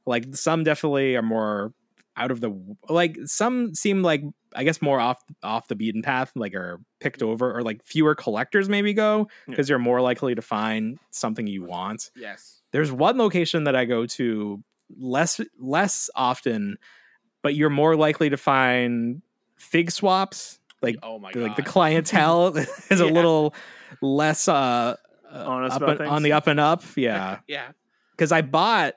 Speaker 10: Like some definitely are more out of the like some seem like I guess more off off the beaten path, like are picked over or like fewer collectors maybe go
Speaker 2: Hmm.
Speaker 10: because you're more likely to find something you want.
Speaker 2: Yes.
Speaker 10: There's one location that I go to less less often, but you're more likely to find fig swaps. Like
Speaker 2: Oh my
Speaker 10: the-
Speaker 2: god.
Speaker 10: like the clientele *laughs* is a
Speaker 2: Yeah.
Speaker 10: little less uh, uh,
Speaker 3: Honest
Speaker 10: up
Speaker 3: about
Speaker 10: and- on
Speaker 3: things.
Speaker 10: the up and up. Yeah,
Speaker 2: *laughs*
Speaker 10: *laughs*
Speaker 2: yeah.
Speaker 10: because I bought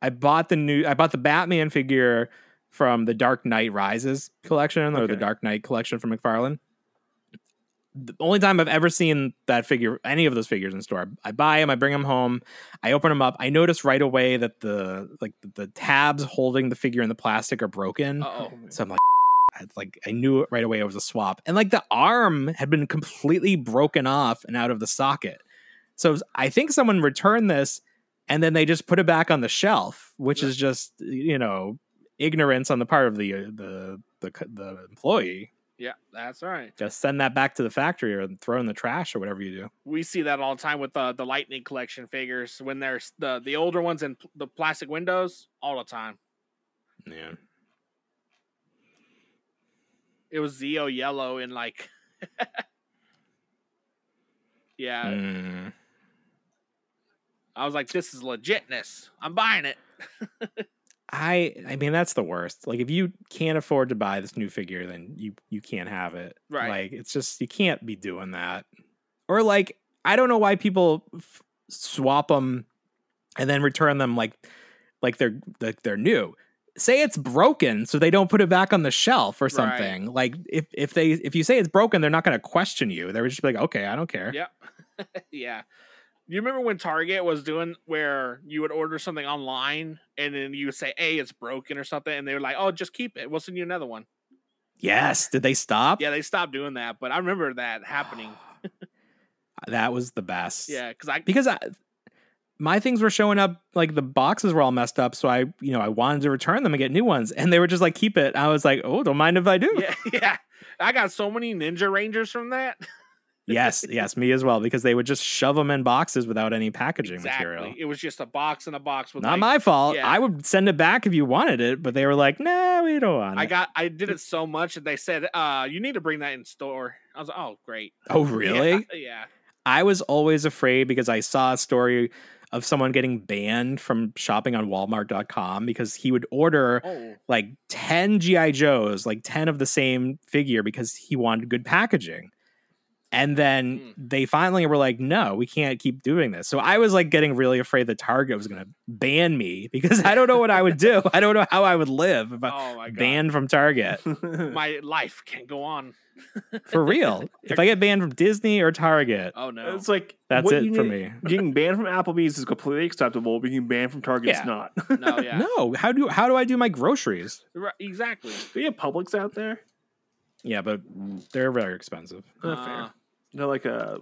Speaker 10: I bought the new I bought the Batman figure from the Dark Knight Rises collection or the
Speaker 3: Okay.
Speaker 10: Dark Knight collection from McFarlane. The only time I've ever seen that figure, any of those figures in store, I buy them, I bring them home, I open them up. I notice right away that the like the tabs holding the figure in the plastic are broken.
Speaker 2: Uh-oh.
Speaker 10: So I'm like, I, like I knew it right away. It was a swap, and like the arm had been completely broken off and out of the socket. So it was- I think someone returned this, and then they just put it back on the shelf, which is just you know ignorance on the part of the uh, the the c- the employee.
Speaker 2: Yeah, that's right.
Speaker 10: Just send that back to the factory or throw it in the trash or whatever you do.
Speaker 2: We see that all the time with uh, the the lightning collection figures when there's the the older ones and pl- the plastic windows all the time.
Speaker 10: Yeah.
Speaker 2: It was Zeo yellow and like *laughs* Yeah,
Speaker 10: Mm.
Speaker 2: I was like this is legitness. I'm buying it. *laughs*
Speaker 10: I I mean that's the worst. Like if you can't afford to buy this new figure, then you you can't have it.
Speaker 2: Right.
Speaker 10: Like it's just you can't be doing that. Or like I don't know why people f- swap them and then return them like like they're like they're new. Say it's broken, so they don't put it back on the shelf or
Speaker 2: Right.
Speaker 10: something. Like if if they if you say it's broken, they're not going to question you. They're just be like, okay, I don't care.
Speaker 2: Yep. yeah. You remember when Target was doing where you would order something online and then you would say, "Hey, it's broken" or something, and they were like, "Oh, just keep it. We'll send you another one."
Speaker 10: Yes. Did they stop?
Speaker 2: Yeah, they stopped doing that, but I remember that
Speaker 10: *sighs*
Speaker 2: happening.
Speaker 10: That was the best.
Speaker 2: Yeah, because I
Speaker 10: because I, my things were showing up like the boxes were all messed up so i you know i wanted to return them and get new ones and they were just like keep it i was like oh don't mind if i *laughs* do
Speaker 2: yeah, yeah. I got so many Ninja Rangers from that. *laughs*
Speaker 10: yes yes me as well because they would just shove them in boxes without any packaging material
Speaker 2: It was just a box and a box with
Speaker 10: not
Speaker 2: like-
Speaker 10: my fault
Speaker 2: yeah.
Speaker 10: i would send it back if you wanted it but they were like nah we don't want it
Speaker 2: I got I did it so much that they said, uh, you need to bring that in store. I was like, Oh great. *laughs*
Speaker 10: oh
Speaker 2: Yeah,
Speaker 10: really
Speaker 2: Yeah.
Speaker 10: I was always afraid because I saw a story of someone getting banned from shopping on walmart.com because he would order
Speaker 2: Oh.
Speaker 10: like 10 GI Joes, like 10 of the same figure because he wanted good packaging. And then
Speaker 2: Hmm.
Speaker 10: they finally were like, "No, we can't keep doing this." So I was like getting really afraid that Target was going to ban me *laughs* because I don't know what I would do. I don't know how I would live if I
Speaker 2: Oh my god.
Speaker 10: banned from
Speaker 2: *laughs*
Speaker 10: Target.
Speaker 3: *laughs*
Speaker 2: My life can't go on.
Speaker 10: For real. if I get banned from Disney or Target,
Speaker 2: Oh no.
Speaker 3: It's like
Speaker 10: That's
Speaker 3: what
Speaker 10: it
Speaker 3: you
Speaker 10: for
Speaker 3: need-
Speaker 10: me.
Speaker 3: *laughs* Getting banned from Applebee's is completely acceptable. Being banned from Target
Speaker 10: Yeah.
Speaker 3: is not.
Speaker 2: *laughs*
Speaker 3: *laughs*
Speaker 2: No, yeah.
Speaker 10: *laughs* no, how do how do I do my groceries?
Speaker 2: Right, exactly.
Speaker 3: Do you have Publix out there?
Speaker 10: Yeah, but they're very expensive.
Speaker 3: Uh,
Speaker 2: Uh,
Speaker 3: fair. They're like a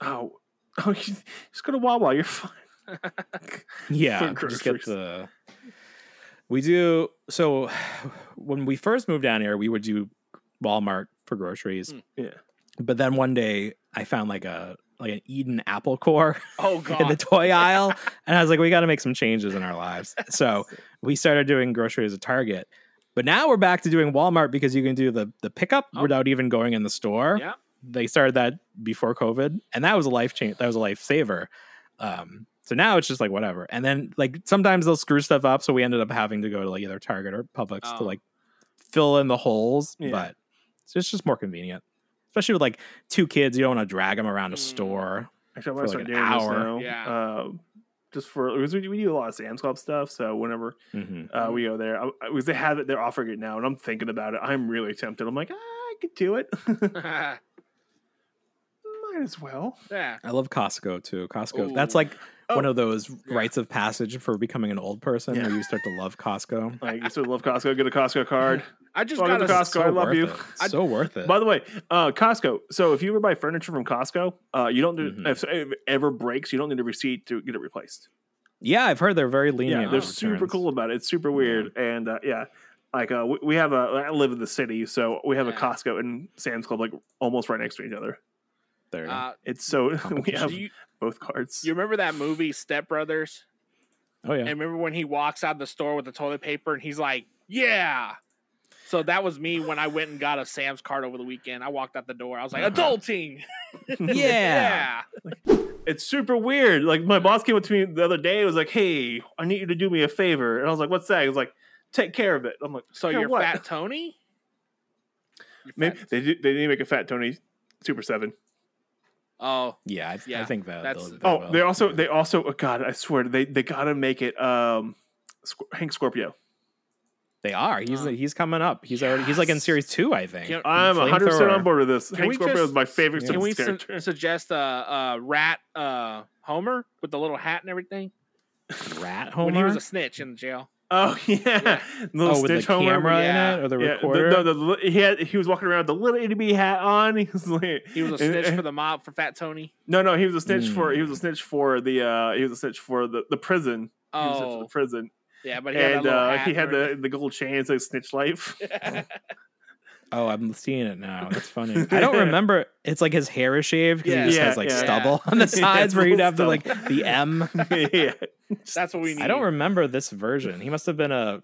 Speaker 3: oh *laughs* oh you just go to Wawa. You're fine.
Speaker 10: Yeah,
Speaker 3: For
Speaker 10: just get
Speaker 3: groceries.
Speaker 10: the. We do so when we first moved down here, we would do Walmart for groceries.
Speaker 2: Mm.
Speaker 3: Yeah.
Speaker 10: But then one day I found like a like an Eden apple core *laughs*
Speaker 2: Oh
Speaker 10: in the
Speaker 2: god.
Speaker 10: toy aisle. and I was like, we got to make some changes in
Speaker 3: *laughs*
Speaker 10: our lives. So we started doing groceries at Target. But now we're back to doing Walmart because you can do the, the pickup
Speaker 2: Oh.
Speaker 10: without even going in the store.
Speaker 2: Yeah.
Speaker 10: They started that before COVID. And that was a life change. That was a lifesaver. Um, so now it's just like whatever. And then like sometimes they'll screw stuff up. So we ended up having to go to like either Target or Publix to
Speaker 2: Oh.
Speaker 10: like fill in the holes.
Speaker 3: Yeah.
Speaker 10: But it's just, just more convenient. Especially with like two kids, you don't want to drag them around a
Speaker 2: Mm.
Speaker 10: store.
Speaker 3: Actually, I'm
Speaker 10: For
Speaker 3: gonna
Speaker 10: like
Speaker 3: start
Speaker 10: an
Speaker 3: doing
Speaker 10: hour.
Speaker 3: this now.
Speaker 2: Yeah.
Speaker 3: Um, just for because we, do- we do a lot of Sam's Club stuff, so whenever
Speaker 10: Mm-hmm.
Speaker 3: uh, we go there, I- I- because they have it, they're offering it now, and I'm thinking about it. I'm really tempted. I'm like, ah, I could do it. *laughs* Might as well.
Speaker 2: *laughs* yeah.
Speaker 10: I love Costco too. Costco.
Speaker 2: Ooh.
Speaker 10: That's like
Speaker 3: Oh.
Speaker 10: one of those
Speaker 2: Yeah.
Speaker 10: rites of passage for becoming an old person
Speaker 3: Yeah.
Speaker 10: where you start to love Costco.
Speaker 3: Like, you sort of love Costco. Get a Costco card.
Speaker 2: I just got
Speaker 3: Welcome
Speaker 2: a
Speaker 3: to Costco. I love
Speaker 10: worth
Speaker 3: you.
Speaker 10: It.
Speaker 3: I-
Speaker 10: so worth it.
Speaker 3: By the way, uh, Costco. So if you ever buy furniture from Costco, uh, you don't do
Speaker 10: Mhm.
Speaker 3: if, if it ever breaks, you don't need a receipt to get it replaced.
Speaker 10: yeah, I've heard they're very
Speaker 3: Yeah,
Speaker 10: lenient.
Speaker 3: they're
Speaker 10: with
Speaker 3: super
Speaker 10: returns.
Speaker 3: cool about it. It's super weird, and uh, yeah, Like uh, we, we have a I live in the city, so we have a
Speaker 2: Yeah.
Speaker 3: Costco and Sam's Club like almost right next to each other.
Speaker 10: There.
Speaker 2: Uh,
Speaker 3: It's so *laughs* we have
Speaker 10: Competition.
Speaker 2: do you,
Speaker 3: both cards.
Speaker 2: you remember that movie Step Brothers?
Speaker 10: oh yeah. *laughs*
Speaker 2: And remember when he walks out the store with the toilet paper and he's like, "Yeah." So that was me when I went and got a Sam's card over the weekend. I walked out the door. I was like,
Speaker 3: Uh-huh.
Speaker 2: "Adulting."
Speaker 10: yeah.
Speaker 2: Yeah.
Speaker 3: It's super weird. Like my boss came up to me the other day. and was like, "Hey, I need you to do me a favor," and I was like, "What's that?" He was like, "Take care of it." I'm like,
Speaker 2: So
Speaker 3: "Care
Speaker 2: you're
Speaker 3: what?"
Speaker 2: fat Tony? You're
Speaker 3: Maybe
Speaker 2: fat-
Speaker 3: they did, they didn't make a Fat Tony Super Seven.
Speaker 2: Oh,
Speaker 10: Yeah, I, I
Speaker 2: Yeah,
Speaker 10: think that.
Speaker 2: that's-
Speaker 10: they'll-
Speaker 3: Oh,
Speaker 10: will.
Speaker 3: they also
Speaker 10: Yeah.
Speaker 3: they also oh God, I swear they they gotta make it um Sc- Hank Scorpio.
Speaker 10: They are. He's
Speaker 2: Uh,
Speaker 10: he's coming up. He's already. He's like in
Speaker 2: yes.
Speaker 10: series two, I think.
Speaker 2: Can-
Speaker 3: I'm 100 percent
Speaker 10: Flamethrower.
Speaker 3: on board with this. Hank
Speaker 2: we
Speaker 3: Scorpio
Speaker 2: just-
Speaker 3: is my favorite
Speaker 10: Yeah.
Speaker 3: Simpsons
Speaker 2: can we su- *laughs*
Speaker 3: character.
Speaker 2: suggest a uh, uh, rat uh, Homer with the little hat and everything
Speaker 10: Rat Homer.
Speaker 2: when he was a snitch in jail?
Speaker 3: *laughs* oh yeah, The little
Speaker 10: oh, with the
Speaker 3: Stitch Homer.
Speaker 10: camera
Speaker 2: yeah.
Speaker 10: in it or the
Speaker 3: Yeah, the-
Speaker 10: recorder.
Speaker 3: no, the, li- he had he was walking around with the little itty bitty hat on. *laughs* He was like,
Speaker 2: He was a
Speaker 3: *laughs* and-
Speaker 2: snitch
Speaker 3: and-
Speaker 2: for the mob for Fat Tony.
Speaker 3: No, no, he was a snitch for he was
Speaker 10: Mm.
Speaker 3: a snitch for the uh he was a snitch for the the prison. He was a snitch for
Speaker 2: Oh,
Speaker 3: the prison.
Speaker 2: yeah, but he had,
Speaker 3: and
Speaker 2: that little
Speaker 3: uh,
Speaker 2: hat
Speaker 3: he had
Speaker 2: and
Speaker 3: the, the gold chain, so
Speaker 2: *laughs*
Speaker 3: snitch life. *laughs*
Speaker 2: everything.
Speaker 10: Oh, I'm seeing it now.
Speaker 2: *laughs*
Speaker 10: That's funny. I don't remember. It's like his hair is shaved. 'cause
Speaker 2: Yeah.
Speaker 10: he just
Speaker 3: Yeah,
Speaker 10: has
Speaker 3: *laughs*
Speaker 10: like
Speaker 3: yeah.
Speaker 10: stubble on the sides where
Speaker 3: little
Speaker 10: you'd have to like
Speaker 3: stubble.
Speaker 10: the M.
Speaker 3: yeah,
Speaker 2: That's what we need.
Speaker 3: *laughs*
Speaker 10: I don't remember this version. He must have been a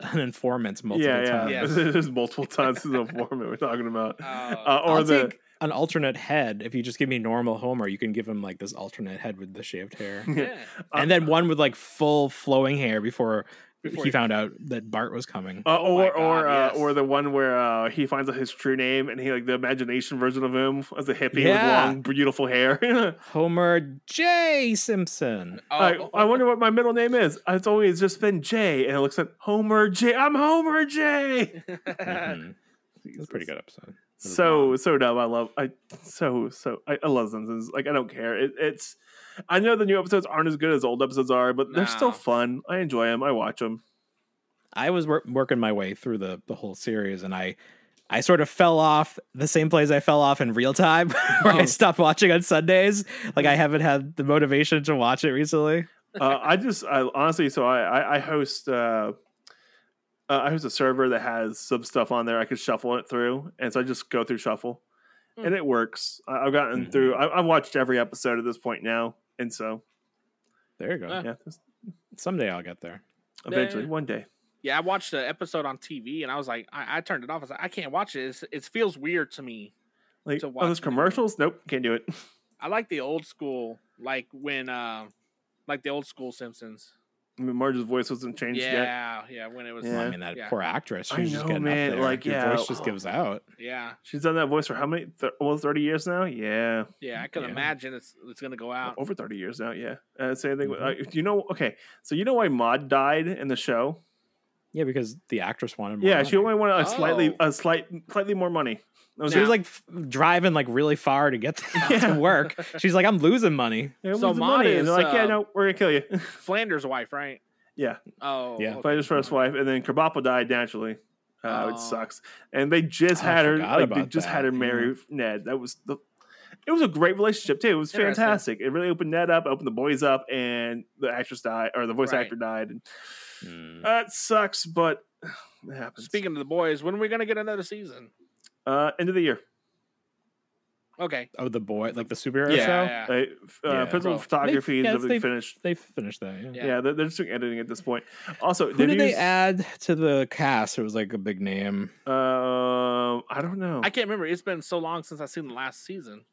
Speaker 10: an informant multiple
Speaker 3: yeah, yeah.
Speaker 10: times.
Speaker 2: Yes.
Speaker 3: *laughs* There's multiple times in the form that we're talking about.
Speaker 2: Uh,
Speaker 3: *laughs* Uh, or
Speaker 10: I'll
Speaker 3: the
Speaker 10: take an alternate head. If you just give me normal Homer, you can give him like this alternate head with the shaved hair,
Speaker 3: Um,
Speaker 2: yeah.
Speaker 10: and then one with like full flowing hair before,
Speaker 2: Before
Speaker 10: he
Speaker 2: he-
Speaker 10: found out that Bart was coming.
Speaker 3: uh,
Speaker 2: Oh my
Speaker 3: or or
Speaker 2: God,
Speaker 3: uh,
Speaker 2: yes.
Speaker 3: or the one where uh, he finds out his true name and he like the imagination version of him as a hippie
Speaker 10: Yeah.
Speaker 3: with long beautiful hair. *laughs*
Speaker 10: Homer J Simpson.
Speaker 2: Oh,
Speaker 3: I, I wonder what my middle name is. It's always just been Jay, and it looks like Homer J. I'm
Speaker 2: *laughs*
Speaker 3: Homer J.
Speaker 2: Oh.
Speaker 10: Mhm. It was a pretty good episode. It was
Speaker 3: so
Speaker 10: long.
Speaker 3: so dumb. I love I so so I, I love Simpsons. Like I don't care. It, it's I know the new episodes aren't as good as old episodes are, but they're still
Speaker 2: No.
Speaker 3: fun. I enjoy them. I watch them.
Speaker 10: I was wor- working my way through the the whole series, and I I sort of fell off the same place I fell off in real time, *laughs* where
Speaker 3: Oh.
Speaker 10: I stopped watching on Sundays. Like I
Speaker 3: Mm.
Speaker 10: haven't had the motivation to watch it recently.
Speaker 3: uh, I just I, honestly, so I I, I host uh, uh, I host a server that has some stuff on there. I can shuffle it through, and so I just go through shuffle, and
Speaker 2: Mm.
Speaker 3: it works. I, I've gotten
Speaker 10: Mhm.
Speaker 3: through. I, I've watched every episode at this point now, and so
Speaker 10: There you go.
Speaker 2: Uh,
Speaker 3: yeah, just
Speaker 10: Someday I'll get there.
Speaker 3: eventually
Speaker 2: yeah.
Speaker 3: one day.
Speaker 2: yeah, I watched the episode on TV and I was like, I, I turned it off. I was like, I can't watch it. It's, it feels weird to me.
Speaker 3: Like
Speaker 2: To
Speaker 3: oh,
Speaker 2: watch
Speaker 3: those
Speaker 2: it.
Speaker 3: commercials? Nope, can't do it. *laughs*
Speaker 2: I like the old school, like when, uh, like the old school Simpsons.
Speaker 3: I mean, Marge's voice wasn't changed yet.
Speaker 2: Yeah, yeah. When it was,
Speaker 3: Yeah.
Speaker 10: I
Speaker 2: yeah,
Speaker 10: mean, that
Speaker 2: yeah,
Speaker 10: poor actress.
Speaker 3: I
Speaker 10: She's just
Speaker 3: know,
Speaker 10: getting
Speaker 3: man,
Speaker 10: up there.
Speaker 3: like,
Speaker 10: Your
Speaker 3: yeah. oh.
Speaker 10: voice just gives out.
Speaker 2: yeah,
Speaker 3: She's done that voice for how many? Th- almost thirty years now. Yeah.
Speaker 2: yeah, I can
Speaker 10: Yeah.
Speaker 2: imagine it's it's gonna go out.
Speaker 3: over 30 years now yeah uh, same thing with- uh, do you know okay so you know why maud died in the show
Speaker 10: Yeah, because the actress wanted more.
Speaker 3: yeah she
Speaker 10: money.
Speaker 3: only wanted a slightly
Speaker 2: Oh.
Speaker 3: a slight slightly more money That was
Speaker 10: She was
Speaker 3: Oh, it.
Speaker 10: like f- driving like really far to get *laughs*
Speaker 3: Yeah.
Speaker 10: to work. She's like, I'm losing money.
Speaker 3: Yeah, it
Speaker 2: So
Speaker 3: was the
Speaker 2: Maud
Speaker 3: money. and
Speaker 2: is,
Speaker 3: they're like yeah
Speaker 2: uh,
Speaker 3: no we're gonna kill you *laughs*
Speaker 2: Flanders' wife, right?
Speaker 3: yeah
Speaker 2: Oh,
Speaker 10: Yeah.
Speaker 3: but his first wife and then Krabappel died naturally uh,
Speaker 2: Oh.
Speaker 3: it sucks and they just
Speaker 10: I
Speaker 3: had her
Speaker 10: forgot
Speaker 3: like, they
Speaker 10: about
Speaker 3: just had her
Speaker 10: that,
Speaker 3: marry ned that was the it was a great relationship too. It was
Speaker 2: Interesting.
Speaker 3: fantastic. It really opened Ned up, opened the boys up, and the actress died, or the voice
Speaker 2: Right. Hmm.
Speaker 3: actor died. And
Speaker 10: Mm.
Speaker 3: that sucks, but *sighs* it happens.
Speaker 2: Speaking of the boys, when are we gonna get another season?
Speaker 3: uh, end of the year.
Speaker 2: Okay.
Speaker 10: Oh, the boy, like the superhero
Speaker 3: Yeah,
Speaker 10: show.
Speaker 2: yeah.
Speaker 3: Right? F- Uh,
Speaker 10: Yeah.
Speaker 3: principal
Speaker 2: Well,
Speaker 3: photography is
Speaker 10: yes,
Speaker 3: everything
Speaker 10: they-
Speaker 3: finished.
Speaker 10: They finished that. Yeah.
Speaker 2: Yeah.
Speaker 3: Yeah, they're, they're just doing editing at this point. Also,
Speaker 10: Who did
Speaker 3: you
Speaker 10: they
Speaker 3: s-
Speaker 10: add to the cast? It was like a big name.
Speaker 3: Um, I don't know.
Speaker 2: I can't remember. It's been so long since I've seen the last season.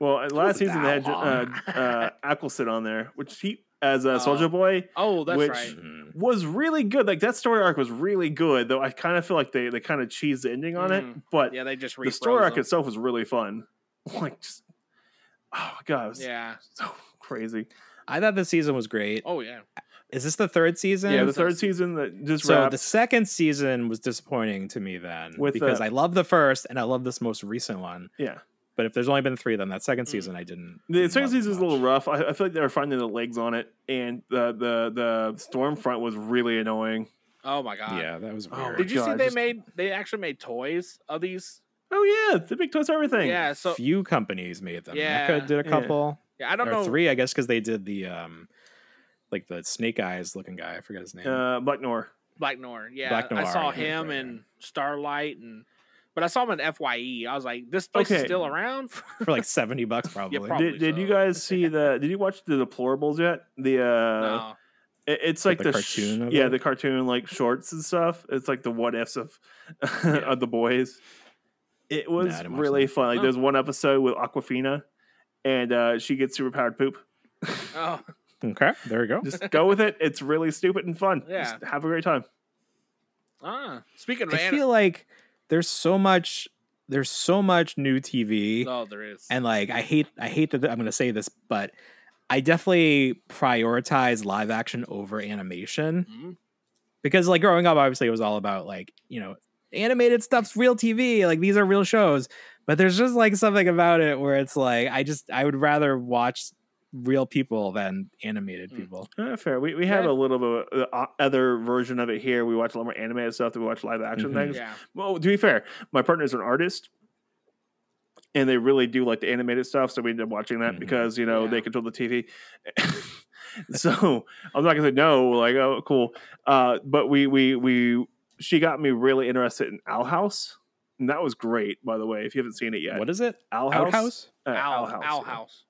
Speaker 3: well, uh, last
Speaker 10: wasn't
Speaker 3: season they had
Speaker 10: that
Speaker 3: J- uh, uh,
Speaker 2: *laughs*
Speaker 3: Ackleson on there, which he as a
Speaker 2: Oh.
Speaker 3: Soldier Boy
Speaker 2: Oh, that's
Speaker 3: Which-
Speaker 2: right.
Speaker 3: was really good. Like that story arc was really good, though. I kind of feel like they they kind of cheesed the ending on it,
Speaker 2: Mm.
Speaker 3: but
Speaker 2: Yeah, they just
Speaker 3: the story
Speaker 2: refroze
Speaker 3: arc
Speaker 2: them.
Speaker 3: itself was really fun. *laughs* Like, just oh my god, it was
Speaker 2: Yeah.
Speaker 3: so crazy.
Speaker 10: I thought the season was great.
Speaker 2: Oh yeah.
Speaker 10: Is this the third season?
Speaker 3: Yeah, the
Speaker 2: it's
Speaker 3: third
Speaker 2: awesome.
Speaker 3: season that just
Speaker 10: so
Speaker 3: wrapped.
Speaker 10: the second season was disappointing to me then
Speaker 3: With,
Speaker 10: because
Speaker 3: uh,
Speaker 10: I love the first and I love this most recent one.
Speaker 3: yeah.
Speaker 10: But if there's only been three, then that second
Speaker 3: Hmm.
Speaker 2: Mm.
Speaker 10: season I didn't.
Speaker 3: The
Speaker 10: didn't
Speaker 3: second
Speaker 10: love as
Speaker 3: season is a little
Speaker 10: much.
Speaker 3: rough. I, I feel like they were finding the legs on it, and the the the Stormfront was really annoying.
Speaker 2: Oh my god.
Speaker 10: Yeah, that was
Speaker 3: Oh,
Speaker 10: weird.
Speaker 3: my
Speaker 2: Did you see
Speaker 3: God,
Speaker 2: they
Speaker 3: just-
Speaker 2: made they actually made toys of these?
Speaker 3: Oh yeah, the big toys everything.
Speaker 2: Yeah, so
Speaker 10: Few companies made them.
Speaker 2: Yeah.
Speaker 10: NECA did
Speaker 3: Yeah.
Speaker 10: a couple.
Speaker 2: yeah, I don't
Speaker 10: or
Speaker 2: know.
Speaker 10: three, I guess, because they did the um, like the snake eyes looking guy. I forget his name.
Speaker 3: uh, Black Noir.
Speaker 2: Black Noir. Yeah,
Speaker 10: Black
Speaker 2: I saw
Speaker 10: Noir, yeah,
Speaker 2: him
Speaker 10: right,
Speaker 2: and Starlight, and but I saw him in Fye. I was like, this place is
Speaker 3: Okay.
Speaker 2: still around.
Speaker 10: *laughs*
Speaker 2: *laughs*
Speaker 10: for like seventy bucks probably.
Speaker 2: probably.
Speaker 3: Did, did you
Speaker 2: so.
Speaker 3: guys see the? Did you watch the deplorables yet? The uh,
Speaker 2: No.
Speaker 3: it- it's
Speaker 10: Like
Speaker 3: like
Speaker 10: the
Speaker 3: the, sh-
Speaker 10: cartoon of
Speaker 3: yeah,
Speaker 10: it?
Speaker 3: the cartoon like shorts and stuff. It's like the what ifs of *laughs*
Speaker 2: Yeah.
Speaker 3: of the boys. It was
Speaker 10: didn't watch
Speaker 3: really
Speaker 10: that.
Speaker 3: fun. Like
Speaker 2: Oh.
Speaker 3: there's one episode with Aquafina, and uh, she gets superpowered poop.
Speaker 2: Oh,
Speaker 10: Okay, there we go.
Speaker 3: Just go with it. It's really stupid and fun.
Speaker 2: Yeah.
Speaker 3: Just have a great time.
Speaker 2: ah. Speaking of,
Speaker 10: I
Speaker 2: anime,
Speaker 10: feel like there's so much there's so much new TV
Speaker 2: oh, there is.
Speaker 10: and like I hate I hate that I'm going to say this but I definitely prioritize live action over animation
Speaker 2: Mhm.
Speaker 10: because like growing up obviously it was all about like, you know, animated stuff's real TV, like these are real shows, but there's just like something about it where it's like I just I would rather watch real people than animated
Speaker 2: Mm.
Speaker 10: people.
Speaker 3: Uh, fair. We, we have
Speaker 2: Yeah.
Speaker 3: a little bit of the uh, other version of it here. We watch a lot more animated stuff than we watch live action
Speaker 10: Mhm.
Speaker 3: things.
Speaker 2: yeah,
Speaker 3: Well, to be fair, my partner's an artist, and they really do like the animated stuff. So we ended up watching that
Speaker 10: Mhm.
Speaker 3: because you know
Speaker 2: Yeah.
Speaker 3: they control the TV. *laughs* so I'm not gonna say no. Like, oh, cool. Uh, but we we we she got me really interested in Owl House, and that was great. By the way, if you haven't seen it yet,
Speaker 10: What is it?
Speaker 3: Owl House?
Speaker 10: Outhouse?
Speaker 3: Uh,
Speaker 2: Owl, Owl
Speaker 3: yeah.
Speaker 2: House,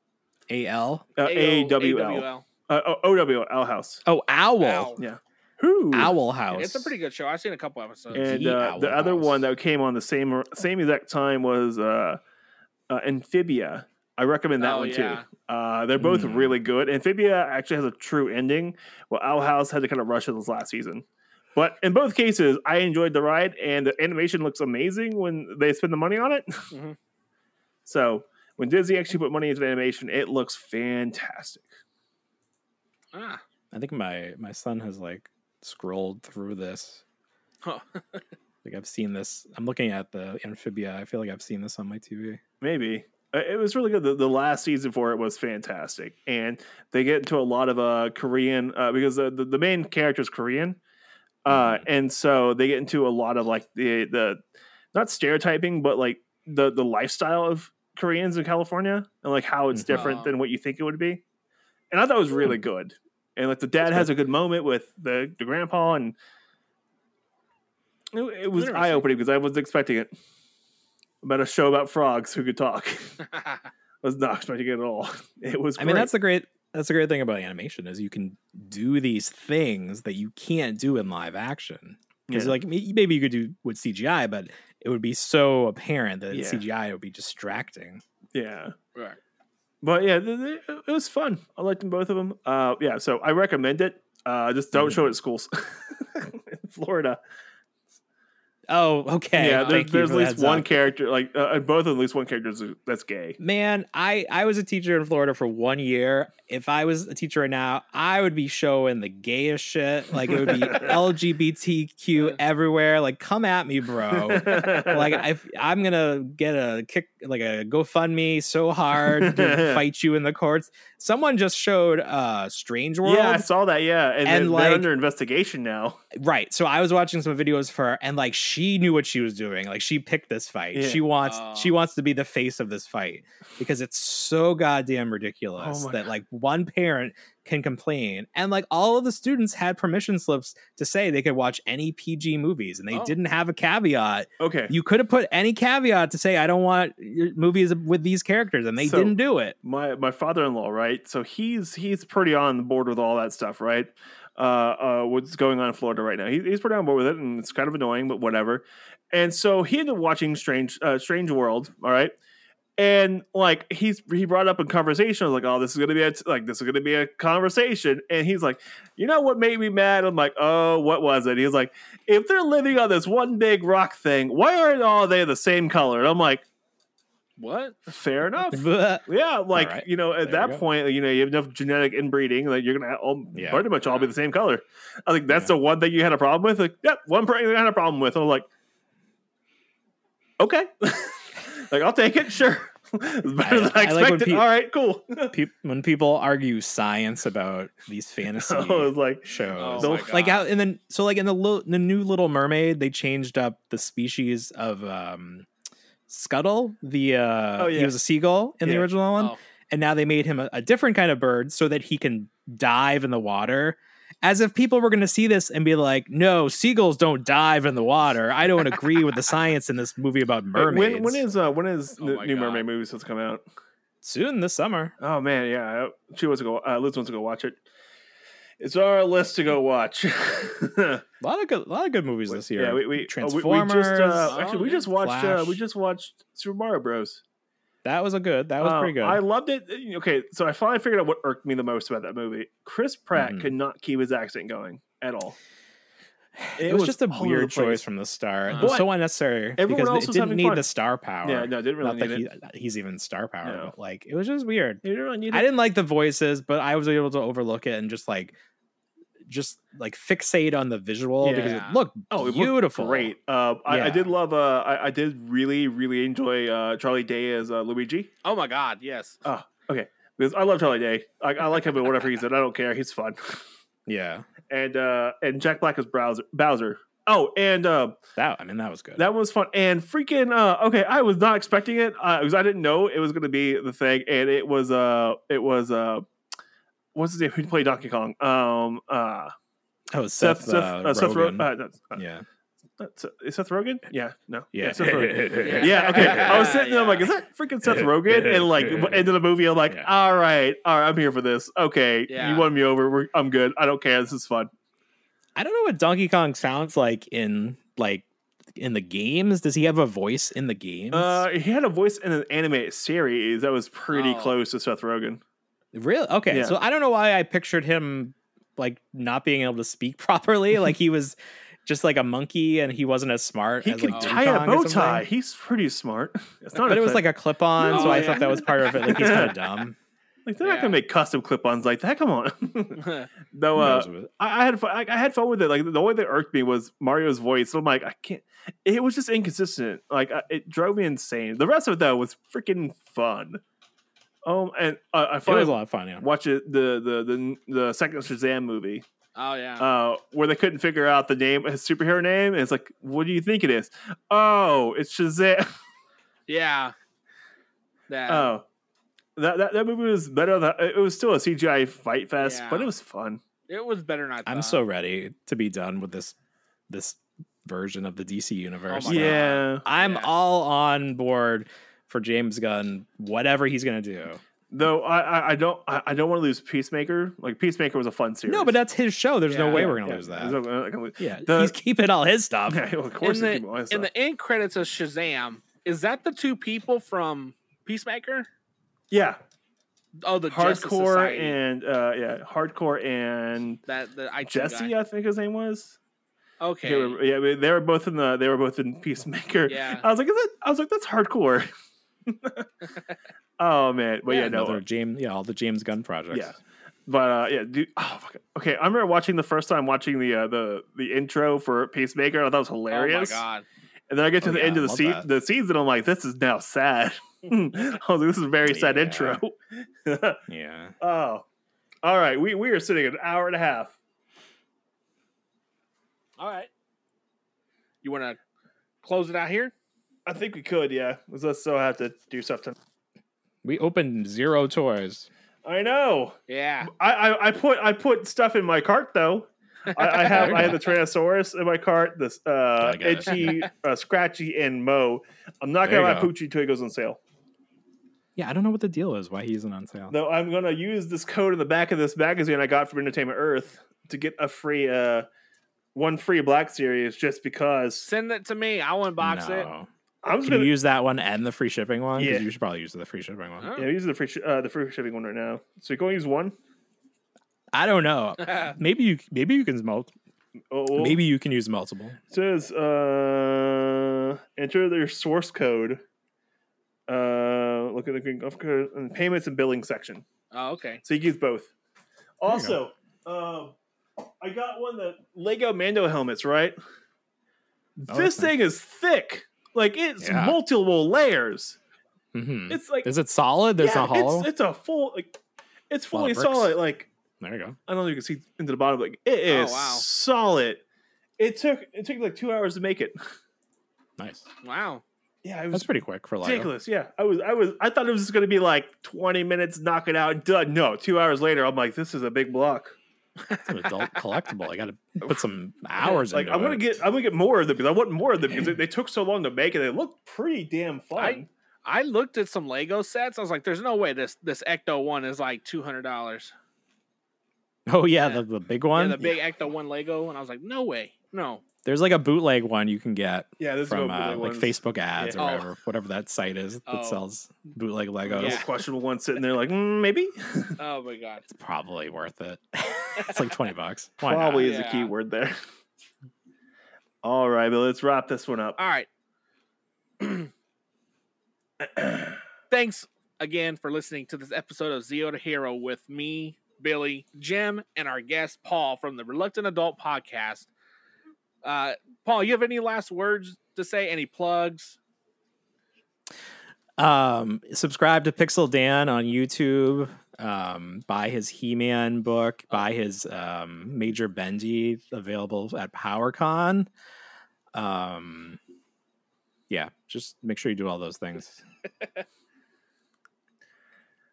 Speaker 10: A L.
Speaker 3: Uh,
Speaker 2: A-O-
Speaker 3: AWL.
Speaker 2: AWL.
Speaker 3: Uh, O- OWL, Owl House.
Speaker 10: Oh, owl.
Speaker 2: Owl.
Speaker 3: Yeah. Who?
Speaker 10: Owl
Speaker 2: Yeah,
Speaker 10: House.
Speaker 2: It's a pretty good show. I've seen a couple episodes.
Speaker 3: and
Speaker 10: The
Speaker 3: uh, the
Speaker 10: Owl
Speaker 3: other
Speaker 10: House.
Speaker 3: one that came on the same same exact time was uh, uh, Amphibia. I recommend that
Speaker 2: Oh,
Speaker 3: one
Speaker 2: yeah.
Speaker 3: too. Uh, they're both
Speaker 10: Mm.
Speaker 3: really good. Amphibia actually has a true ending. Well, Owl House had to kind of rush it this last season, but in both cases, I enjoyed the ride, and the animation looks amazing when they spend the money on it.
Speaker 2: Mhm.
Speaker 3: *laughs* so when Disney actually put money into animation, it looks fantastic.
Speaker 2: Ah.
Speaker 10: I think my my son has like scrolled through this.
Speaker 2: Huh. *laughs*
Speaker 10: Like I've seen this. I'm looking at the amphibia. I feel like I've seen this on my TV.
Speaker 3: Maybe Uh, it was really good. The, the last season for it was fantastic, and they get into a lot of uh, Korean uh, because the, the the main character is Korean, uh, and so they get into a lot of like the the not stereotyping, but like the the lifestyle of Koreans in California and like how it's
Speaker 10: Mhm.
Speaker 3: different than what you think it would be. And I thought it was
Speaker 10: Mm.
Speaker 3: really good. And like the dad has a good moment with the, the grandpa, and it, it was
Speaker 2: Interesting.
Speaker 3: eye opening because I wasn't expecting it. About a show about frogs who could talk *laughs*
Speaker 2: Ah.
Speaker 3: was not expecting it at all. *laughs* It was.
Speaker 10: I mean, that's the great that's the great thing about animation is you can do these things that you can't do in live action. Because
Speaker 3: Yeah.
Speaker 10: like may- maybe you could do with CGI, but it would be so apparent that
Speaker 3: Yeah.
Speaker 10: CGI would be distracting.
Speaker 3: yeah.
Speaker 2: *laughs* Right.
Speaker 3: But yeah, th- th- it was fun. I liked them both of them. Uh, yeah, so I recommend it. Uh, just
Speaker 10: Mm.
Speaker 3: don't show it at schools *laughs* in Florida.
Speaker 10: Oh, okay.
Speaker 3: yeah, there,
Speaker 10: Thank you
Speaker 3: there's at
Speaker 10: for the
Speaker 3: least
Speaker 10: heads
Speaker 3: one
Speaker 10: up.
Speaker 3: character, like uh, in both of them, at least one character is- that's gay.
Speaker 10: Man, I I was a teacher in Florida for one year. If I was a teacher right now, I would be showing the gayest shit. Like it would
Speaker 3: *laughs*
Speaker 10: be LGBTQ everywhere. Like come at
Speaker 3: *laughs*
Speaker 10: me, bro. Like if I'm gonna get a kick, like a GoFundMe so hard
Speaker 3: *laughs*
Speaker 10: to fight you in the courts. Someone just showed uh Strange World.
Speaker 3: yeah, I saw that. Yeah, and,
Speaker 10: And,
Speaker 3: they're,
Speaker 10: like-
Speaker 3: they're under investigation now.
Speaker 10: Right. So I was watching some videos for her and like she knew what she was doing. Like she picked this fight.
Speaker 3: Yeah.
Speaker 10: She wants
Speaker 2: Oh.
Speaker 10: she wants to be the face of this fight because it's so goddamn ridiculous
Speaker 3: Oh my
Speaker 10: that like one parent can complain and like all of the students had permission slips to say they could watch any PG movies and they
Speaker 2: Oh.
Speaker 10: didn't have a caveat.
Speaker 3: Okay,
Speaker 10: You could have put any caveat to say I don't want your movies with these characters and they
Speaker 3: So-
Speaker 10: didn't
Speaker 3: *laughs*
Speaker 10: do it.
Speaker 3: my my father-in-law right so he's he's pretty on the board with all that stuff right uh uh what's going on in florida right now he, he's pretty on board with it and it's kind of annoying but whatever and so he ended up watching strange uh strange world all right and like he's he brought up in conversation I was like oh this is gonna be a t- like this is gonna be a conversation and he's like you know what made me mad i'm like oh what was it he's like if they're living on this one big rock thing why aren't all they the same color and i'm like
Speaker 2: What?
Speaker 3: fair
Speaker 10: *laughs*
Speaker 3: enough
Speaker 10: But
Speaker 3: yeah, like
Speaker 10: right.
Speaker 3: you know, at
Speaker 10: There we go.
Speaker 3: that point, you know, you have enough genetic inbreeding that you're gonna all
Speaker 10: Yeah.
Speaker 3: pretty much all be the same color. I think that's the one that you had a problem with. Like, yep, one person I had a problem with. I'm like, okay, *laughs* like I'll take it. Sure, *laughs* it's better
Speaker 10: I-
Speaker 3: than
Speaker 10: I
Speaker 3: I
Speaker 10: like when
Speaker 3: expected.
Speaker 10: pe-
Speaker 3: all right, cool. *laughs*
Speaker 10: pe- when people argue science about these fantasy
Speaker 3: I was like,
Speaker 10: shows.
Speaker 2: Oh my
Speaker 10: like
Speaker 2: God.
Speaker 10: out and then so like in the little the new Little Mermaid, they changed up the species of um Scuttle. The uh
Speaker 3: Oh,
Speaker 10: he
Speaker 3: yeah.
Speaker 10: was a seagull in the
Speaker 3: Yeah.
Speaker 10: original one,
Speaker 2: Oh.
Speaker 10: and now they made him a, a different kind of bird so that he can dive in the water. as if people were going to see this and be like, "No, seagulls don't dive in the water." I don't agree with the science in this movie about
Speaker 3: Wait,
Speaker 10: mermaids.
Speaker 3: when, when is uh, when is
Speaker 10: Oh
Speaker 3: the
Speaker 10: my
Speaker 3: new
Speaker 10: God.
Speaker 3: mermaid movie supposed to come out?
Speaker 10: soon this summer?
Speaker 3: Oh man, yeah. I- She wants to go. Uh, Liz wants to go watch it. It's on our list to go watch. *laughs*
Speaker 10: A lot of good, lot of good movies this year.
Speaker 3: Yeah, we, we uh, we-
Speaker 10: Transformers.
Speaker 3: We just, uh, actually, we just watched. Uh, we
Speaker 10: Flash.
Speaker 3: just watched Super Mario Bros.
Speaker 10: that was a good. That was
Speaker 3: Uh,
Speaker 10: pretty good.
Speaker 3: I loved it. Okay, so I finally figured out what irked me the most about that movie. Chris Pratt
Speaker 10: Mhm.
Speaker 3: could not keep his accent going at all.
Speaker 10: it,
Speaker 3: it
Speaker 10: was,
Speaker 3: was
Speaker 10: just a
Speaker 3: all over the
Speaker 10: weird
Speaker 3: place.
Speaker 10: choice from the start.
Speaker 2: Uh,
Speaker 10: it was
Speaker 3: But
Speaker 10: so unnecessary
Speaker 3: everyone
Speaker 10: because
Speaker 3: else
Speaker 10: it
Speaker 3: was
Speaker 10: didn't
Speaker 3: having
Speaker 10: need
Speaker 3: fun.
Speaker 10: the star power.
Speaker 3: Yeah, no, didn't really
Speaker 10: Not that
Speaker 3: need
Speaker 10: he,
Speaker 3: it.
Speaker 10: he's even star power,
Speaker 3: No.
Speaker 10: but like it was just weird.
Speaker 3: He didn't really need
Speaker 10: I
Speaker 3: it.
Speaker 10: didn't like the voices, but I was able to overlook it and just like just like fixate on the visual because
Speaker 2: Yeah.
Speaker 10: it looked
Speaker 3: Oh, it looked
Speaker 10: beautiful.
Speaker 3: Great. Uh, I, I
Speaker 10: Yeah.
Speaker 3: did love. Uh, I, I did really, really enjoy uh, Charlie Day as uh, Luigi
Speaker 2: Oh my God! Yes. *laughs*
Speaker 3: because I love Charlie Day. I, I like him in whatever he's in. I don't care. He's fun. *laughs*
Speaker 10: Yeah.
Speaker 3: And uh, and Jack Black as Bowser. Bowser. Oh, and uh,
Speaker 10: That I mean that was good.
Speaker 3: that was fun. And freaking. Uh, okay, I was not expecting it uh, because I didn't know it was going to be the thing. And it was. Uh, it was. Uh, what's his name? *laughs* Who played Donkey Kong? Um. Uh,
Speaker 10: oh, Seth,
Speaker 3: Seth. Seth.
Speaker 10: uh,
Speaker 3: uh, Seth. Ro-
Speaker 10: Rogen.
Speaker 3: uh, that's- uh,
Speaker 10: yeah.
Speaker 3: that's- is Seth Rogen? Yeah. No.
Speaker 10: Yeah.
Speaker 3: Seth
Speaker 10: *laughs*
Speaker 3: Rogen. Yeah, okay. I was sitting there, I'm like, is that freaking Seth Rogen? And like, w- end of the movie, I'm like,
Speaker 10: Yeah.
Speaker 3: all right, all right, I'm here for this. Okay,
Speaker 2: Yeah.
Speaker 3: you won me over. We're, I'm good. I don't care. This is fun.
Speaker 10: I don't know what Donkey Kong sounds like in like in the games. Does he have a voice in the games?
Speaker 3: Uh, he had a voice in an anime series that was pretty
Speaker 2: Oh.
Speaker 3: close to Seth Rogen.
Speaker 10: Really? Okay.
Speaker 3: Yeah.
Speaker 10: So I don't know why I pictured him like not being able to speak *laughs* properly. like he was just like a monkey and he wasn't as smart.
Speaker 3: He
Speaker 10: as,
Speaker 3: can
Speaker 10: like, Donkey
Speaker 3: tie a
Speaker 10: Kong or
Speaker 3: bow
Speaker 10: something.
Speaker 3: tie. He's pretty smart. *laughs* It's not
Speaker 10: But
Speaker 3: a
Speaker 10: it was
Speaker 3: clip.
Speaker 10: like a clip on, so
Speaker 2: Oh,
Speaker 10: I
Speaker 2: yeah.
Speaker 10: thought that was part of it. Like he's
Speaker 3: *laughs*
Speaker 10: kind of dumb.
Speaker 3: like they're not
Speaker 2: Yeah.
Speaker 3: gonna make custom clip-ons like that. Come on. *laughs*
Speaker 2: Oh,
Speaker 3: no, uh, I, I had fun. I, I had fun with it. Like the only thing that irked me was Mario's voice. I'm like, I can't. It was just inconsistent. Like I, it drove me insane. The rest of it though was freaking fun. Um, and uh, I
Speaker 10: it was a
Speaker 3: finally
Speaker 10: lot of fun. Yeah.
Speaker 3: watched it, the the the the second Shazam movie,
Speaker 2: oh yeah.
Speaker 3: uh, where they couldn't figure out the name, his superhero name. And it's like, what do you think it is? Oh, it's Shazam.
Speaker 2: yeah. That.
Speaker 3: Oh, that, that that movie was better. Than, it was still a CGI fight fest, but
Speaker 2: Yeah.
Speaker 3: it was fun.
Speaker 2: it was better than I thought.
Speaker 3: uh,
Speaker 10: I'm so ready to be done with this this version of the DC universe.
Speaker 2: Oh my God.
Speaker 3: Oh yeah.
Speaker 10: I'm
Speaker 2: Yeah.
Speaker 10: all on board for James Gunn, whatever he's gonna do.
Speaker 3: Though I, I, I don't I, I don't want to lose Peacemaker. Like Peacemaker was a fun series.
Speaker 10: No, but that's his show. There's no
Speaker 2: Yeah.
Speaker 10: way
Speaker 3: Yeah,
Speaker 10: we're gonna
Speaker 3: yeah.
Speaker 10: lose
Speaker 3: There's
Speaker 10: that.
Speaker 3: no- we're not gonna lose- *laughs*
Speaker 10: yeah,
Speaker 3: The-
Speaker 10: he's keeping all his stuff.
Speaker 3: Yeah, well, of course.
Speaker 2: in
Speaker 3: they
Speaker 2: the-
Speaker 3: keep all this
Speaker 2: in
Speaker 3: stuff.
Speaker 2: the end credits of Shazam, is that the two people from Peacemaker?
Speaker 3: yeah,
Speaker 2: Oh, the Justice
Speaker 3: hardcore
Speaker 2: Society.
Speaker 3: and uh, yeah, hardcore and
Speaker 2: that the IT
Speaker 3: Jesse,
Speaker 2: guy.
Speaker 3: I think his name was. They
Speaker 2: Okay.
Speaker 3: were, yeah, I mean, they were both in the they were both in Peacemaker.
Speaker 2: Yeah.
Speaker 3: I was like, is that? I was like, that's hardcore. *laughs*
Speaker 2: *laughs*
Speaker 3: oh man, but yeah, no,
Speaker 10: another James. Yeah, all the James Gunn projects.
Speaker 3: Yeah. But uh, yeah, dude. Oh, fuck. okay. I remember watching the first time watching the uh, the the intro for Peacemaker. and I thought it was hilarious.
Speaker 2: Oh my god.
Speaker 3: And then I get to
Speaker 10: Oh,
Speaker 3: the
Speaker 10: yeah,
Speaker 3: end of
Speaker 10: I
Speaker 3: the
Speaker 10: love
Speaker 3: se-
Speaker 10: that.
Speaker 3: the season. I'm like, this is now sad. *laughs* I was like, this is a very sad
Speaker 10: Yeah.
Speaker 3: intro. *laughs*
Speaker 10: yeah.
Speaker 3: oh, all right. We we are sitting an hour and a half.
Speaker 2: All right. You want to close it out here?
Speaker 3: I think we could, yeah. Because us still have to do stuff. To-
Speaker 10: We opened zero toys.
Speaker 3: I know.
Speaker 2: Yeah.
Speaker 3: I, I I put I put stuff in my cart though.
Speaker 10: *laughs*
Speaker 3: I, I have I have the Tyrannosaurus in my cart. This uh,
Speaker 10: I got it.
Speaker 3: itchy, uh, scratchy, and Mo. I'm not
Speaker 10: There
Speaker 3: gonna
Speaker 10: you
Speaker 3: buy
Speaker 10: go.
Speaker 3: Poochie till it goes on sale.
Speaker 10: Yeah, I don't know what the deal is. Why he isn't on sale?
Speaker 3: Though I'm gonna use this code in the back of this magazine I got from Entertainment Earth to get a free uh one free black series just because
Speaker 2: Send it to me. I will unbox it. *laughs*
Speaker 3: *laughs*
Speaker 10: No.
Speaker 3: I'm just
Speaker 10: Can you
Speaker 3: gonna
Speaker 10: use that one and the free shipping one?
Speaker 3: Yeah.
Speaker 10: Because you should probably use the free shipping one.
Speaker 2: Huh?
Speaker 3: yeah, use the free sh- uh, the free shipping one right now. So you can only use one.
Speaker 10: I don't know. maybe you maybe you can mul-
Speaker 3: Oh, well,
Speaker 10: maybe you can use multiple.
Speaker 3: it says uh enter their source code. Uh look at the green code and payments and billing section.
Speaker 2: Oh, okay.
Speaker 3: So you can use both.
Speaker 10: you
Speaker 3: Also, um I got one of the Lego Mando helmets, right?
Speaker 10: Oh,
Speaker 3: this
Speaker 10: that's nice.
Speaker 3: thing is thick. Like it's
Speaker 10: Yeah.
Speaker 3: multiple layers.
Speaker 10: Mhm.
Speaker 3: It's like
Speaker 10: Is it solid? There's
Speaker 3: yeah,
Speaker 10: not hollow.
Speaker 3: It's, it's a full like it's
Speaker 10: Lot
Speaker 3: fully
Speaker 10: of bricks.
Speaker 3: solid. Like
Speaker 10: there you go.
Speaker 3: I don't know if you can see into the bottom. Like it
Speaker 2: Oh,
Speaker 3: is
Speaker 2: wow.
Speaker 3: solid. It took it took like two hours to make it.
Speaker 10: Nice.
Speaker 2: Wow.
Speaker 3: Yeah, it
Speaker 10: That's
Speaker 3: was
Speaker 10: pretty quick for Lego.
Speaker 3: ridiculous. Yeah, I was I was I thought it was just gonna be like twenty minutes, knock it out, done. No, two hours later, I'm like, this is a big block.
Speaker 10: It's *laughs* an adult collectible. I got to
Speaker 3: *laughs*
Speaker 10: put some hours
Speaker 3: Like
Speaker 10: into
Speaker 3: I'm gonna
Speaker 10: it.
Speaker 3: get I'm gonna get more of them because I want more of them because they, they took so long to make and they look pretty damn fun.
Speaker 2: I- I looked at some Lego sets. I was like, "There's no way this this Ecto one is like two hundred dollars."
Speaker 10: oh yeah,
Speaker 2: yeah.
Speaker 10: The, the big one.
Speaker 2: Yeah, the big Ecto one Lego, and I was like, "No way, no."
Speaker 10: There's like a bootleg one you can get
Speaker 3: yeah, this is
Speaker 10: from uh, like Facebook ads
Speaker 2: Yeah.
Speaker 10: or
Speaker 2: Oh.
Speaker 10: whatever, whatever that site is that
Speaker 2: Oh.
Speaker 10: sells bootleg Legos.
Speaker 2: Yeah.
Speaker 3: questionable one sitting there like mm, maybe
Speaker 2: Oh my god,
Speaker 10: It's probably worth
Speaker 2: *laughs*
Speaker 10: it. it's like twenty bucks. *laughs* Why not?
Speaker 3: probably is a
Speaker 2: Yeah.
Speaker 3: key word there. *laughs* All right, but let's wrap this one up.
Speaker 2: All right. *clears throat* Thanks again for listening to this episode of Zeo to Hero with me, Billy, Jim, and our guest Paul from the Reluctant Adult Podcast. Uh, Paul, you have any last words to say? Any plugs?
Speaker 10: um subscribe to pixel dan on youtube um buy his he-man book
Speaker 2: Oh.
Speaker 10: buy his um major bendy available at powercon um yeah just make sure you do all those things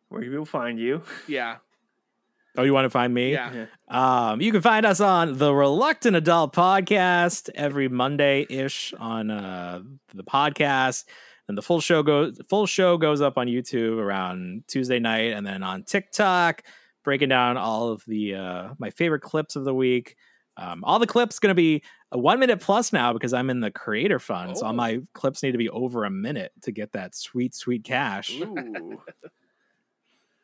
Speaker 3: Where can people find you?
Speaker 2: Yeah,
Speaker 10: oh you want to find me
Speaker 2: yeah.
Speaker 10: Um, you can find us on the Reluctant Adult Podcast every Monday ish on uh, the podcast, and the full show goes full show goes up on YouTube around Tuesday night, and then on TikTok, breaking down all of the uh, my favorite clips of the week. Um, all the clips going to be a one minute plus now because I'm in the creator fund, so all
Speaker 2: Oh.
Speaker 10: my clips need to be over a minute to get that sweet sweet cash.
Speaker 3: Ooh.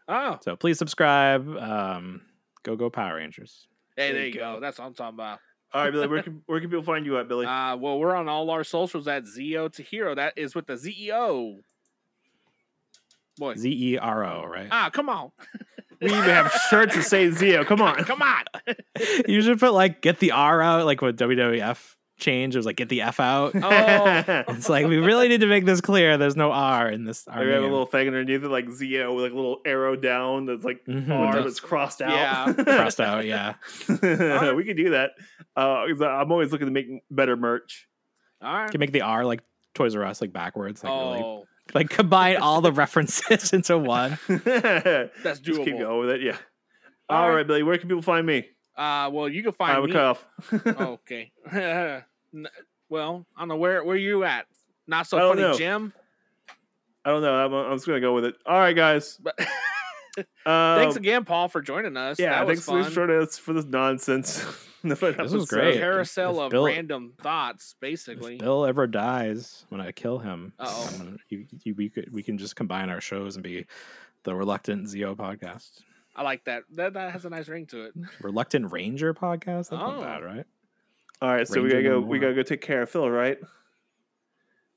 Speaker 2: Oh,
Speaker 10: So please subscribe. Um, go go Power Rangers.
Speaker 2: hey, there you go. That's what I'm talking about.
Speaker 3: *laughs* All right, Billy, where can where can people find you at, Billy?
Speaker 2: Uh, well, we're on all our socials at Zeo to Hero. That is with the ZEO. Boy,
Speaker 10: Z E R O, right?
Speaker 2: ah, come on,
Speaker 3: we even have shirts that say Zio. Come
Speaker 2: *laughs*
Speaker 3: on. *laughs*
Speaker 2: come on.
Speaker 10: you should put like get the R out, like with WWF change. It was like get the F out.
Speaker 2: Oh,
Speaker 10: It's like we really need to make this clear. There's no R in this.
Speaker 3: I
Speaker 10: R
Speaker 3: have a
Speaker 10: name.
Speaker 3: little thing underneath it, like Zio, with like a little arrow down that's like
Speaker 10: Mhm.
Speaker 3: R
Speaker 10: With
Speaker 3: that's crossed out. *laughs*
Speaker 2: Yeah.
Speaker 10: crossed out. Yeah,
Speaker 3: we could do that. Uh, 'cause I'm always looking to make better merch. *laughs*
Speaker 2: all right.
Speaker 10: can make the R like Toys R Us like backwards. Like really,
Speaker 2: oh,
Speaker 10: like combine all the references *laughs* into one.
Speaker 3: That's
Speaker 2: That's
Speaker 3: Just keep
Speaker 2: doable.
Speaker 3: going with it. Yeah.
Speaker 2: All
Speaker 3: All
Speaker 2: right.
Speaker 3: right, Billy, where can people find me?
Speaker 2: uh, well, you can
Speaker 3: I
Speaker 2: find
Speaker 3: would
Speaker 2: me.
Speaker 3: cut off.
Speaker 2: Oh, okay. *laughs* N- well, I don't know where where you at. Not so
Speaker 3: I don't
Speaker 2: funny,
Speaker 3: know.
Speaker 2: Jim.
Speaker 3: I don't know. I'm, I'm just gonna go with it. All right, guys.
Speaker 2: But *laughs*
Speaker 3: Um,
Speaker 2: thanks again, Paul, for joining us.
Speaker 3: Yeah,
Speaker 2: that was
Speaker 3: thanks for
Speaker 2: fun.
Speaker 3: joining us for this nonsense. *laughs* this
Speaker 10: was great.
Speaker 2: Carousel
Speaker 10: Let's
Speaker 2: of
Speaker 10: build it.
Speaker 2: random thoughts, basically.
Speaker 10: If Bill ever dies, when I kill him,
Speaker 2: Uh-oh.
Speaker 10: I'm gonna- you, you, we could we can just combine our shows and be the Reluctant Zio podcast,
Speaker 2: I like that. That that has a nice ring
Speaker 10: *laughs*
Speaker 2: to it.
Speaker 10: Reluctant Ranger podcast. That's
Speaker 2: Oh.
Speaker 10: not bad, right?
Speaker 3: All right, so we
Speaker 10: Ranger
Speaker 3: gotta go.
Speaker 10: no
Speaker 3: We
Speaker 10: more.
Speaker 3: gotta go take care of Phil, right?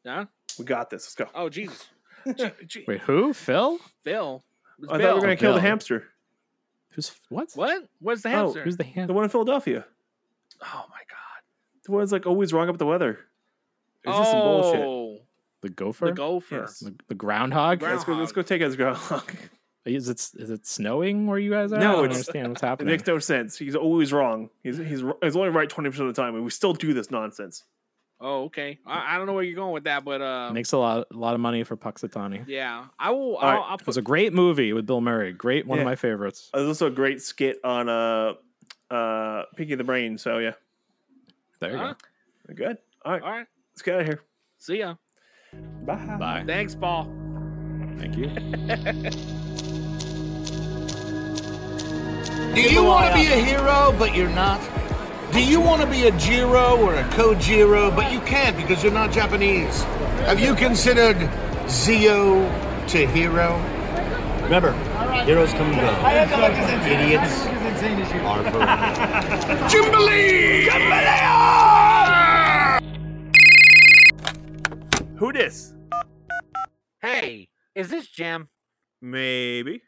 Speaker 2: Huh?
Speaker 3: We got this. Let's go.
Speaker 2: Oh,
Speaker 3: *laughs*
Speaker 2: Jesus. G- G-
Speaker 10: Wait, who? Phil?
Speaker 2: Bill. It's
Speaker 3: I thought we
Speaker 2: Oh, Bill.
Speaker 3: were gonna
Speaker 10: *laughs*
Speaker 3: kill the
Speaker 10: Bill.
Speaker 3: hamster,
Speaker 10: Who's what?
Speaker 2: What? Where's the
Speaker 3: Oh,
Speaker 2: hamster?
Speaker 10: Who's the hand?
Speaker 3: the one in Philadelphia,
Speaker 2: oh my god.
Speaker 3: the one that's like always wrong about the weather. It's just some bullshit.
Speaker 2: oh,
Speaker 10: The gopher?
Speaker 2: the gopher.
Speaker 3: Yes.
Speaker 10: The, the groundhog?
Speaker 2: Ground-
Speaker 3: Let's go. Let's go take his *laughs* groundhog.
Speaker 10: Is it is it snowing where you guys are?
Speaker 3: No,
Speaker 10: I don't
Speaker 3: it's-
Speaker 10: understand
Speaker 3: *laughs*
Speaker 10: what's
Speaker 3: It
Speaker 10: happening.
Speaker 3: makes no sense. He's always wrong. He's he's, he's only right twenty percent of the time, and we still do this nonsense.
Speaker 2: Oh, okay. I, I don't know where you're going with that, but uh,
Speaker 10: Makes a lot a lot of money for Puxatani.
Speaker 2: yeah, I will.
Speaker 3: right.
Speaker 2: I'll, I'll
Speaker 10: It was
Speaker 2: put.
Speaker 10: a great movie with Bill Murray. Great, one
Speaker 3: Yeah.
Speaker 10: of my favorites.
Speaker 3: There's also a great skit on uh uh Pinky and the Brain. So yeah,
Speaker 10: There you
Speaker 2: Huh?
Speaker 3: we're good. All right,
Speaker 2: All right.
Speaker 3: let's get out of here.
Speaker 2: See ya.
Speaker 10: go. Bye.
Speaker 2: Thanks, Paul.
Speaker 10: Thank you.
Speaker 12: Do you want to be a hero, but you're not? Do you want to be a Jiro or a Kojiro, but you can't because you're not Japanese? Have you considered Zio to Hero? Remember, heroes come and go. Idiots are forever. Jubilee!
Speaker 3: Who dis?
Speaker 6: Hey, is this Jim?
Speaker 3: Maybe.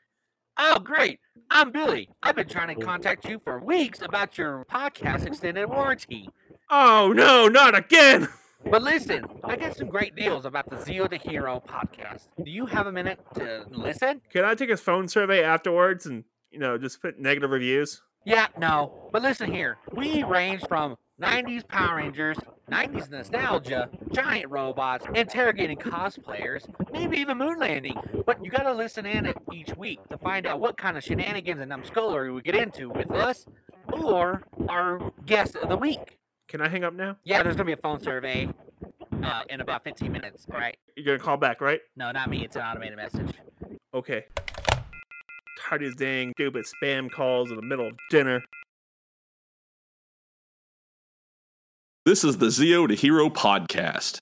Speaker 6: Oh, great. I'm Billy. I've been trying to contact you for weeks about your podcast extended warranty.
Speaker 3: Oh no, not again!
Speaker 6: But listen, I got some great deals about the Zio to Hero podcast. Do you have a minute to listen?
Speaker 3: Can I take his phone survey afterwards and you know just put negative reviews?
Speaker 6: Yeah, no. But listen here. We range from 90s Power Rangers, 90s nostalgia, giant robots, interrogating cosplayers, maybe even moon landing. But you gotta listen in it each week to find out what kind of shenanigans and numbskullery we get into with us. or our guest of the week.
Speaker 3: Can I hang up now?
Speaker 6: Yeah, there's gonna be a phone survey uh, in about 15 minutes. All right.
Speaker 3: You're gonna call back, right?
Speaker 6: No, not me. It's an automated message.
Speaker 3: Okay. Tired as dang stupid spam calls in the middle of dinner.
Speaker 1: This is the Zio to Hero podcast.